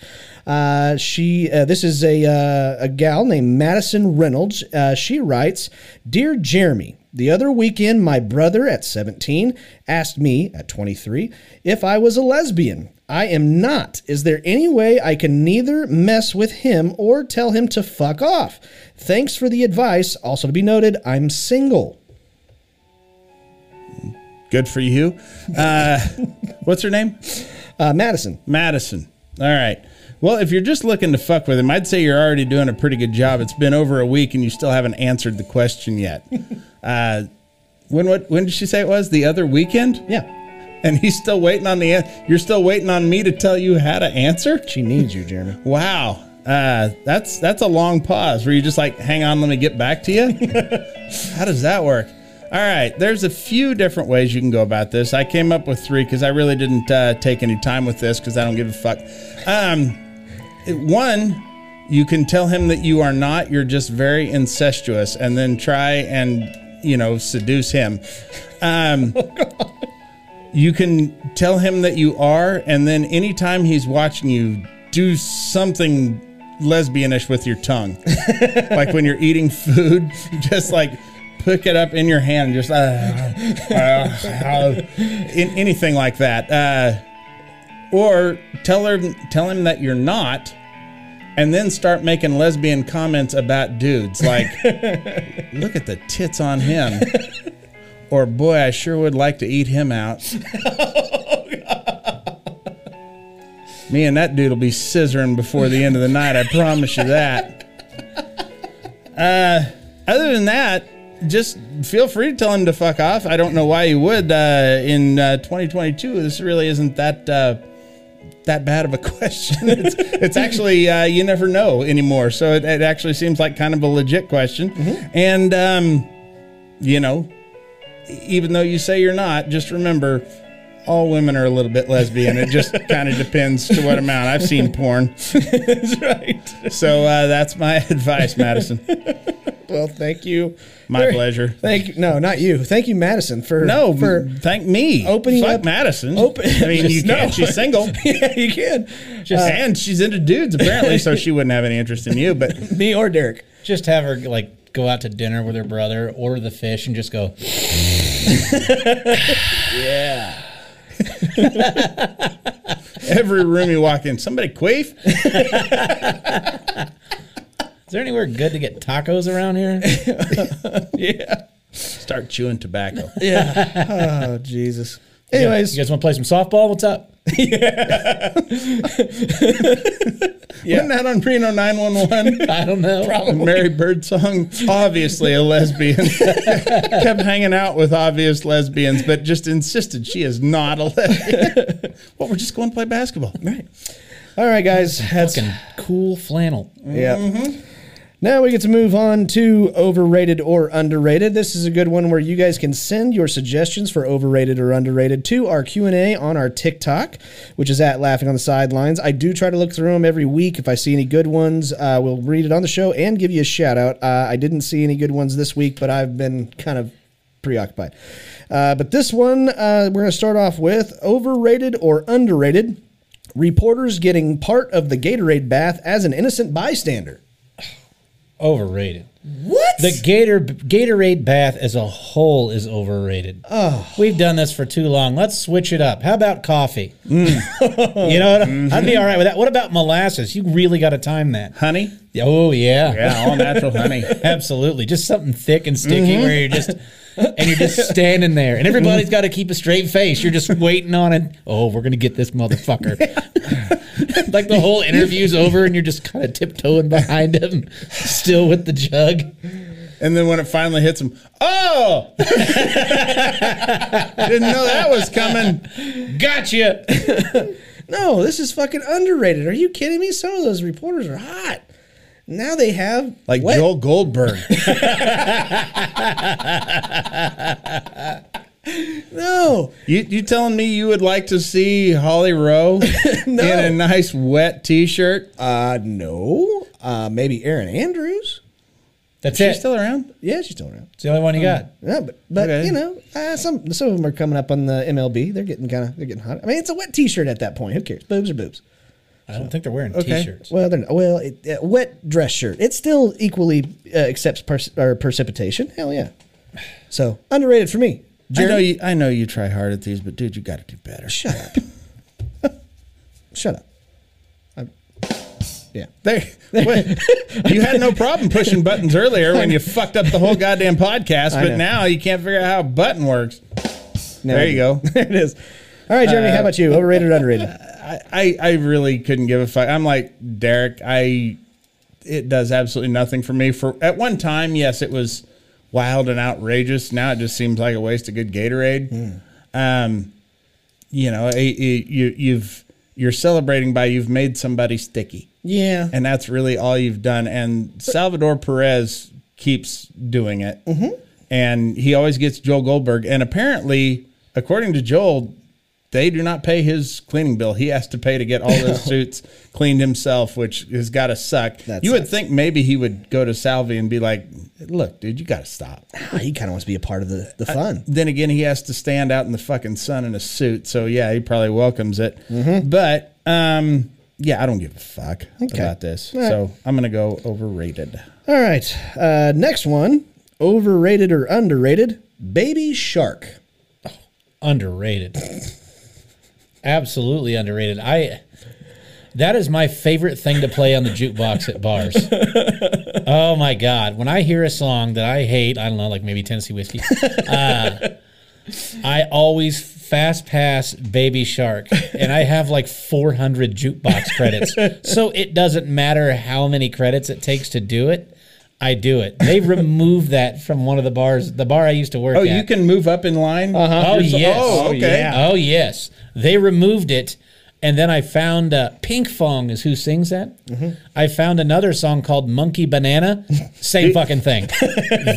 S1: Uh, she, uh, this is a, uh, a gal named Madison Reynolds. Uh, she writes, "Dear Jeremy, the other weekend my brother at 17 asked me at 23 if I was a lesbian. I am not. Is there any way I can neither mess with him or tell him to fuck off? Thanks for the advice. Also to be noted, I'm single."
S2: Good for you. Uh, what's her name?
S1: Uh, Madison,
S2: Madison. All right. Well, if you're just looking to fuck with him, I'd say you're already doing a pretty good job. It's been over a week and you still haven't answered the question yet. uh, when what? When did she say it was? The other weekend?
S1: yeah,
S2: And he's still waiting on the. An- you're still waiting on me to tell you how to answer.
S1: she needs you, Jeremy.
S2: Wow. Uh, that's that's a long pause where you just like, hang on, let me get back to you. How does that work? All right, there's a few different ways you can go about this. I came up with three because I really didn't uh, take any time with this because I don't give a fuck. Um, it- one, you can tell him that you are not. You're just very incestuous, and then try and you know seduce him. Um, you can tell him that you are, and then anytime he's watching you, do something lesbianish with your tongue, like when you're eating food, just like pick it up in your hand, just uh, uh, in, anything like that, uh, or tell her tell him that you're not. And then start making lesbian comments about dudes, like, "Look at the tits on him," or "Boy, I sure would like to eat him out." Me and that dude will be scissoring before the end of the night. I promise you that. Uh, other than that, just feel free to tell him to fuck off. I don't know why you would. Uh, in uh, 2022, this really isn't that uh, that bad of a question. It's, it's actually uh, you never know anymore. So it, it actually seems like kind of a legit question. And um, you know, even though you say you're not, just remember all women are a little bit lesbian. It just kind of depends to what amount. I've seen porn.
S1: That's right.
S2: So uh, that's my advice, Madison.
S1: Well, thank you.
S2: My
S1: Very-
S2: pleasure.
S1: Thank you. No, not you. Thank you, Madison, for
S2: No,
S1: for
S2: thank me.
S1: opening
S2: Fuck
S1: up-
S2: Madison.
S1: open-
S2: I mean, you
S1: No.
S2: can't. She's single.
S1: yeah, you can.
S3: Just,
S2: and she's into dudes, apparently, so she wouldn't have any interest in you. But
S1: Me or Derek.
S3: just have her like go out to dinner with her brother, order the fish, and just go.
S2: every room you walk in, somebody queef.
S3: Is there anywhere good to get tacos around here?
S2: Start chewing tobacco.
S1: Yeah. oh, Jesus. Anyways,
S3: you guys want to play some softball? What's up?
S2: Wasn't that on Reno 911?
S3: I don't know.
S2: Mary Birdsong, obviously a lesbian, kept hanging out with obvious lesbians, but just insisted she is not a lesbian. well, we're just going to play basketball. Right.
S1: all right, guys. That's
S3: Fucking cool flannel.
S1: Yeah. Now we get to move on to overrated or underrated. This is a good one where you guys can send your suggestions for overrated or underrated to our Q&A on our TikTok, which is at Laughing on the Sidelines. I do try to look through them every week. If I see any good ones, uh, we'll read it on the show and give you a shout out. Uh, I didn't see any good ones this week, but I've been kind of preoccupied. Uh, but this one, uh, we're going to start off with overrated or underrated reporters getting part of the Gatorade bath as an innocent bystander.
S3: Overrated. What? The Gator Gatorade bath as a whole is overrated. Oh, we've done this for too long. Let's switch it up. How about coffee? you know, what? I'd be all right with that. What about molasses? You really got to time that.
S2: Honey?
S3: Oh yeah,
S2: Yeah, all natural honey. Mm-hmm.
S3: absolutely. Just something thick and sticky where you're just and you're just standing there, and everybody's got to keep a straight face. You're just waiting on it. Oh, we're gonna get this motherfucker. like the whole interview's over, and you're just kind of tiptoeing behind him, still with the jug.
S2: And then when it finally hits him, oh! Didn't know that was coming.
S3: Gotcha.
S1: No, this is fucking underrated. Are you kidding me? Some of those reporters are hot. Now they have
S2: Like
S1: wet-
S2: Joel Goldberg.
S1: No,
S2: You, you telling me you would like to see Holly Rowe in a nice wet T-shirt?
S1: uh, no. Uh, maybe Aaron Andrews.
S3: That's
S2: She's
S3: it.
S2: still Oh. around?
S1: Yeah, she's still around.
S3: it's the only one you got.
S1: Yeah, but, but
S2: Okay.
S1: you know, uh, some some of them are coming up on the MLB. They're getting kind of they're getting hot. I mean, it's a wet T-shirt at that point. Who cares? Boobs are boobs.
S3: I don't think they're wearing t-shirts.
S1: Well, they're not. well, it, uh, wet dress shirt. It still equally uh, accepts pers- or precipitation. Hell yeah. So underrated for me.
S2: I know you. I know you try hard at these, but dude, you got to do better.
S1: Shut up. Shut up. I'm, yeah.
S2: There, wait, you had no problem pushing buttons earlier when you fucked up the whole goddamn podcast,
S1: I
S2: but
S1: know.
S2: now you can't figure out how a button works.
S1: No,
S2: there
S1: I
S2: you
S1: didn't.
S2: go. there it is.
S1: All right, Jeremy. how about you? Overrated, or underrated?
S2: I, I really couldn't give a fuck. I'm like Derek. I it does absolutely nothing for me. For at one time, yes, it was wild and outrageous. Now it just seems like a waste of good Gatorade.
S1: Hmm.
S2: Um, you know, it, it- you you've you're celebrating by you've made somebody sticky,
S1: Yeah.
S2: and that's really all you've done. And Salvador Perez keeps doing it,
S1: Mm-hmm.
S2: and he always gets Joel Goldberg. And apparently, according to Joel, they do not pay his cleaning bill. He has to pay to get all those suits cleaned himself, which has got to suck.
S1: That
S2: you would
S1: sucks.
S2: think maybe he would go to Salvi and be like, "Look, dude, you got to stop."
S1: Ah, he kind of wants to be a part of the, the fun.
S2: Then again, he has to stand out in the fucking sun in a suit, so yeah, he probably welcomes it. But um, yeah, I don't give a fuck about this,
S1: All right.
S2: so I'm gonna go overrated.
S1: All right. Uh, next one. Overrated or underrated? Baby shark.
S3: Underrated. Absolutely underrated. I that is my favorite thing to play on the jukebox at bars. Oh my god! When I hear a song that I hate, I don't know, like maybe Tennessee whiskey. uh, I always fast pass Baby Shark, and I have like 400 jukebox credits. So it doesn't matter how many credits it takes to do it. I do it. They removed that from one of the bars, the bar I used to work
S2: Oh,
S3: at.
S2: you can move up in line. Uh-huh.
S3: Oh yes.
S2: Oh, okay.
S3: Oh yes. They removed it, and then I found uh, Pink Fong is who sings that. I found another song called Monkey Banana. Same fucking thing.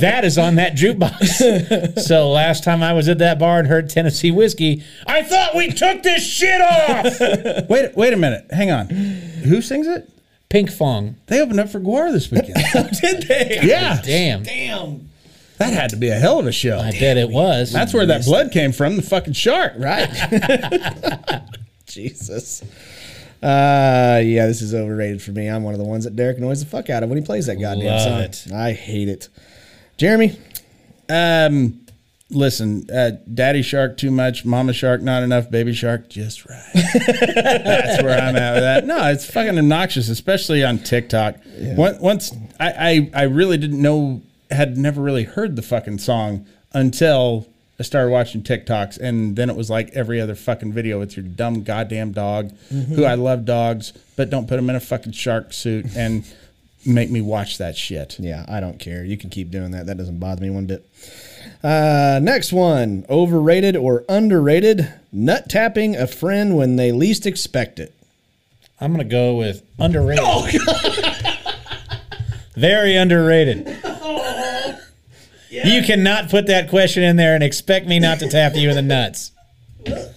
S3: that is on that jukebox. so last time I was at that bar and heard Tennessee whiskey, I thought we took this shit off.
S2: Wait, wait a minute. Hang on. Who sings it?
S3: Pink Fong.
S2: They opened up for Guar this weekend.
S1: Did they?
S2: yeah,
S3: Damn.
S1: Damn.
S2: that had to be a hell of a show.
S3: I bet it was.
S2: That's where that blood came from, the fucking shark. Right.
S1: Jesus. Uh, yeah, this is overrated for me. I'm one of the ones that Derek annoys the fuck out of when he plays that goddamn
S3: Love
S1: song.
S3: it.
S1: I hate it. Jeremy.
S2: Um, listen, uh, daddy shark too much, mama shark not enough, baby shark just right. That's where I'm at with that. No, it's fucking obnoxious, especially on TikTok. Once, once I, I, I really didn't know, had never really heard the fucking song until I started watching TikToks, and then it was like every other fucking video. It's your dumb goddamn dog, who
S1: Mm-hmm.
S2: I love dogs, but don't put him in a fucking shark suit and make me watch that shit.
S1: Yeah, I don't care. You can keep doing that. That doesn't bother me one bit. Uh, next one overrated or underrated nut tapping a friend when they least expect it.
S3: I'm gonna go with underrated.
S1: Oh,
S3: Very underrated.
S1: Oh,
S3: You cannot put that question in there and expect me not to tap you in the nuts.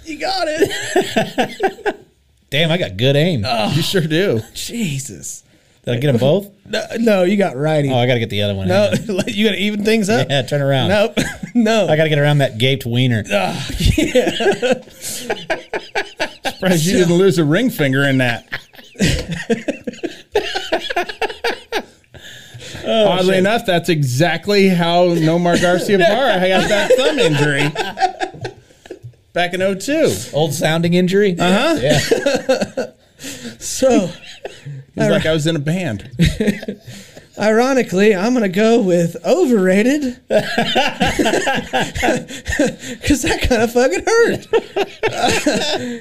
S1: You got it.
S3: Damn, I got good aim.
S2: You sure do.
S1: Jesus.
S3: Did I get them both?
S1: Uh, No, no, you got righty.
S3: Oh, I gotta get the other one.
S1: no, you got to even things up.
S3: Yeah, turn around.
S1: Nope. no. Uh,
S3: I gotta get around that gaped wiener.
S2: Surprised you didn't lose a ring finger in that.
S1: Oh,
S2: Oddly enough, that's exactly how Nomar Garcia Barra got that thumb injury back in 02.
S3: Old sounding injury. Uh
S1: Uh-huh.
S3: huh. Yeah.
S1: so,
S2: He's like, I was in a band.
S1: ironically, I'm going to go with overrated because that kind of fucking hurt.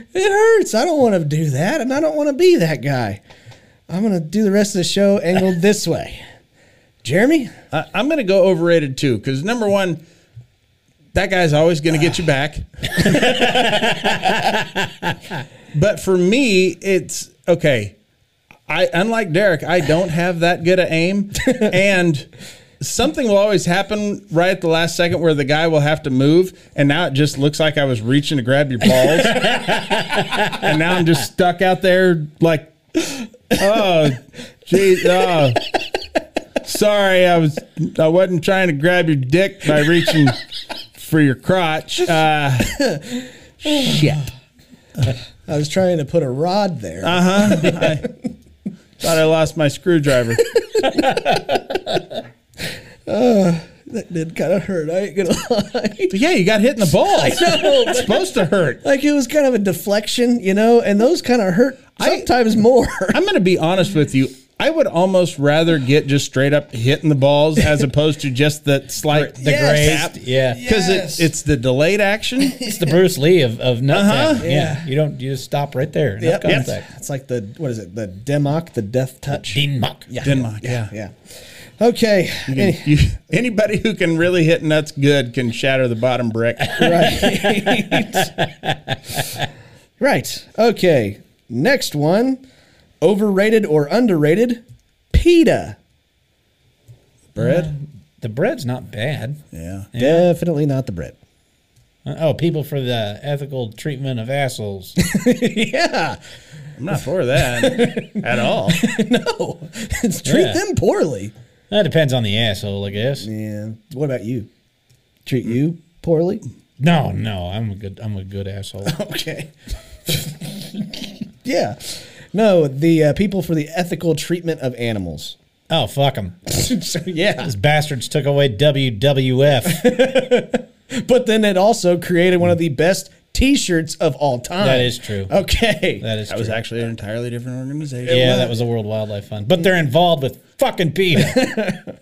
S1: it hurts. I don't want to do that, and I don't want to be that guy. I'm going to do the rest of the show angled this way. Jeremy,
S2: I, I'm going to go overrated too, because number one, that guy's always going to get you back. but for me, it's okay. I unlike Derek, I don't have that good a aim, and something will always happen right at the last second where the guy will have to move, and now it just looks like I was reaching to grab your balls, and now I'm just stuck out there like, oh, geez, oh. Sorry, I was I wasn't trying to grab your dick by reaching for your crotch. Uh,
S1: I was trying to put a rod there.
S2: Uh-huh. thought I lost my screwdriver.
S1: that did kind of hurt. I ain't going to lie.
S2: But yeah, you got hit in the balls. It's supposed to hurt.
S1: Like it was kind of a deflection, you know, and those kind of hurt sometimes more.
S2: I'm going to be honest with you. I would almost rather get just straight up hit in the balls as opposed to just the slight the
S1: Yes.
S2: grazed.
S3: Yeah.
S2: Because
S1: Yes.
S2: it, it's the delayed action.
S3: It's the Bruce Lee of, of nut
S2: Uh-huh.
S3: tapping. Yeah. You don't you just stop right there. No
S1: Yep.
S3: contact.
S1: It's like the what is it? The democ, the death touch.
S3: Dean Mock.
S2: Denmark, yeah.
S1: yeah. Okay. Any-
S2: You, anybody who can really hit nuts good can shatter the bottom brick.
S1: right. right. Okay. Next one. Overrated or underrated? PETA.
S2: Bread?
S3: The bread's not bad.
S2: Yeah.
S1: Definitely not the bread.
S3: Uh, Oh, people for the ethical treatment of assholes.
S1: yeah.
S2: I'm not for that at all.
S1: No. It's treat
S3: Yeah.
S1: them poorly.
S3: that depends on the asshole, I guess.
S1: Yeah. What about you? Treat you poorly?
S3: No, no, I'm a good I'm a good asshole.
S1: Okay. yeah. No, the uh, people for the ethical treatment of animals.
S3: oh, fuck them.
S1: so, yeah.
S3: Those bastards took away WWF.
S1: But then it also created one of the best T-shirts of all time.
S3: That is true.
S1: Okay.
S3: That is
S2: That
S3: true.
S2: was actually an entirely different organization.
S3: yeah, that was the World Wildlife Fund. But they're involved with fucking PETA.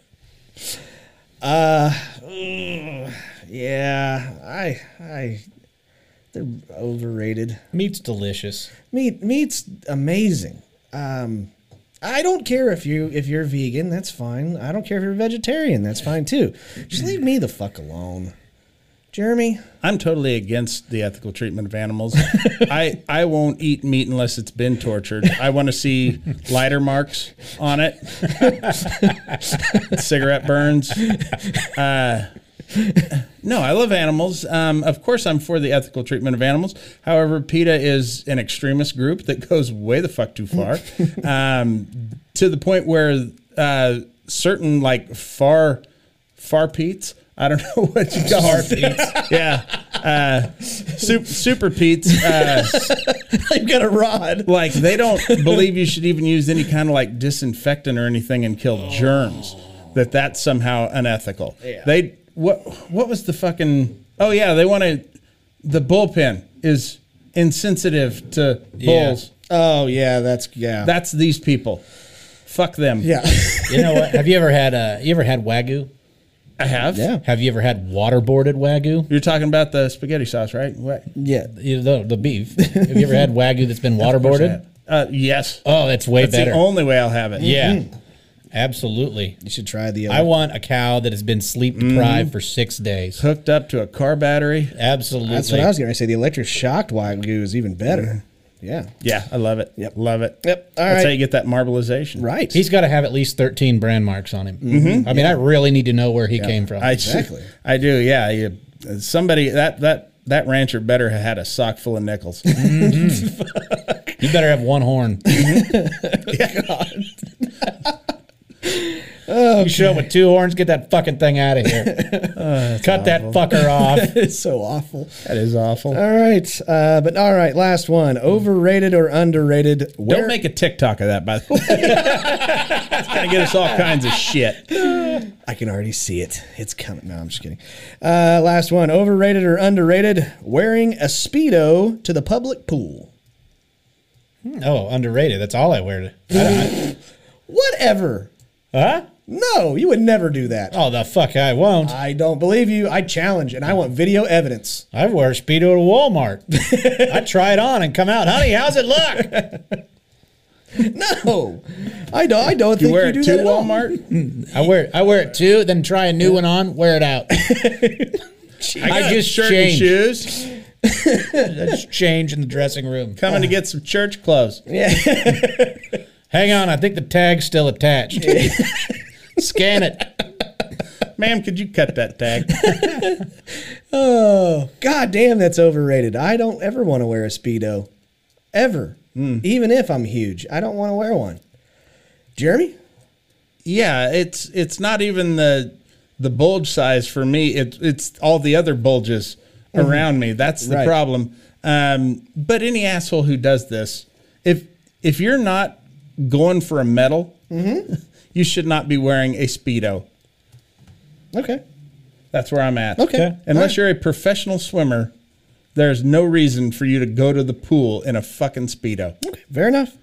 S1: yeah. I. I. They're overrated.
S3: Meat's delicious.
S1: Meat. Meat's amazing. Um, I don't care if you if you're vegan. That's fine. I don't care if you're vegetarian. That's fine too. Just leave me the fuck alone, Jeremy.
S2: I'm totally against the ethical treatment of animals. I, I won't eat meat unless it's been tortured. I want to see lighter marks on it, cigarette burns. Uh, no, I love animals. Um, of course, I'm for the ethical treatment of animals. However, PETA is an extremist group that goes way the fuck too far um, to the point where uh, certain, like, far, far Pete's. I don't know what you call far yeah. Uh, super, super Pete's. Uh,
S1: I've got a rod.
S2: like, they don't believe you should even use any kind of like disinfectant or anything and kill germs. That that's somehow unethical. They what what was the fucking? Oh yeah, they want to. The bullpen is insensitive to bulls.
S1: Oh yeah, that's yeah.
S2: That's these people. Fuck them.
S1: yeah.
S3: You know what? Have you ever had uh you ever had wagyu?
S2: I have.
S1: Yeah.
S3: Have you ever had waterboarded wagyu?
S2: You're talking about the spaghetti sauce, right? What?
S1: Yeah.
S3: You know, The, the beef. Have you ever had wagyu that's been waterboarded?
S2: Uh, yes.
S3: Oh, that's way
S2: That's
S3: better.
S2: the only way I'll have it.
S3: yeah, absolutely.
S1: You should try the
S3: I
S1: other.
S3: want a cow that has been sleep deprived for six days.
S2: Hooked up to a car battery.
S3: Absolutely.
S1: That's what I was going to say. The electric shocked wagyu is even better. Yeah.
S2: Yeah, I love it.
S1: Yep.
S2: Love it.
S1: Yep. All
S2: That's
S1: right.
S2: how you get that marbleization.
S1: Right.
S3: He's got to have at least 13 brand marks on him. I mean, I really need to know where he came from.
S2: I
S1: Oh, Exactly.
S2: I do. Yeah. You, somebody that that that rancher better have had a sock full of nickels.
S3: you better have one horn. You show up with two horns, get that fucking thing out of here. Cut that fucker off.
S1: it's so awful.
S2: that is awful.
S1: All right. Uh, but all right, last one. Overrated or underrated? Where,
S2: Don't make a TikTok of that, by the way. it's gonna get us all kinds of shit.
S1: I can already see it. It's coming. No, I'm just kidding. Uh, last one. Overrated or underrated? Wearing a speedo to the public pool.
S3: Oh, underrated. That's all I wear. To.
S1: Whatever.
S3: Huh?
S1: No, you would never do that.
S3: Oh, the fuck, I won't.
S1: I don't believe you. I challenge, and I want video evidence.
S3: I wear a Speedo to Walmart. I try it on and come out. Honey, how's it look?
S1: No, I don't. I don't
S2: You
S1: think
S2: wear
S1: you do
S2: it to
S1: that at all.
S2: Walmart?
S3: I wear I wear it too, then try a new one on, wear it out. I,
S2: got
S3: just
S2: shirt
S3: change.
S2: and shoes.
S3: I just change in the dressing room.
S2: Coming to get some church clothes.
S3: Hang on, I think the tag's still attached. Scan it.
S2: Ma'am, could you cut that tag?
S1: Oh, god damn, that's overrated. I don't ever want to wear a speedo, ever.
S2: Hmm.
S1: Even if I'm huge, I don't want to wear one. Jeremy,
S2: yeah, it's it's not even the the bulge size for me. It, it's all the other bulges around me. That's the
S1: Mm-hmm. Right.
S2: problem. Um, but any asshole who does this, if if you're not going for a medal,
S1: Mm-hmm.
S2: you should not be wearing a speedo.
S1: okay,
S2: That's where I'm at.
S1: Okay. Okay.
S2: Unless you're a professional swimmer, there's no reason for you to go to the pool in a fucking speedo.
S1: okay, fair enough.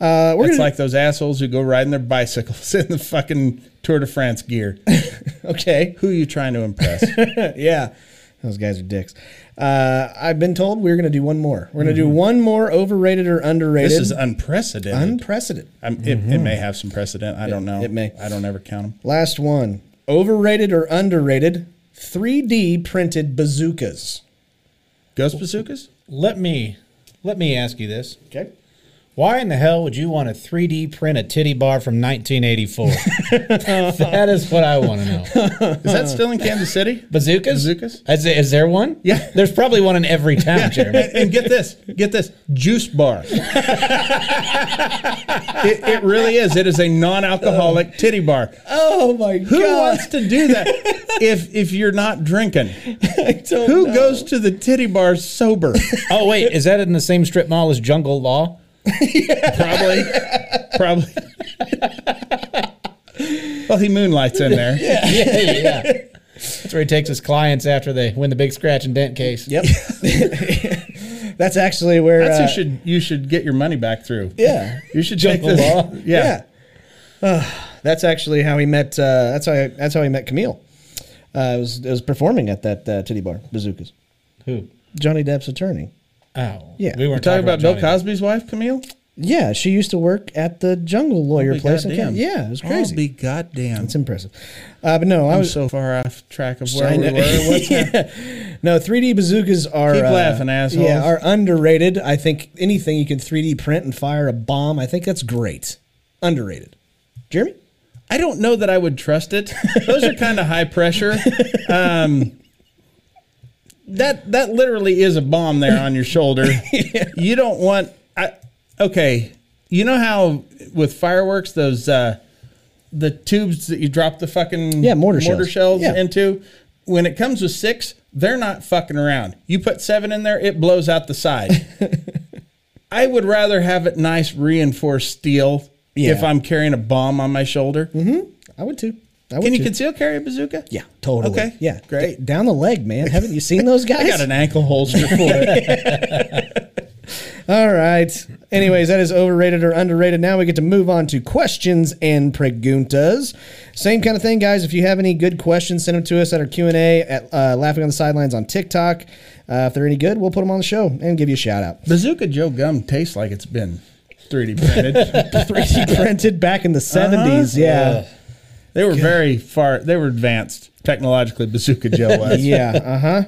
S1: Uh, we're
S2: It's
S1: gonna
S2: like those assholes who go riding their bicycles in the fucking Tour de France gear.
S1: okay,
S2: who are you trying to impress?
S1: yeah. Those guys are dicks. Uh, I've been told we're gonna do one more. We're gonna do one more overrated or underrated.
S2: Mm-hmm. this is unprecedented.
S1: unprecedented.
S2: I'm, it, it may have some precedent. I don't know.
S1: it may.
S2: I don't ever count them.
S1: Last one. Overrated or underrated? 3D printed bazookas.
S2: Ghost bazookas?
S3: Let me let me ask you this.
S1: Okay.
S3: Why in the hell would you want to 3D print a titty bar from 1984? that is what I want to know.
S2: Is that still in Kansas City?
S3: Bazookas?
S2: Bazookas?
S3: Is, there- is there one?
S2: Yeah.
S3: There's probably one in every town, Jeremy.
S2: And, and get this, get this, juice bar. it, it really is. It is a non-alcoholic titty bar.
S1: Oh my
S2: Who
S1: god.
S2: wants to do that if if you're not drinking?
S1: I don't
S2: Who
S1: know.
S2: goes to the titty bar sober?
S3: Oh wait, is that in the same strip mall as Jungle Law?
S2: probably, probably. well, he moonlights in there.
S3: yeah, yeah. That's where he takes his clients after they win the big scratch and dent case.
S1: Yep. That's actually where
S2: That's
S1: uh,
S2: who should you should get your money back through.
S1: Yeah.
S2: you should take
S3: Jungle
S2: this.
S3: law.
S2: Yeah.
S1: Yeah. Ugh, that's actually how he met uh, that's how I, that's how he met Camille. Uh, it was it was performing at that uh, titty bar, bazookas.
S3: Who?
S1: Johnny Depp's attorney.
S3: Oh,
S1: Yeah.
S3: We
S2: We're
S3: weren't
S2: talking about, Bill
S3: Johnny.
S2: Cosby's wife, Camille.
S1: Yeah, she used to work at the jungle lawyer
S2: Be
S1: place. in
S2: goddamn.
S1: Canada. yeah, it was crazy.
S2: I'll be goddamn.
S1: it's impressive. Uh, but no, I
S2: I'm
S1: was
S2: so far off track of
S1: I
S2: where we
S1: know.
S2: were. What's happening?
S1: No, 3D bazookas are uh,
S2: Keep laughing, assholes.
S1: Yeah, are underrated. I think anything you can 3D print and fire a bomb, I think that's great. Underrated. Jeremy,
S2: I don't know that I would trust it. Those are kind of high pressure. Um, that that literally is a bomb there on your shoulder. You don't want. I okay. You know how with fireworks those uh, the tubes that you drop the fucking
S1: Yeah, mortar shells.
S2: shells
S1: Yeah.
S2: into. When it comes with six, they're not fucking around. You put seven in there, it blows out the side. I would rather have it nice reinforced steel
S1: Yeah.
S2: if I'm carrying a bomb on my shoulder.
S1: I would too. I would
S2: Can you
S1: too.
S2: conceal carry a bazooka?
S1: yeah, totally.
S2: Okay.
S1: Yeah,
S2: Great.
S1: D- down the leg, man. Haven't you seen those guys?
S2: I got an ankle holster for it.
S1: All right. Anyways, that is overrated or underrated. Now we get to move on to questions and preguntas. Same kind of thing, guys. If you have any good questions, send them to us at our Q and A at uh, Laughing on the Sidelines on TikTok. Uh, if they're any good, we'll put them on the show and give you a shout out.
S2: Bazooka Joe gum tastes like it's been 3D printed.
S1: 3D printed back in the 70s. Yeah.
S2: they were very far. They were advanced technologically. Bazooka Joe was.
S1: yeah. Uh huh.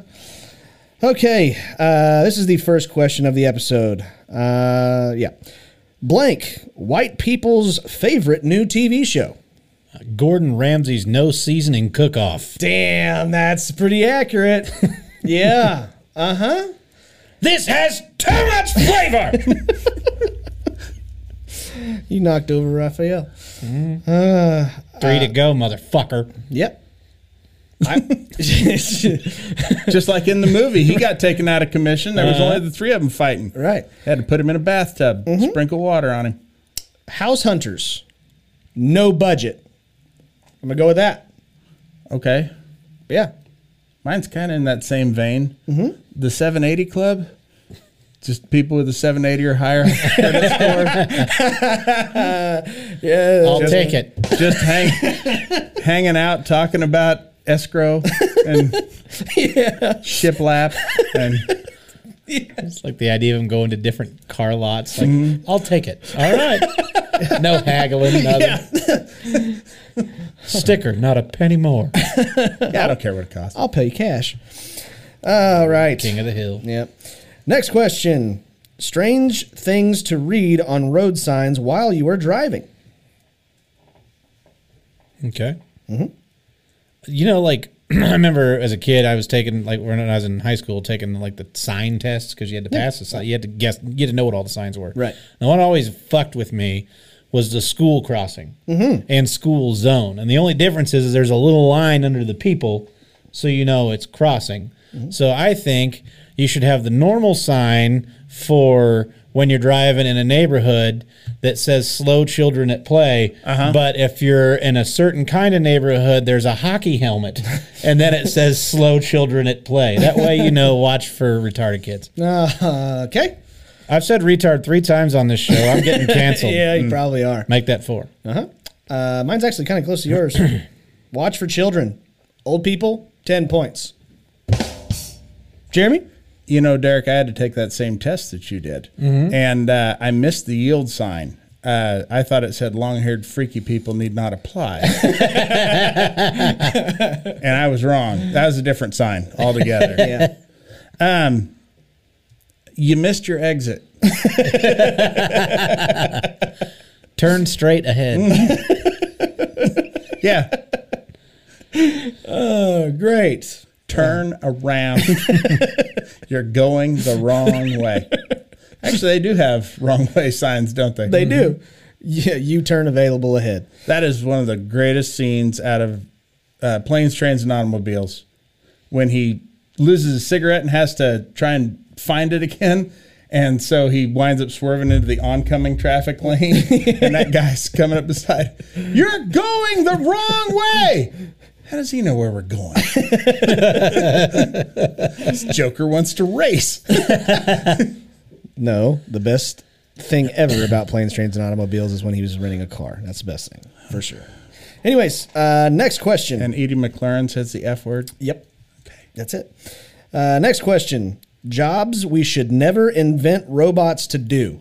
S1: Okay. Uh, this is the first question of the episode. Uh, yeah. Blank, white people's favorite new TV show.
S3: Gordon Ramsay's no seasoning cook off.
S1: Damn, that's pretty accurate. yeah. uh-huh.
S3: This has too much flavor.
S1: You knocked over Raphael.
S3: Mm-hmm.
S1: Uh,
S3: Three to go, motherfucker.
S1: Yep.
S2: Just like in the movie, he got taken out of commission. There was only the three of them fighting.
S1: Uh-huh. Right. Mm-hmm.
S2: Had to put him in a bathtub, sprinkle water on him.
S1: House Hunters. No budget. I'm going to go with that.
S2: Okay.
S1: Yeah.
S2: Mine's kind of in that same vein.
S1: Mm-hmm.
S2: The 780 Club. Just people with a 780 or higher credit score.
S1: Yeah.
S3: I'll take it.
S2: Just hang, hanging out, talking about escrow and shiplap and
S3: It's like the idea of him going to different car lots. Like,
S2: Mm-hmm.
S3: I'll take it. All right. no haggling. Nothing. Sticker, not a penny more.
S2: yeah, I don't care what it costs.
S1: I'll pay cash. All right.
S3: King of the hill.
S1: Yep. Next question. Strange things to read on road signs while you are driving.
S3: Okay.
S2: Mm-hmm.
S3: You know, like I remember as a kid, I was taking like when I was in high school, taking like the sign tests because you had to pass the sign. You had to guess, you had to know what all the signs were.
S1: Right.
S3: And what always fucked with me was the school crossing and school zone. And the only difference is, is there's a little line under the people, so you know it's crossing. So I think you should have the normal sign for when you're driving in a neighborhood that says slow children at play. But if you're in a certain kind of neighborhood, there's a hockey helmet and then it says slow children at play. That way, you know, watch for retarded kids.
S1: Uh, okay.
S3: I've said retard three times on this show. I'm getting canceled.
S1: Yeah, you probably are.
S3: Make that four.
S1: Uh, mine's actually kind of close to yours. Watch for children. Old people, 10 points. Jeremy?
S2: you know, Derek, I had to take that same test that you did, and uh, I missed the yield sign. Uh, I thought it said long-haired freaky people need not apply, and I was wrong. That was a different sign altogether.
S1: Yeah.
S2: Um, you missed your exit.
S3: Turn straight ahead.
S2: Yeah,
S1: Oh, great.
S2: turn around. You're going the wrong way. Actually, they do have wrong way signs, don't they?
S1: They do. Yeah, U turn available ahead.
S2: That is one of the greatest scenes out of uh, Planes, Trains, and Automobiles when he loses his cigarette and has to try and find it again. And so he winds up swerving into the oncoming traffic lane, and that guy's coming up beside. You're going the wrong way. How does he know where we're going? this Joker wants to race.
S1: No, the best thing ever about planes, trains, and automobiles is when he was renting a car. That's the best thing, for sure. Anyways, uh, next question.
S2: And Edie McLaren says the F word.
S1: yep. Okay. That's it. Uh, next question. Jobs we should never invent robots to do.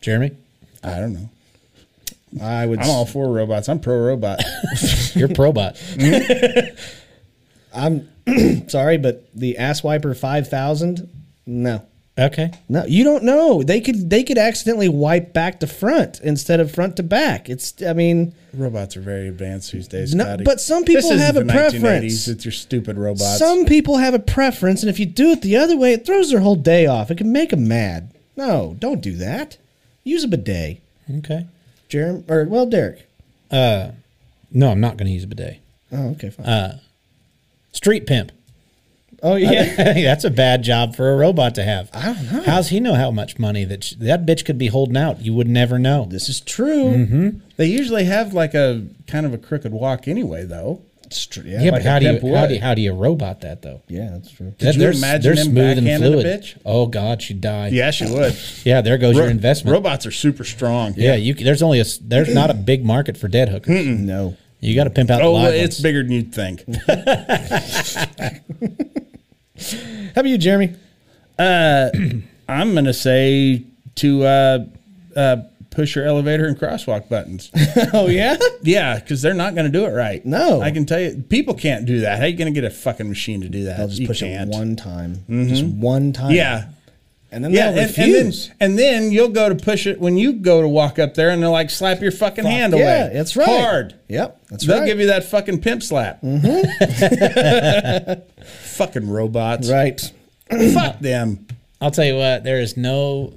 S3: Jeremy,
S2: I don't know.
S1: I would.
S2: I'm all for robots. I'm pro robot.
S3: you're probot.
S1: Sorry, but the ass wiper five thousand. No,
S3: Okay.
S1: no, you don't know. They could they could accidentally wipe back to front instead of front to back. It's I mean,
S2: Robots are very advanced these days.
S1: No,
S2: Scotty.
S1: but some
S2: This
S1: people
S2: isn't
S1: have a
S2: the 1980s.
S1: preference.
S2: It's your stupid robots.
S1: some people have a preference, and if you do it the other way, it throws their whole day off. It can make them mad. No, don't do that. Use a bidet,
S3: Okay.
S1: Jeremy. Or well, Derek.
S3: No, I'm not going to use a bidet.
S1: Oh, okay, fine.
S2: Uh,
S3: Street pimp.
S1: oh yeah,
S3: That's a bad job for a robot to have. I don't know. How's he know how much money that sh- that bitch could be holding out? You would never know.
S1: this is true.
S2: Mm-hmm. they usually have like a kind of a crooked walk anyway, though.
S1: Str-
S3: Yeah,
S1: like
S3: but
S1: a
S3: how do,
S1: pimp
S3: you, how
S1: would.
S3: do you how do you robot that though?
S1: Yeah, that's true.
S3: That-
S2: you
S3: they're s-
S2: imagine
S3: they're
S2: him
S3: smooth and
S2: backhanding a
S3: fluid.
S2: bitch?
S3: Oh God, she'd die.
S2: Yeah, she would.
S3: yeah. There goes your
S2: Ro-
S3: investment.
S2: Robots are super strong.
S3: yeah, you c- there's only a s- there's not a big market for dead hookers.
S1: No.
S3: You got to pimp out. the
S2: Oh, well,
S3: live
S2: it's
S3: ones.
S2: bigger than you'd think.
S1: How about you, Jeremy?
S2: I'm gonna say to uh, uh, push your elevator and crosswalk buttons.
S1: Oh yeah.
S2: yeah, because they're not gonna do it right.
S1: No.
S2: I can tell you, people can't do that. How you gonna get a fucking machine to do that?
S1: They'll just
S2: You
S1: push
S2: can't. Mm-hmm.
S1: it one time, just one time.
S2: Yeah,
S1: and then
S2: yeah,
S1: they'll
S2: and, and then
S1: refuse.
S2: and then you'll go to push it when you go to walk up there, and they'll like slap your fucking hand away.
S1: yeah, that's right.
S2: Hard.
S1: Yep, that's
S2: They'll
S1: right.
S2: give you that fucking pimp slap.
S1: Mm-hmm.
S2: fucking robots.
S1: right.
S2: Fuck them.
S3: I'll tell you what. There is no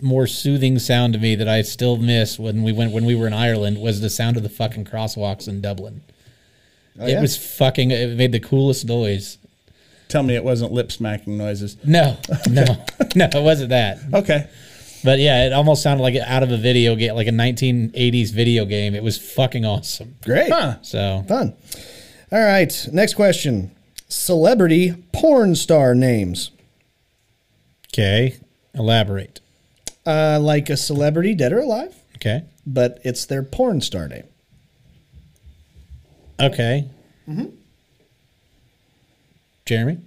S3: more soothing sound to me that I still miss when we went when we were in Ireland was the sound of the fucking crosswalks in Dublin. it
S1: Oh, yeah.
S3: was fucking. It made the coolest noise.
S2: Tell me it wasn't lip smacking noises.
S3: No, no, no. It wasn't that.
S2: Okay.
S3: But yeah, it almost sounded like out of a video game, like a 1980s video game. It was fucking awesome.
S1: Great.
S2: Huh.
S3: So
S1: Fun. All right. Next question. Celebrity porn star names.
S3: okay, elaborate.
S1: Uh, like a celebrity, dead or alive,
S3: Okay,
S1: but it's their porn star name.
S3: okay.
S1: Mm-hmm.
S3: Jeremy,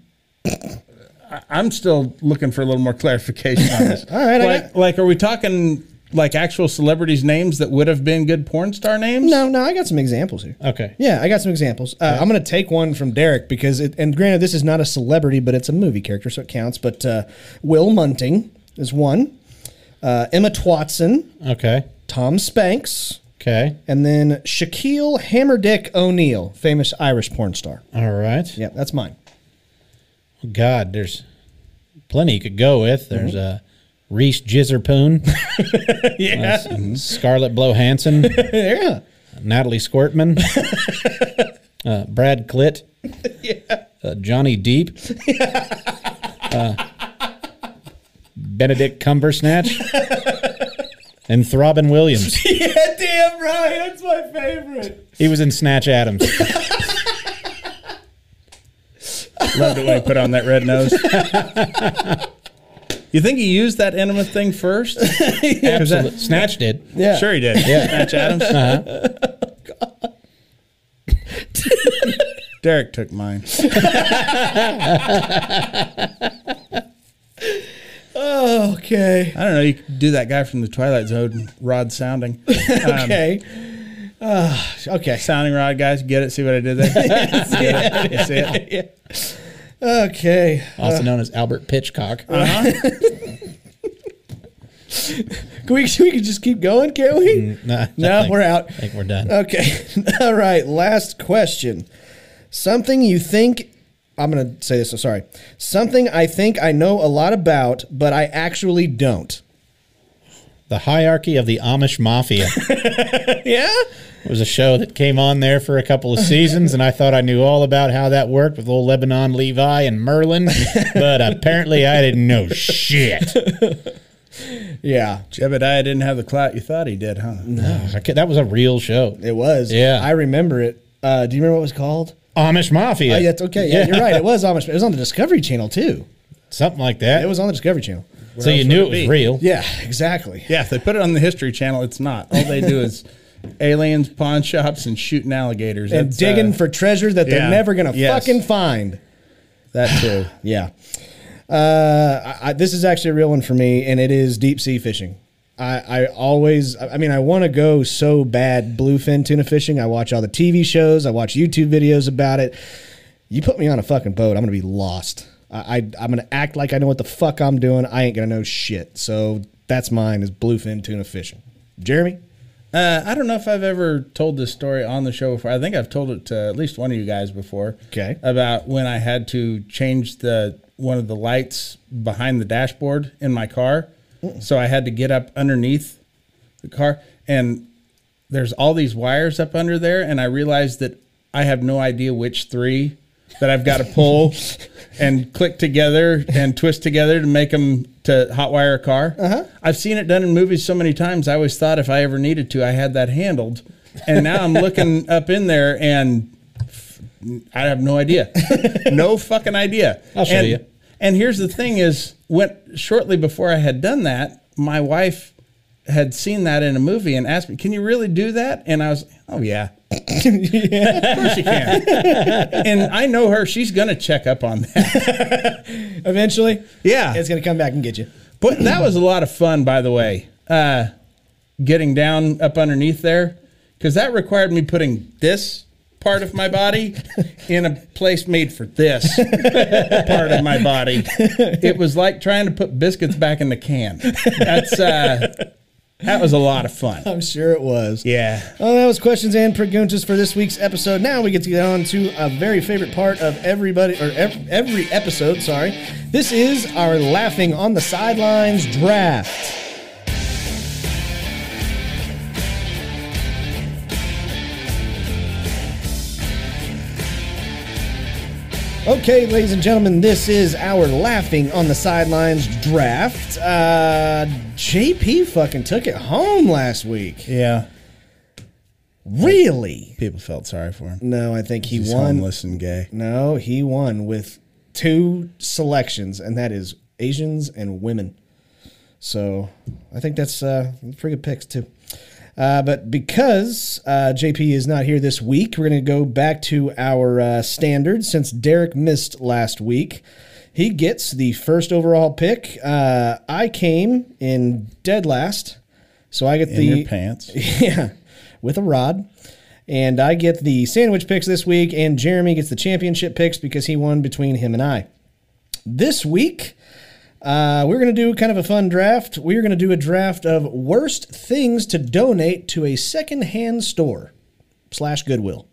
S2: I'm still looking for a little more clarification on this.
S1: All right, I
S2: like, like, are we talking like actual celebrities' names that would have been good porn star names?
S1: No, no, I got some examples here.
S3: okay.
S1: Yeah, I got some examples. Uh, I'm going to take one from Derek because, it, and granted, this is not a celebrity, but it's a movie character, so it counts. But uh, Will Munting is one, uh, Emma Twatson,
S3: Okay,
S1: Tom Spanks,
S3: okay,
S1: and then Shaquille Hammerdick O'Neal, famous Irish porn star.
S3: all right.
S1: Yeah, that's mine.
S3: God, there's plenty you could go with. There's
S1: Mm-hmm.
S3: uh, Reese Jizerpoon,
S1: Yeah.
S3: Scarlett Blow Hansen,
S1: yeah.
S3: Natalie Squirtman, uh, Brad Clit, uh, Johnny Deep, uh, Benedict Cumbersnatch, and Throbbing Williams.
S1: Yeah, damn right. That's my favorite.
S3: He was in Snatch Adams.
S2: Loved it when he put on that red nose. you think he used that enema thing first?
S3: Absolutely. Snatch did.
S1: Yeah.
S2: Sure, he did. Match Adams.
S1: Uh-huh.
S2: Derek took mine.
S1: Okay.
S2: I don't know. You could do that guy from the Twilight Zone, Rod Sounding. Um,
S1: Okay. Uh, okay.
S2: Sounding Rod, guys, get it? See what I did there? Get it? You see it?
S1: Okay.
S3: Also known as Albert Pitchcock.
S1: Uh,
S2: Uh-huh.
S1: Can we, we can just keep going, can't we?
S3: Nah, I
S1: no,
S3: think-
S1: we're out.
S3: I think we're done.
S1: Okay. All right. Last question. Something you think I'm going to say this, so sorry. Something I think I know a lot about, but I actually don't.
S3: The Hierarchy of the Amish Mafia.
S1: Yeah?
S3: It was a show that came on there for a couple of seasons, and I thought I knew all about how that worked with old Lebanon Levi and Merlin, but apparently I didn't know shit.
S1: Yeah.
S2: Jebediah didn't have the clout you thought he did, huh?
S3: I ca- that was a real show.
S1: It was.
S3: Yeah.
S1: I remember it. Uh, do you remember what it was called?
S3: Amish Mafia.
S1: Oh, yeah, it's okay. Yeah, you're right. It was Amish. It was on the Discovery Channel, too.
S3: Something like that.
S1: It was on the Discovery Channel.
S3: so you
S2: else
S3: knew it
S2: would it
S3: was
S2: be?
S3: real.
S1: Yeah, exactly.
S2: Yeah, if they put it on the History Channel, it's not. All they do is aliens, pawn shops, and shooting alligators.
S1: And
S2: That's,
S1: digging
S2: uh,
S1: for treasure that they're
S2: yeah.
S1: never going to
S2: Yes.
S1: fucking find.
S2: that too.
S1: Yeah. Uh, I, I, this is actually a real one for me, and it is deep sea fishing. I, I always, I I mean, I want to go so bad bluefin tuna fishing. I watch all the TV shows, I watch YouTube videos about it. You put me on a fucking boat, I'm going to be lost. I, I, I'm going to act like I know what the fuck I'm doing. I ain't going to know shit. So that's mine is bluefin tuna fishing. Jeremy?
S2: Uh, I don't know if I've ever told this story on the show before. I think I've told it to at least one of you guys before.
S1: Okay.
S2: About when I had to change the one of the lights behind the dashboard in my car, so I had to get up underneath the car, and there's all these wires up under there, and I realized that I have no idea which three that I've got to pull and click together and twist together to make them to hotwire a car. Uh-huh. I've seen it done in movies so many times. I always thought if I ever needed to, I had that handled, and now I'm looking up in there and. f- I have no idea. no fucking idea.
S3: I'll show
S2: and,
S3: you.
S2: And here's the thing is when shortly before I had done that, my wife had seen that in a movie and asked me, Can you really do that? And I was oh yeah. Of course you can. and I know her, she's gonna check up on that.
S1: Eventually,
S2: Yeah.
S1: it's gonna come back and get you.
S2: But that was a lot of fun, by the way. Uh, getting down up underneath there, because that required me putting this part of my body in a place made for this part of my body. It was like trying to put biscuits back in the can. That's uh, that was a lot of fun.
S1: I'm sure it was.
S2: Yeah.
S1: Well, that was questions and preguntas for this week's episode. Now we get to get on to a very favorite part of everybody or ev- every episode. Sorry, this is our laughing on the sidelines draft. Okay, ladies and gentlemen, this is our laughing on the sidelines draft. Uh, JP fucking took it home last week.
S2: Yeah.
S1: Really?
S2: People felt sorry for him.
S1: No, I think he
S2: He's
S1: won.
S2: homeless and gay.
S1: No, he won with two selections, and that is Asians and women. So I think that's uh, pretty good picks too. Uh, but because uh, JP is not here this week, we're going to go back to our uh, standard. Since Derek missed last week, he gets the first overall pick. Uh, I came in dead last, so I get
S2: In
S1: the
S2: your pants.
S1: yeah, with a rod. And I get the sandwich picks this week, and Jeremy gets the championship picks because he won between him and I. This week, uh, we're going to do kind of a fun draft. We're going to do a draft of worst things to donate to a secondhand store slash Goodwill.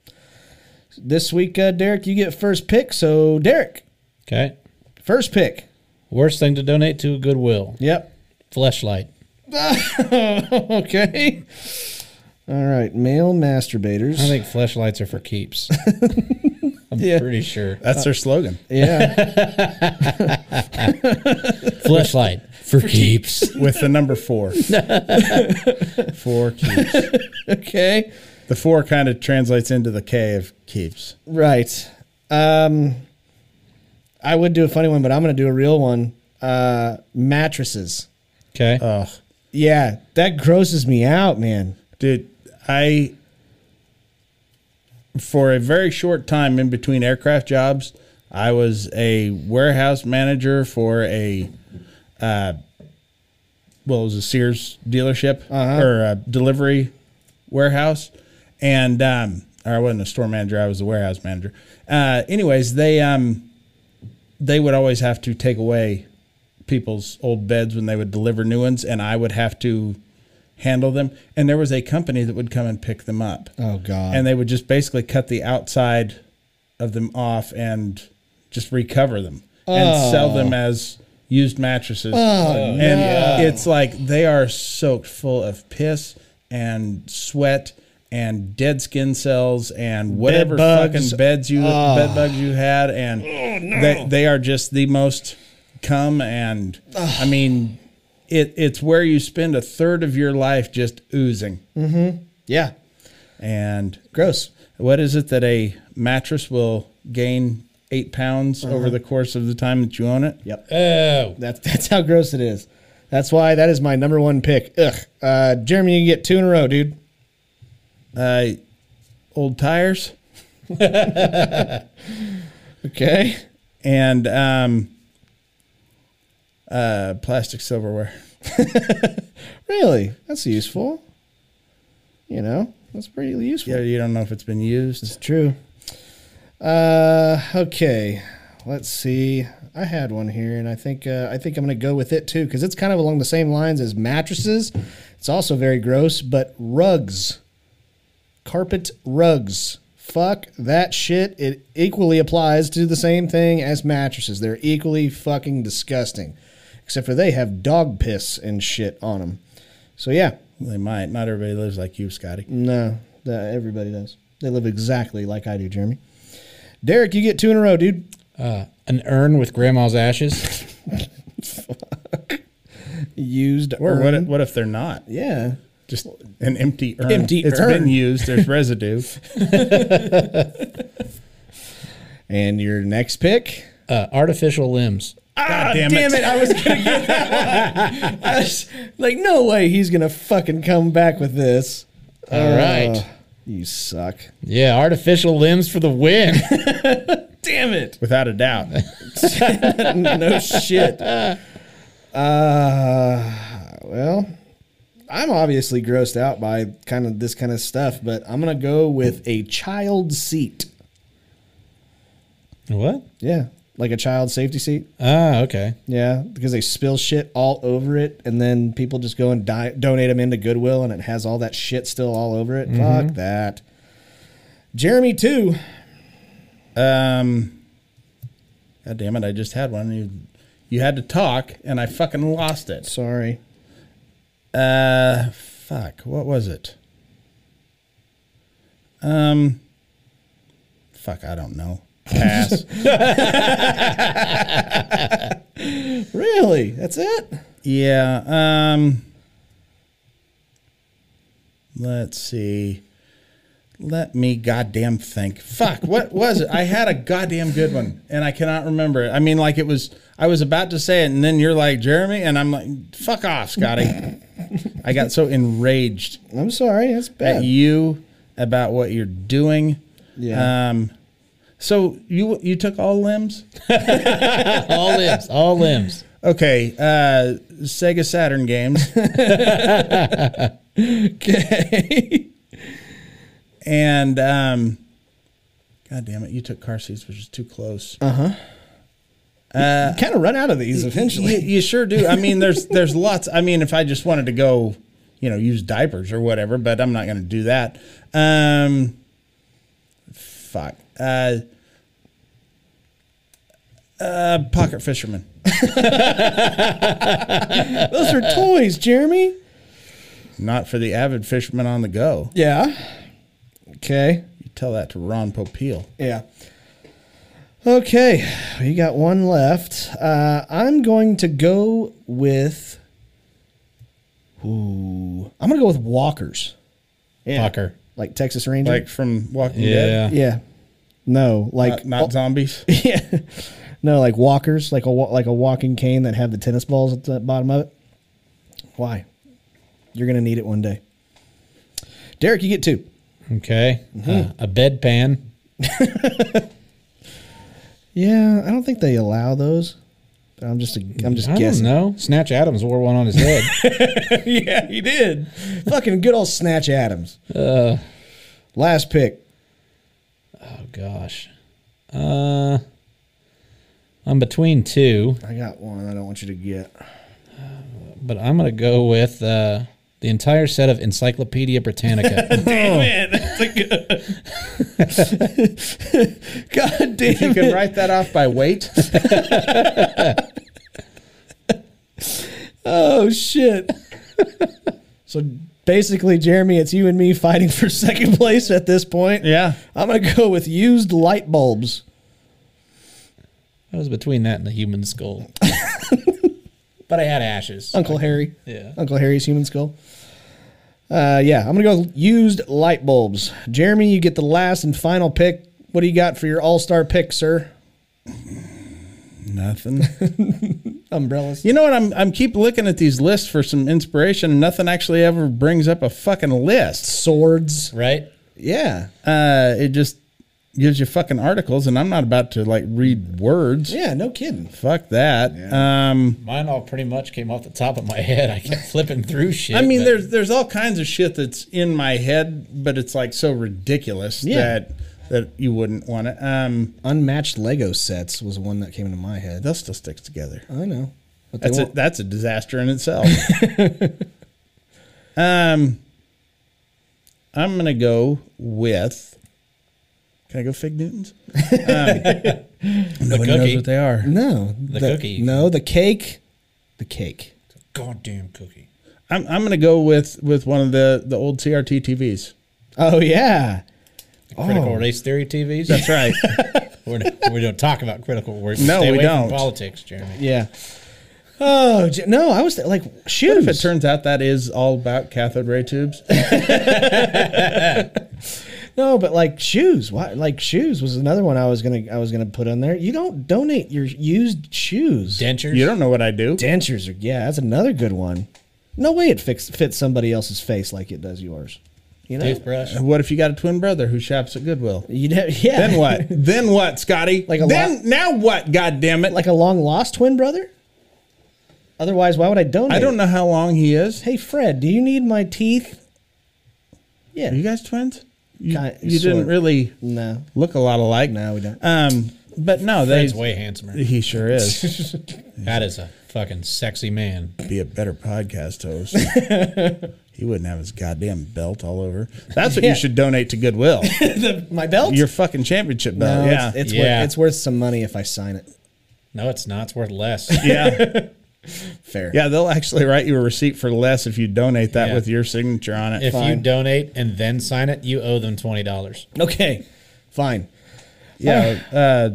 S1: This week, uh, Derek, you get first pick. So, Derek,
S3: Okay.
S1: first pick.
S3: Worst thing to donate to Goodwill.
S1: Yep.
S3: Fleshlight.
S1: okay. All right. Male masturbators.
S3: I think fleshlights are for keeps. I'm pretty sure.
S2: That's their slogan.
S1: yeah.
S3: Fleshlight for keeps.
S2: With the number four. four keeps.
S1: okay.
S2: The four kind of translates into the K of keeps.
S1: Right. Um, I would do a funny one, but I'm going to do a real one. Uh, mattresses.
S3: Okay.
S1: Uh,
S2: Ugh.
S1: Yeah, that grosses me out, man.
S2: Dude, I, for a very short time in between aircraft jobs, I was a warehouse manager for a, uh, well, it was a Sears dealership or a delivery warehouse. And, um, or I wasn't a store manager, I was a warehouse manager. Uh, anyways, they, um, they would always have to take away people's old beds when they would deliver new ones, and I would have to handle them. And there was a company that would come and pick them up.
S1: Oh, God.
S2: And they would just basically cut the outside of them off and just recover them and sell them
S1: Oh.
S2: as used mattresses. and it's like they are soaked full of piss and sweat and dead skin cells and whatever
S1: bugs. Ah. Oh,
S2: fucking beds you bed bugs you had and they, they are just the most come and
S1: Ah.
S2: I mean it it's where you spend a third of your life just oozing
S1: Yeah,
S2: and
S1: gross.
S2: what is it that a mattress will gain eight pounds over the course of the time that you own it?
S1: Uh-huh. Yep.
S3: oh.
S1: That's that's how gross it is. That's why that is my number one pick. Ugh. Uh, Jeremy, you get two in a row, dude.
S2: Uh, old tires
S1: Okay.
S2: and um, uh, plastic silverware.
S1: Really? That's useful. You know, that's pretty useful.
S2: Yeah, you don't know if it's been used.
S1: It's true. Uh, okay, let's see. I had one here, and I think uh, I think I'm gonna go with it too because it's kind of along the same lines as mattresses. It's also very gross, but rugs, carpet rugs. Fuck that shit. It equally applies to the same thing as mattresses. They're equally fucking disgusting, except for they have dog piss and shit on them. So yeah,
S2: They might. Not everybody lives like you, Scotty.
S1: no, uh, everybody does. They live exactly like I do, Jeremy. Derek, you get two in a row, dude.
S3: Uh, an urn with grandma's ashes.
S1: Used
S2: Or what if,
S1: urn.
S2: what if they're not?
S1: Yeah.
S2: Just an empty urn.
S3: Empty
S2: It's
S3: urn.
S2: been used. There's residue.
S1: And your next pick.
S3: Uh, artificial limbs.
S1: God
S2: Ah, damn it.
S1: I was gonna get that one. I was like, no way he's gonna fucking come back with this.
S3: All right.
S1: Uh, you suck.
S3: Yeah, artificial limbs for the win.
S1: Damn it.
S2: without a doubt.
S1: no shit. Uh, well, I'm obviously grossed out by kind of this kind of stuff, but I'm gonna go with a child seat.
S3: what?
S1: Yeah, like a child safety seat.
S3: Ah, okay.
S1: Yeah, because they spill shit all over it, and then people just go and di- donate them into Goodwill, and it has all that shit still all over it. Fuck that. Jeremy too.
S2: Um, God damn it! I just had one. You, you had to talk, and I fucking lost it.
S1: Sorry.
S2: Uh, fuck. What was it? Um, fuck. I don't know. Pass.
S1: Really? That's it?
S2: yeah. Um. Let's see. Let me goddamn think. Fuck, what was it? I had a goddamn good one and I cannot remember it. I mean, like it was, I was about to say it and then you're like, Jeremy, and I'm like, fuck off, Scotty. I got so enraged
S1: I'm sorry. That's
S2: at
S1: bad.
S2: you about what you're doing.
S1: Yeah.
S2: Um, so you you took all limbs?
S3: All limbs. All limbs.
S2: Okay. Uh, Sega Saturn games. okay. and um, God damn it, you took car seats, which is too close.
S1: kind of run out of these
S2: You,
S1: eventually.
S2: you sure do. I mean, there's there's lots. I mean, if I just wanted to go, you know, use diapers or whatever, but I'm not going to do that. Um, fuck. Uh, uh, pocket fisherman.
S1: Those are toys, Jeremy.
S2: Not for the avid fisherman on the go.
S1: Yeah. Okay.
S2: You tell that to Ron Popeil.
S1: Yeah. Okay, you got one left. Uh, I'm going to go with. Ooh, I'm gonna go with walkers. Yeah.
S3: Walker. uh,
S1: like Texas Ranger.
S2: Like from Walking
S3: Yeah.
S2: Dead.
S1: yeah, no, like
S2: Not, not zombies.
S1: oh, yeah, no, like walkers, like a wa- like a walking cane that have the tennis balls at the bottom of it. Why? You're gonna need it one day. Derek, you get two.
S3: Okay. Uh, a bedpan.
S1: Yeah, I don't think they allow those. But I'm just I'm just
S3: I
S1: guessing.
S3: don't know. Snatch Adams wore one on his head.
S1: yeah, he did. Fucking good old Snatch Adams. Last pick.
S3: oh gosh. Uh, I'm between two,
S1: I got one. I don't want you to get.
S3: but I'm gonna go with uh, the entire set of Encyclopedia Britannica.
S1: God damn
S2: You can write that off by weight.
S1: Oh shit. so basically, Jeremy, it's you and me fighting for second place at this point.
S2: yeah.
S1: I'm gonna go with used light bulbs.
S3: I was between that and the human skull, but I had ashes.
S1: Uncle Harry.
S3: Yeah.
S1: Uncle Harry's human skull. Uh, yeah, I'm gonna go used light bulbs. Jeremy, you get the last and final pick. What do you got for your all-star pick, sir?
S2: Nothing.
S1: Umbrellas.
S2: You know what? I'm I'm keep looking at these lists for some inspiration, and nothing actually ever brings up a fucking list.
S1: Swords.
S3: Right.
S1: Yeah.
S2: Uh, it just gives you fucking articles, and I'm not about to like read words.
S1: Yeah, no kidding.
S2: Fuck that. Um,
S3: Mine all pretty much came off the top of my head. I kept flipping through shit.
S2: I mean,
S3: but-
S2: there's there's all kinds of shit that's in my head, but it's like so ridiculous
S1: Yeah.
S2: that that you wouldn't want it. Um,
S1: Unmatched Lego sets was one that came into my head.
S2: they'll still stick together.
S1: I know. But they
S2: That's a,
S1: won't-
S2: that's a disaster in itself. um, I'm gonna go with. Can I go fig Newtons? Um, nobody knows
S3: cookie.
S2: what they are.
S1: no.
S3: The cookie.
S1: No, the cake. The cake.
S3: goddamn cookie.
S2: I'm I'm gonna go with with one of the the old CRT TVs.
S1: Oh yeah.
S3: Critical race theory TVs.
S2: Oh. That's right.
S3: We're, we don't talk about critical race.
S2: No,
S3: Stay
S2: we
S3: away from
S2: don't.
S3: Politics, Jeremy.
S1: Yeah. Oh j- no, I was th- like shoes.
S2: if it turns out that is all about cathode ray tubes,
S1: No, but like shoes. Why? Like shoes was another one I was gonna I was gonna put on there. You don't donate your used shoes.
S3: Dentures.
S2: You don't know what I do.
S1: Dentures are yeah, that's another good one. No way it fix, fits somebody else's face like it does yours. You know.
S3: Toothbrush.
S2: What if you got a twin brother who shops at Goodwill?
S1: You'd have, yeah.
S2: Then what? then what, Scotty?
S1: Like a
S2: then
S1: lot-
S2: now what? God damn it!
S1: like a long lost twin brother? Otherwise, why would I donate?
S2: I don't know how long he is.
S1: Hey, Fred, do you need my teeth? Yeah.
S2: Are you guys twins? You,
S1: Ki-
S2: you didn't
S1: sort.
S2: really
S1: no.
S2: look a lot alike.
S1: No, we don't.
S2: Um, but no, they.
S3: Fred's way handsomer.
S2: He sure is.
S3: That is a fucking sexy man.
S2: Be a better podcast host. he wouldn't have his goddamn belt all over. That's what
S1: Yeah.
S2: you should donate to Goodwill.
S1: my belt?
S2: Your fucking championship
S1: no,
S2: belt. yeah.
S1: It's, it's,
S3: Yeah.
S1: Worth, it's worth some money if I sign it.
S3: No, it's not. It's worth less.
S2: yeah.
S1: Fair.
S2: Yeah, they'll actually write you a receipt for less if you donate that
S3: Yeah.
S2: with your signature on it.
S3: if
S1: Fine.
S3: you donate and then sign it, you owe them twenty dollars.
S1: Okay. Fine.
S2: yeah. Uh,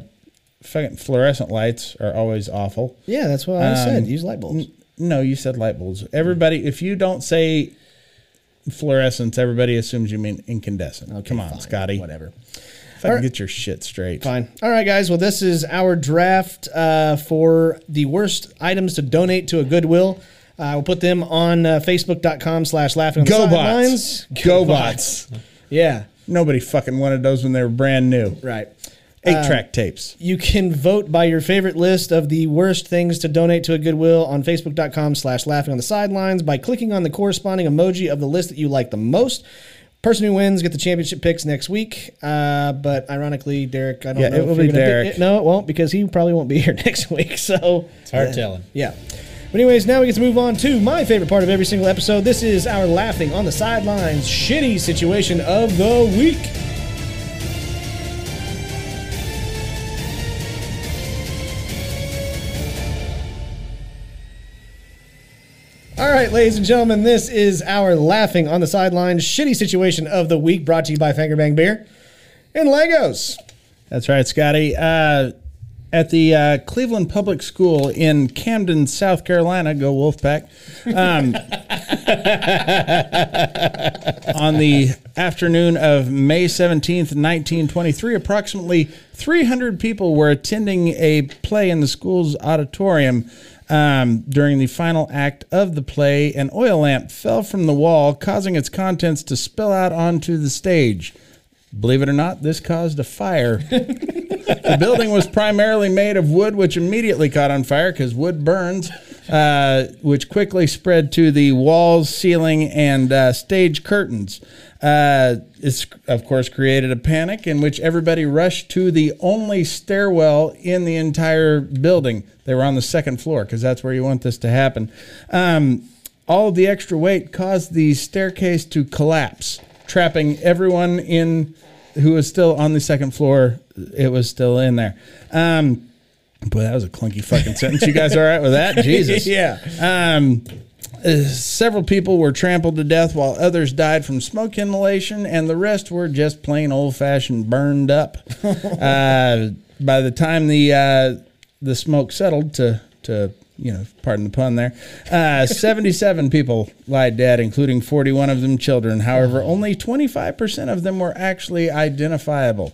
S2: fucking fluorescent lights are always awful.
S1: Yeah, that's what I
S2: Um,
S1: said. Use light bulbs.
S2: No, you said light bulbs. Everybody, if you don't say fluorescence, everybody assumes you mean incandescent. Come on,
S1: fine.
S2: Scotty.
S1: Whatever.
S2: If I can
S1: Alright.
S2: get your shit straight.
S1: Fine. All right, guys. Well, this is our draft uh, for the worst items to donate to a Goodwill. Uh, we'll put them on uh, Facebook.com slash Laughing on the
S2: Go bots.
S1: Sidelines.
S2: Go bots.
S1: Yeah.
S2: Nobody fucking wanted those when they were brand new.
S1: Right. Um,
S2: Eight track tapes.
S1: You can vote by your favorite list of the worst things to donate to a Goodwill on Facebook.com slash laughing on the sidelines by clicking on the corresponding emoji of the list that you like the most. Person who wins get the championship picks next week. Uh, but ironically, Derek, I don't
S2: Yeah,
S1: know
S2: it
S1: if
S2: will
S1: you're
S2: be
S1: gonna do
S2: Derek.
S1: it. No, it won't because he probably won't be here next week. So
S3: It's hard telling.
S1: yeah. But anyways, now we get to move on to my favorite part of every single episode. This is our laughing on the sidelines shitty situation of the week. All right, ladies and gentlemen, this is our laughing on the sidelines shitty situation of the week brought to you by Fingerbang Beer and Legos.
S2: That's right, Scotty. Uh, at the uh, Cleveland Public School in Camden, South Carolina, go Wolfpack. Um, on the afternoon of May 17th, 1923, approximately 300 people were attending a play in the school's auditorium. Um, during the final act of the play, an oil lamp fell from the wall, causing its contents to spill out onto the stage. Believe it or not, this caused a fire. the building was primarily made of wood, which immediately caught on fire because wood burns, uh, which quickly spread to the walls, ceiling, and uh, stage curtains. Uh, it's, of course, created a panic in which everybody rushed to the only stairwell in the entire building. They were on the second floor because that's where you want this to happen. Um, all of the extra weight caused the staircase to collapse, trapping everyone in who was still on the second floor. It was still in there. Um, boy, that was a clunky fucking sentence. You guys all right with that? Jesus.
S1: Yeah.
S2: Um, uh, several people were trampled to death while others died from smoke inhalation, and the rest were just plain old fashioned burned up. uh, by the time the uh, the smoke settled, to to you know, pardon the pun there, uh, 77 people lied dead, including 41 of them children. However, only 25% of them were actually identifiable.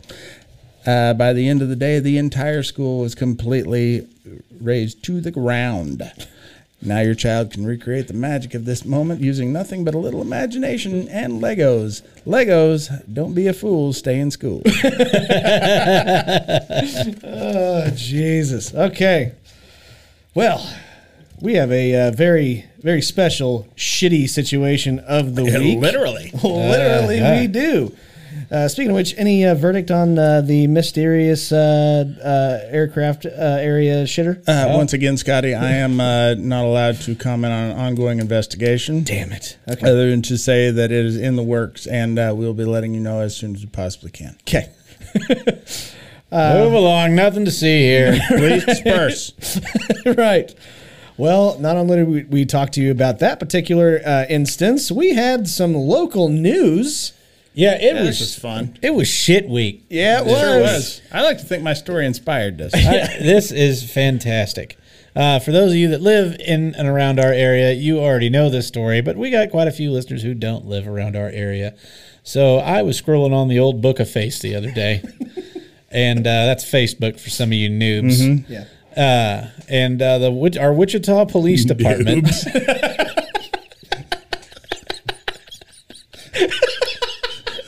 S2: Uh, by the end of the day, the entire school was completely razed to the ground. Now your child can recreate the magic of this moment using nothing but a little imagination and Legos. Legos, don't be a fool, stay in school.
S1: Jesus. Okay. Well, we have a uh, very, very special shitty situation of the week.
S2: Literally.
S1: Literally, we do. Uh, speaking of which, any uh, verdict on uh, the mysterious uh, uh, aircraft uh, area shitter?
S2: Uh, Once again, Scotty, I am uh, not allowed to comment on an ongoing investigation. Damn it. Other than to say that it is in the works and uh, we'll be letting you know as soon as we possibly can.
S1: okay.
S3: Move along. Nothing to see here.
S2: Please disperse.
S1: right. Well, not only did we, we talk to you about that particular uh, instance, we had some local news.
S3: yeah, it was.
S2: this is fun.
S3: It was shit week.
S1: Yeah,
S2: Sure was. I like to think my story inspired this.
S3: I- this is Uh, fantastic. Uh, for those of you that live in and around our area, you already know this story, but we got quite a few listeners who don't live around our area. So I was scrolling on the old book of face the other day, and uh, that's Facebook for some of you noobs.
S1: Yeah.
S3: Uh, and uh, the Wich- our Wichita Police Department.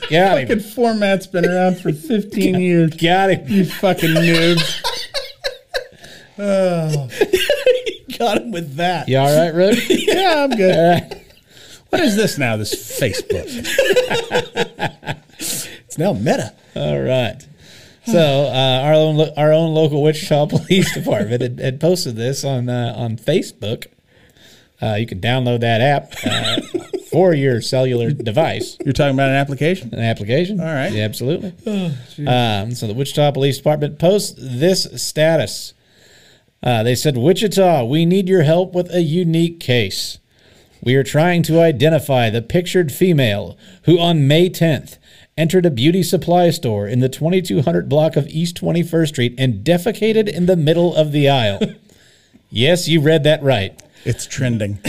S3: Got him.
S2: Fucking format's been around for 15 years.
S3: Got him.
S2: You fucking noobs.
S1: Got him with that.
S3: You all right, Rick?
S2: Yeah, I'm good. What is this now? This Facebook.
S1: It's now meta.
S3: All right. So uh, our own lo- our own local Wichita Police Department had, had posted this on uh, on Facebook. Uh, you can download that app uh, for your cellular device.
S2: You're talking about an application?
S3: An application.
S2: All right. Oh,
S3: Yeah, absolutely. um, so the Wichita Police Department posts this status. Uh, they said, Wichita, we need your help with a unique case. We are trying to identify the pictured female who on May 10th entered a beauty supply store in the 2200 block of East 21st Street and defecated in the middle of the aisle. yes, you read that right.
S2: It's trending.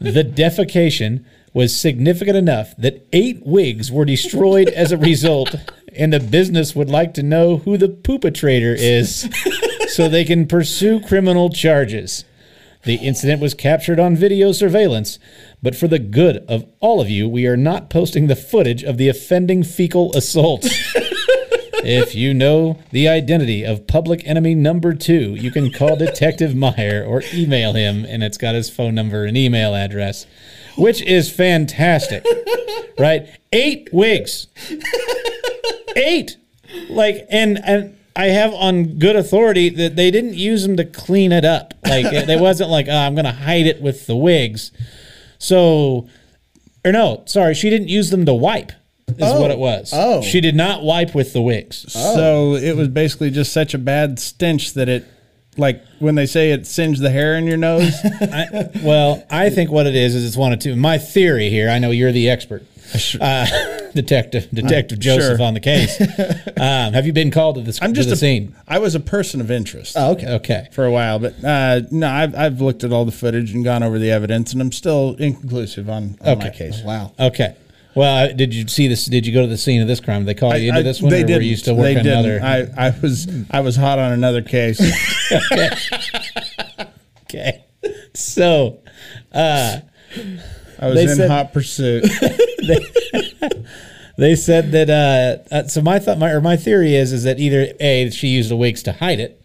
S3: The defecation was significant enough that eight wigs were destroyed as a result, and the business would like to know who the poopatrator is so they can pursue criminal charges. The incident was captured on video surveillance, but for the good of all of you, we are not posting the footage of the offending fecal assault. If you know the identity of public enemy number two, you can call Detective Meyer or email him, and it's got his phone number and email address, which is fantastic, right? Eight wigs, eight, like, and and I have on good authority that they didn't use them to clean it up. Like, it, it wasn't like, oh, I'm gonna hide it with the wigs. So, or no, sorry, she didn't use them to wipe. Is what it was.
S1: Oh.
S3: she did not wipe with the wigs.
S2: So it was basically just such a bad stench that it, like when they say it singed the hair in your nose.
S3: I, well, I think what it is is it's one of two. My theory here. I know you're the expert, uh, detective, detective Joseph
S2: sure.
S3: on the case. um, have you been called to this?
S2: I'm
S3: to
S2: just
S3: the
S2: a,
S3: scene.
S2: I was a person of interest.
S1: Oh, okay.
S3: Okay.
S2: for a while, but uh, no, I've, I've looked at all the footage and gone over the evidence, and I'm still inconclusive on, on my
S3: Okay.
S2: case.
S1: Wow.
S3: Okay. Well, I- did you see this? Did you go to the scene of this crime? They call you into
S2: I-
S3: this one,
S2: they
S3: or
S2: did.
S3: were you still working another?
S2: I, I was I was hot on another case.
S3: okay. So
S2: I was
S3: They
S2: in
S3: said-
S2: hot pursuit.
S3: they said that. Uh, uh, so my thought, my or my theory is, is that either a she used the wigs to hide it,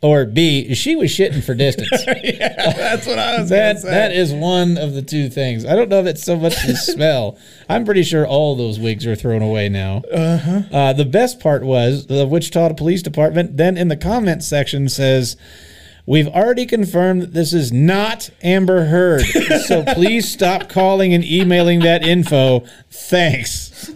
S3: or b she was shitting for distance.
S2: That's what I was.
S3: That that is one of the two things. I don't know if it's so much the smell. I'm pretty sure all those wigs are thrown away now. Uh-huh. the best part was the Wichita Police Department then in the comment section says, "We've already confirmed that this is not Amber Heard, so please stop calling and emailing that info. Thanks."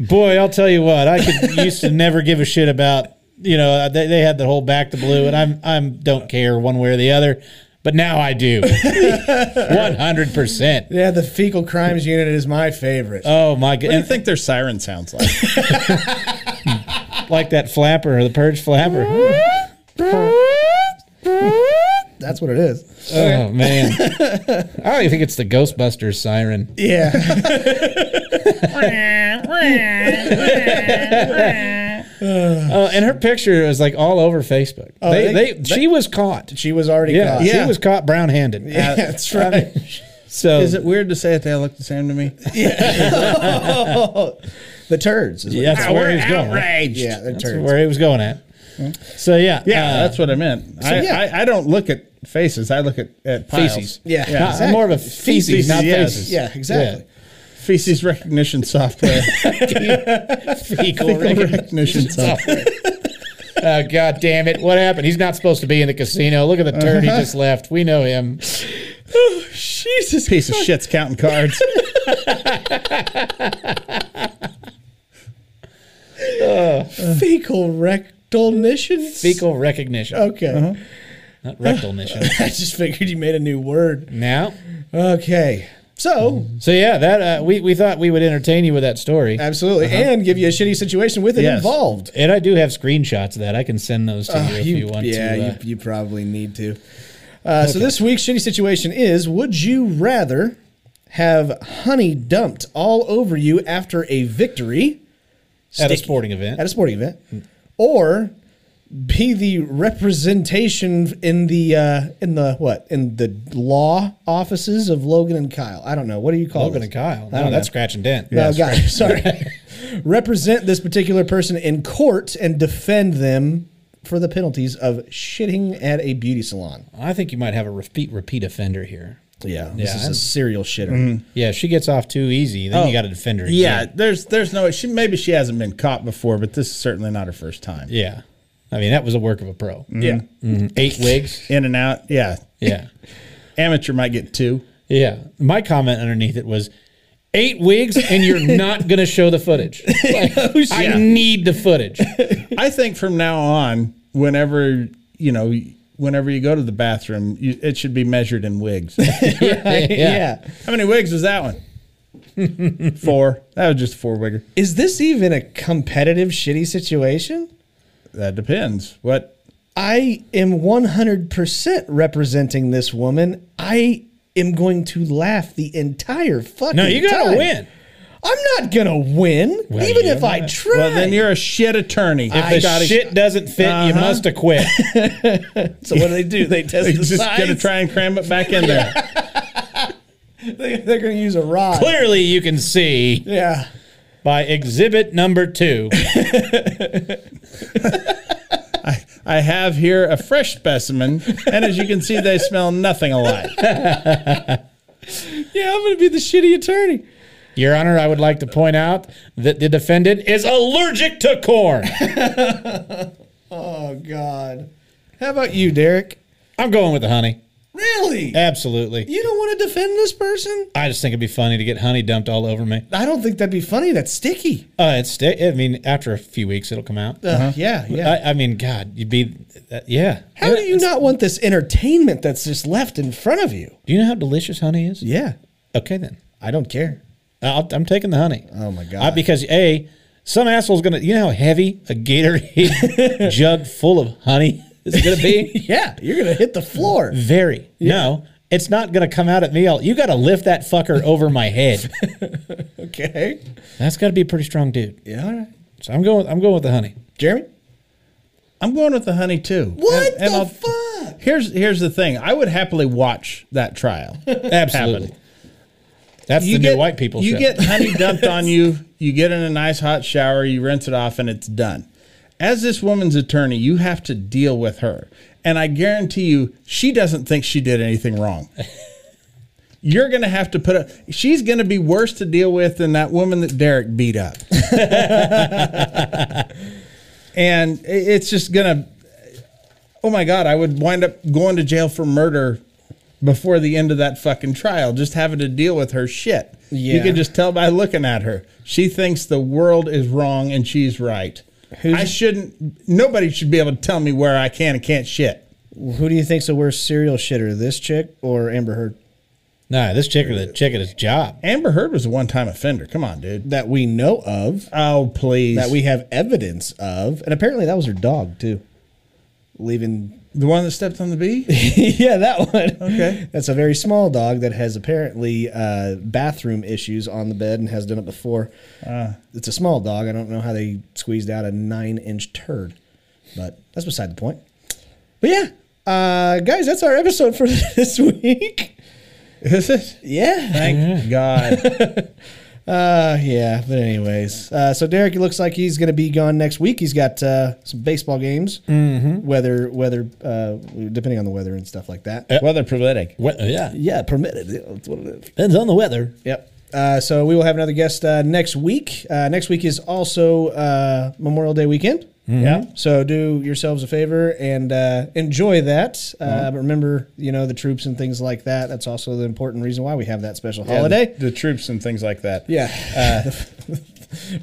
S3: Boy, I'll tell you what, I could, used to never give a shit about. You know, uh, they, they had the whole back to blue, and I'm I'm don't care one way or the other, but now I do, one hundred percent.
S1: Yeah, the fecal crimes unit is my favorite.
S3: Oh my god!
S2: What do you
S3: And
S2: think their siren sounds like?
S3: like that flapper, the purge flapper.
S1: That's what it is.
S3: Oh man! I don't even think it's the Ghostbusters siren.
S1: Yeah.
S3: Oh, and her picture was like all over Facebook. they,
S1: they-
S3: they, she was caught.
S1: she was already
S3: Yeah,
S1: caught.
S3: she was caught brown-handed.
S1: Yeah, that's right.
S3: So
S2: is it weird to say that they all look the same to me?
S1: the turds. Is what
S3: that's where he was going.
S1: Yeah, the
S3: That's
S1: turds.
S3: where he was going at. So yeah,
S2: Yeah,
S3: uh,
S2: that's what I meant. I,
S1: yeah.
S2: I, I don't look at faces. I look at, at piles.
S3: feces.
S1: Yeah,
S3: Not-
S1: exactly.
S3: more of a feces,
S2: Feces,
S3: not
S2: yes.
S3: faces.
S1: Yeah, exactly.
S2: Feces recognition software.
S3: Fecal
S2: recognition software.
S3: Oh, God damn it. What happened? He's not supposed to be in the casino. Look at the turd
S1: Uh-huh.
S3: he just left. We know him.
S2: Jesus, piece of shit's counting cards.
S1: Fecal rectal missions.
S3: Fecal recognition.
S1: Okay.
S3: Uh-huh. Not rectal mission.
S1: I just figured you made a new word.
S3: Now,
S1: Okay. So
S3: So yeah, that uh, we we thought we would entertain you with that story,
S1: absolutely,
S3: Uh-huh.
S1: and give you a shitty situation with it
S2: Yes.
S1: involved.
S3: and I do have screenshots of that. I can send those to you if you, want
S1: yeah,
S3: to. uh,
S1: you, you probably need to. Uh, So this week's shitty situation is: Would you rather have honey dumped all over you after a victory
S3: at a
S1: sticky-
S3: sporting event.
S1: at a sporting event, or be the representation in the uh, in the what in the law offices of Logan and Kyle? I don't know. What do you call
S3: Logan
S1: this?
S3: and Kyle.
S1: I
S3: No,
S1: don't know.
S3: that's scratch and dent.
S1: No, got it. Sorry. Represent this particular person in court and defend them for the penalties of shitting at a beauty salon.
S3: I think you might have a repeat repeat offender here.
S1: Yeah, this
S3: Yeah, Mm-hmm.
S1: is
S3: I'm-
S1: a serial shitter.
S3: Yeah, if she gets off too easy. Then you got to defend her.
S2: Yeah,
S3: again.
S2: there's there's no she maybe she hasn't been caught before, but this is certainly not her first time.
S3: yeah. I mean, that was a work of a pro.
S2: Yeah.
S3: Mhm. Eight wigs.
S2: In and out. Yeah.
S3: Yeah,
S2: Amateur might get two.
S3: yeah. My comment underneath it was. Eight wigs, and you're not gonna show the footage. Like, I need the footage.
S2: I think from now on, whenever you know, whenever you go to the bathroom, you, it should be measured in wigs.
S1: yeah.
S2: How many wigs was that one? four. That was just a four wigger.
S1: Is this even a competitive shitty situation?
S2: That depends. What?
S1: I am 100% representing this woman. I am going to laugh the entire fucking
S3: No, you gotta
S1: time.
S3: win.
S1: I'm not going to win,
S3: Well,
S1: even
S3: you
S1: if I
S3: might.
S1: try.
S2: Well, then you're a shit attorney.
S3: If the shit doesn't fit, you
S2: Uh-huh.
S3: must have quit.
S1: so what do they do? They test the
S2: just
S1: size.
S2: gonna try and cram it back in there.
S1: They, they're going to use a rod.
S3: Clearly, you can see
S1: Yeah.
S3: by exhibit number two.
S2: I have here a fresh specimen, and as you can see, they smell nothing alike.
S1: Yeah, I'm going to be the shitty attorney.
S3: Your Honor, I would like to point out that the defendant is allergic to corn.
S1: Oh, God. How about you, Derek?
S3: I'm going with the honey.
S1: Really?
S3: Absolutely.
S1: You don't want to defend this person?
S3: I just think it'd be funny to get honey dumped all over me.
S1: I don't think that'd be funny. That's sticky.
S3: Uh, it's. I mean, after a few weeks, it'll come out.
S1: Uh, Yeah, yeah.
S3: Uh-huh. I, I mean, God, you'd be. Uh, yeah.
S1: How do you not want this entertainment that's just left in front of you?
S3: Do you know how delicious honey is?
S1: Yeah.
S3: Okay, then.
S1: I don't care.
S3: I'll, I'm taking the honey.
S1: Oh, my God.
S3: I, because a some asshole's gonna. You know how heavy a Gatorade jug full of honey is gonna be.
S1: Yeah, you're gonna hit the floor.
S3: Very. No, it's not gonna come out at me. All, you got to lift that fucker over my head.
S1: okay.
S3: That's got to be a pretty strong dude.
S1: Yeah. All right.
S3: So I'm going. I'm going with the honey.
S1: Jeremy.
S2: I'm going with the honey too.
S1: What
S2: And- and
S1: the
S2: I'll-
S1: fuck?
S2: Here's here's the thing. I would happily watch that trial.
S3: Absolutely. That's the new white people
S2: You
S3: show.
S2: get honey dumped on you. You get in a nice hot shower. You rinse it off, and it's done. As this woman's attorney, you have to deal with her, and I guarantee you, she doesn't think she did anything wrong. You're gonna have to put up. She's gonna be worse to deal with than that woman that Derek beat up. and i- it's just gonna. Oh my God! I would wind up going to jail for murder before the end of that fucking trial, just having to deal with her shit. You
S1: Yeah.
S2: can just tell by looking at her. She thinks the world is wrong and she's right. I shouldn't. Nobody should be able to tell me where I can and can't shit.
S1: Who do you think's the worst serial shitter, this chick or Amber Heard?
S3: nah, this chick or the chick at his job.
S2: Amber Heard was a one-time offender. Come on, dude.
S1: That we know of,
S2: Oh please.
S1: that we have evidence of, and apparently that was her dog too. Leaving.
S2: the one that stepped on the bee.
S1: yeah, that one.
S2: Okay.
S1: That's a very small dog that has apparently uh, bathroom issues on the bed and has done it before. it's a small dog. I don't know how they squeezed out a nine inch turd, but that's beside the point. But yeah, uh, guys, that's our episode for this week.
S2: Is it?
S1: Yeah.
S2: Thank God.
S1: Uh, yeah, but anyways. Uh, so Derek, it looks like he's going to be gone next week. He's got uh, some baseball games, mm-hmm. weather, weather, uh, depending on the weather and stuff like that.
S2: Weather permitting.
S3: What, oh, yeah,
S1: Yeah, permitted. That's what it is.
S3: depends on the weather.
S1: Yep. Uh, so we will have another guest uh, next week. Uh, next week is also uh, Memorial Day weekend.
S2: Mm-hmm.
S1: Yeah. So do yourselves a favor and uh, enjoy that. Uh,
S2: Mm-hmm.
S1: But remember, you know, the troops and things like that. That's also the important reason why we have that special holiday.
S2: The, the troops and things like that.
S1: Yeah. Uh,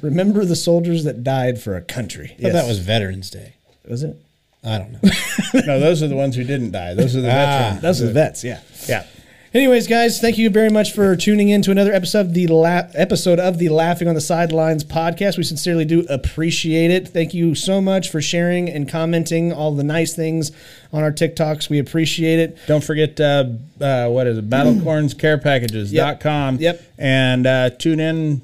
S1: remember the soldiers that died for a country. Oh,
S3: But that was Veterans Day.
S1: was it.
S3: I don't know.
S2: No, those are the ones who didn't die. Those are the
S3: Ah.
S2: veterans.
S1: Those are the vets. Yeah.
S2: Yeah.
S1: Anyways, guys, thank you very much for tuning in to another episode of the La- episode of the Laughing on the Sidelines podcast. We sincerely do appreciate it. Thank you so much for sharing and commenting all the nice things on our TikToks. We appreciate it.
S2: Don't forget, uh, uh, what is it? Battlecornscarepackages.com.
S1: Yep.
S2: And uh, tune in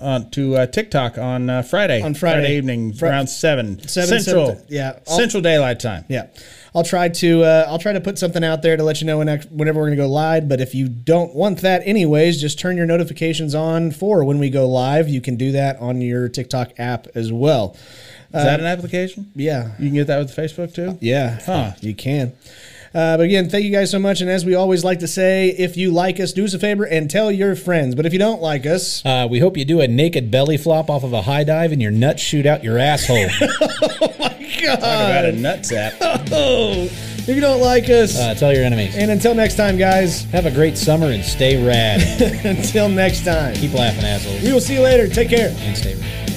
S2: uh, to uh, TikTok on uh, Friday.
S1: On Friday.
S2: evening,
S1: Fri-
S2: around 7.
S1: Seven,
S2: Central.
S1: seven, yeah.
S2: Central Daylight Time.
S1: Yeah, I'll try to uh, I'll try to put something out there to let you know when, whenever we're going to go live. But if you don't want that, anyways, just turn your notifications on for when we go live. You can do that on your TikTok app as well.
S2: Is that an application?
S1: Yeah,
S2: You can get that with Facebook too?
S1: Uh, Yeah,
S2: Huh.
S1: you can. Uh, but again, thank you guys so much. And as we always like to say, if you like us, do us a favor and tell your friends. But if you don't like us,
S3: Uh, we hope you do a naked belly flop off of a high dive and your nuts shoot out your asshole.
S2: Talk about a nutsap.
S1: oh, if you don't like us,
S3: Uh, tell your enemies.
S1: and until next time, guys,
S3: Have a great summer and stay rad.
S1: until next time,
S3: Keep laughing, assholes.
S1: we will see you later. Take care.
S3: And stay rad.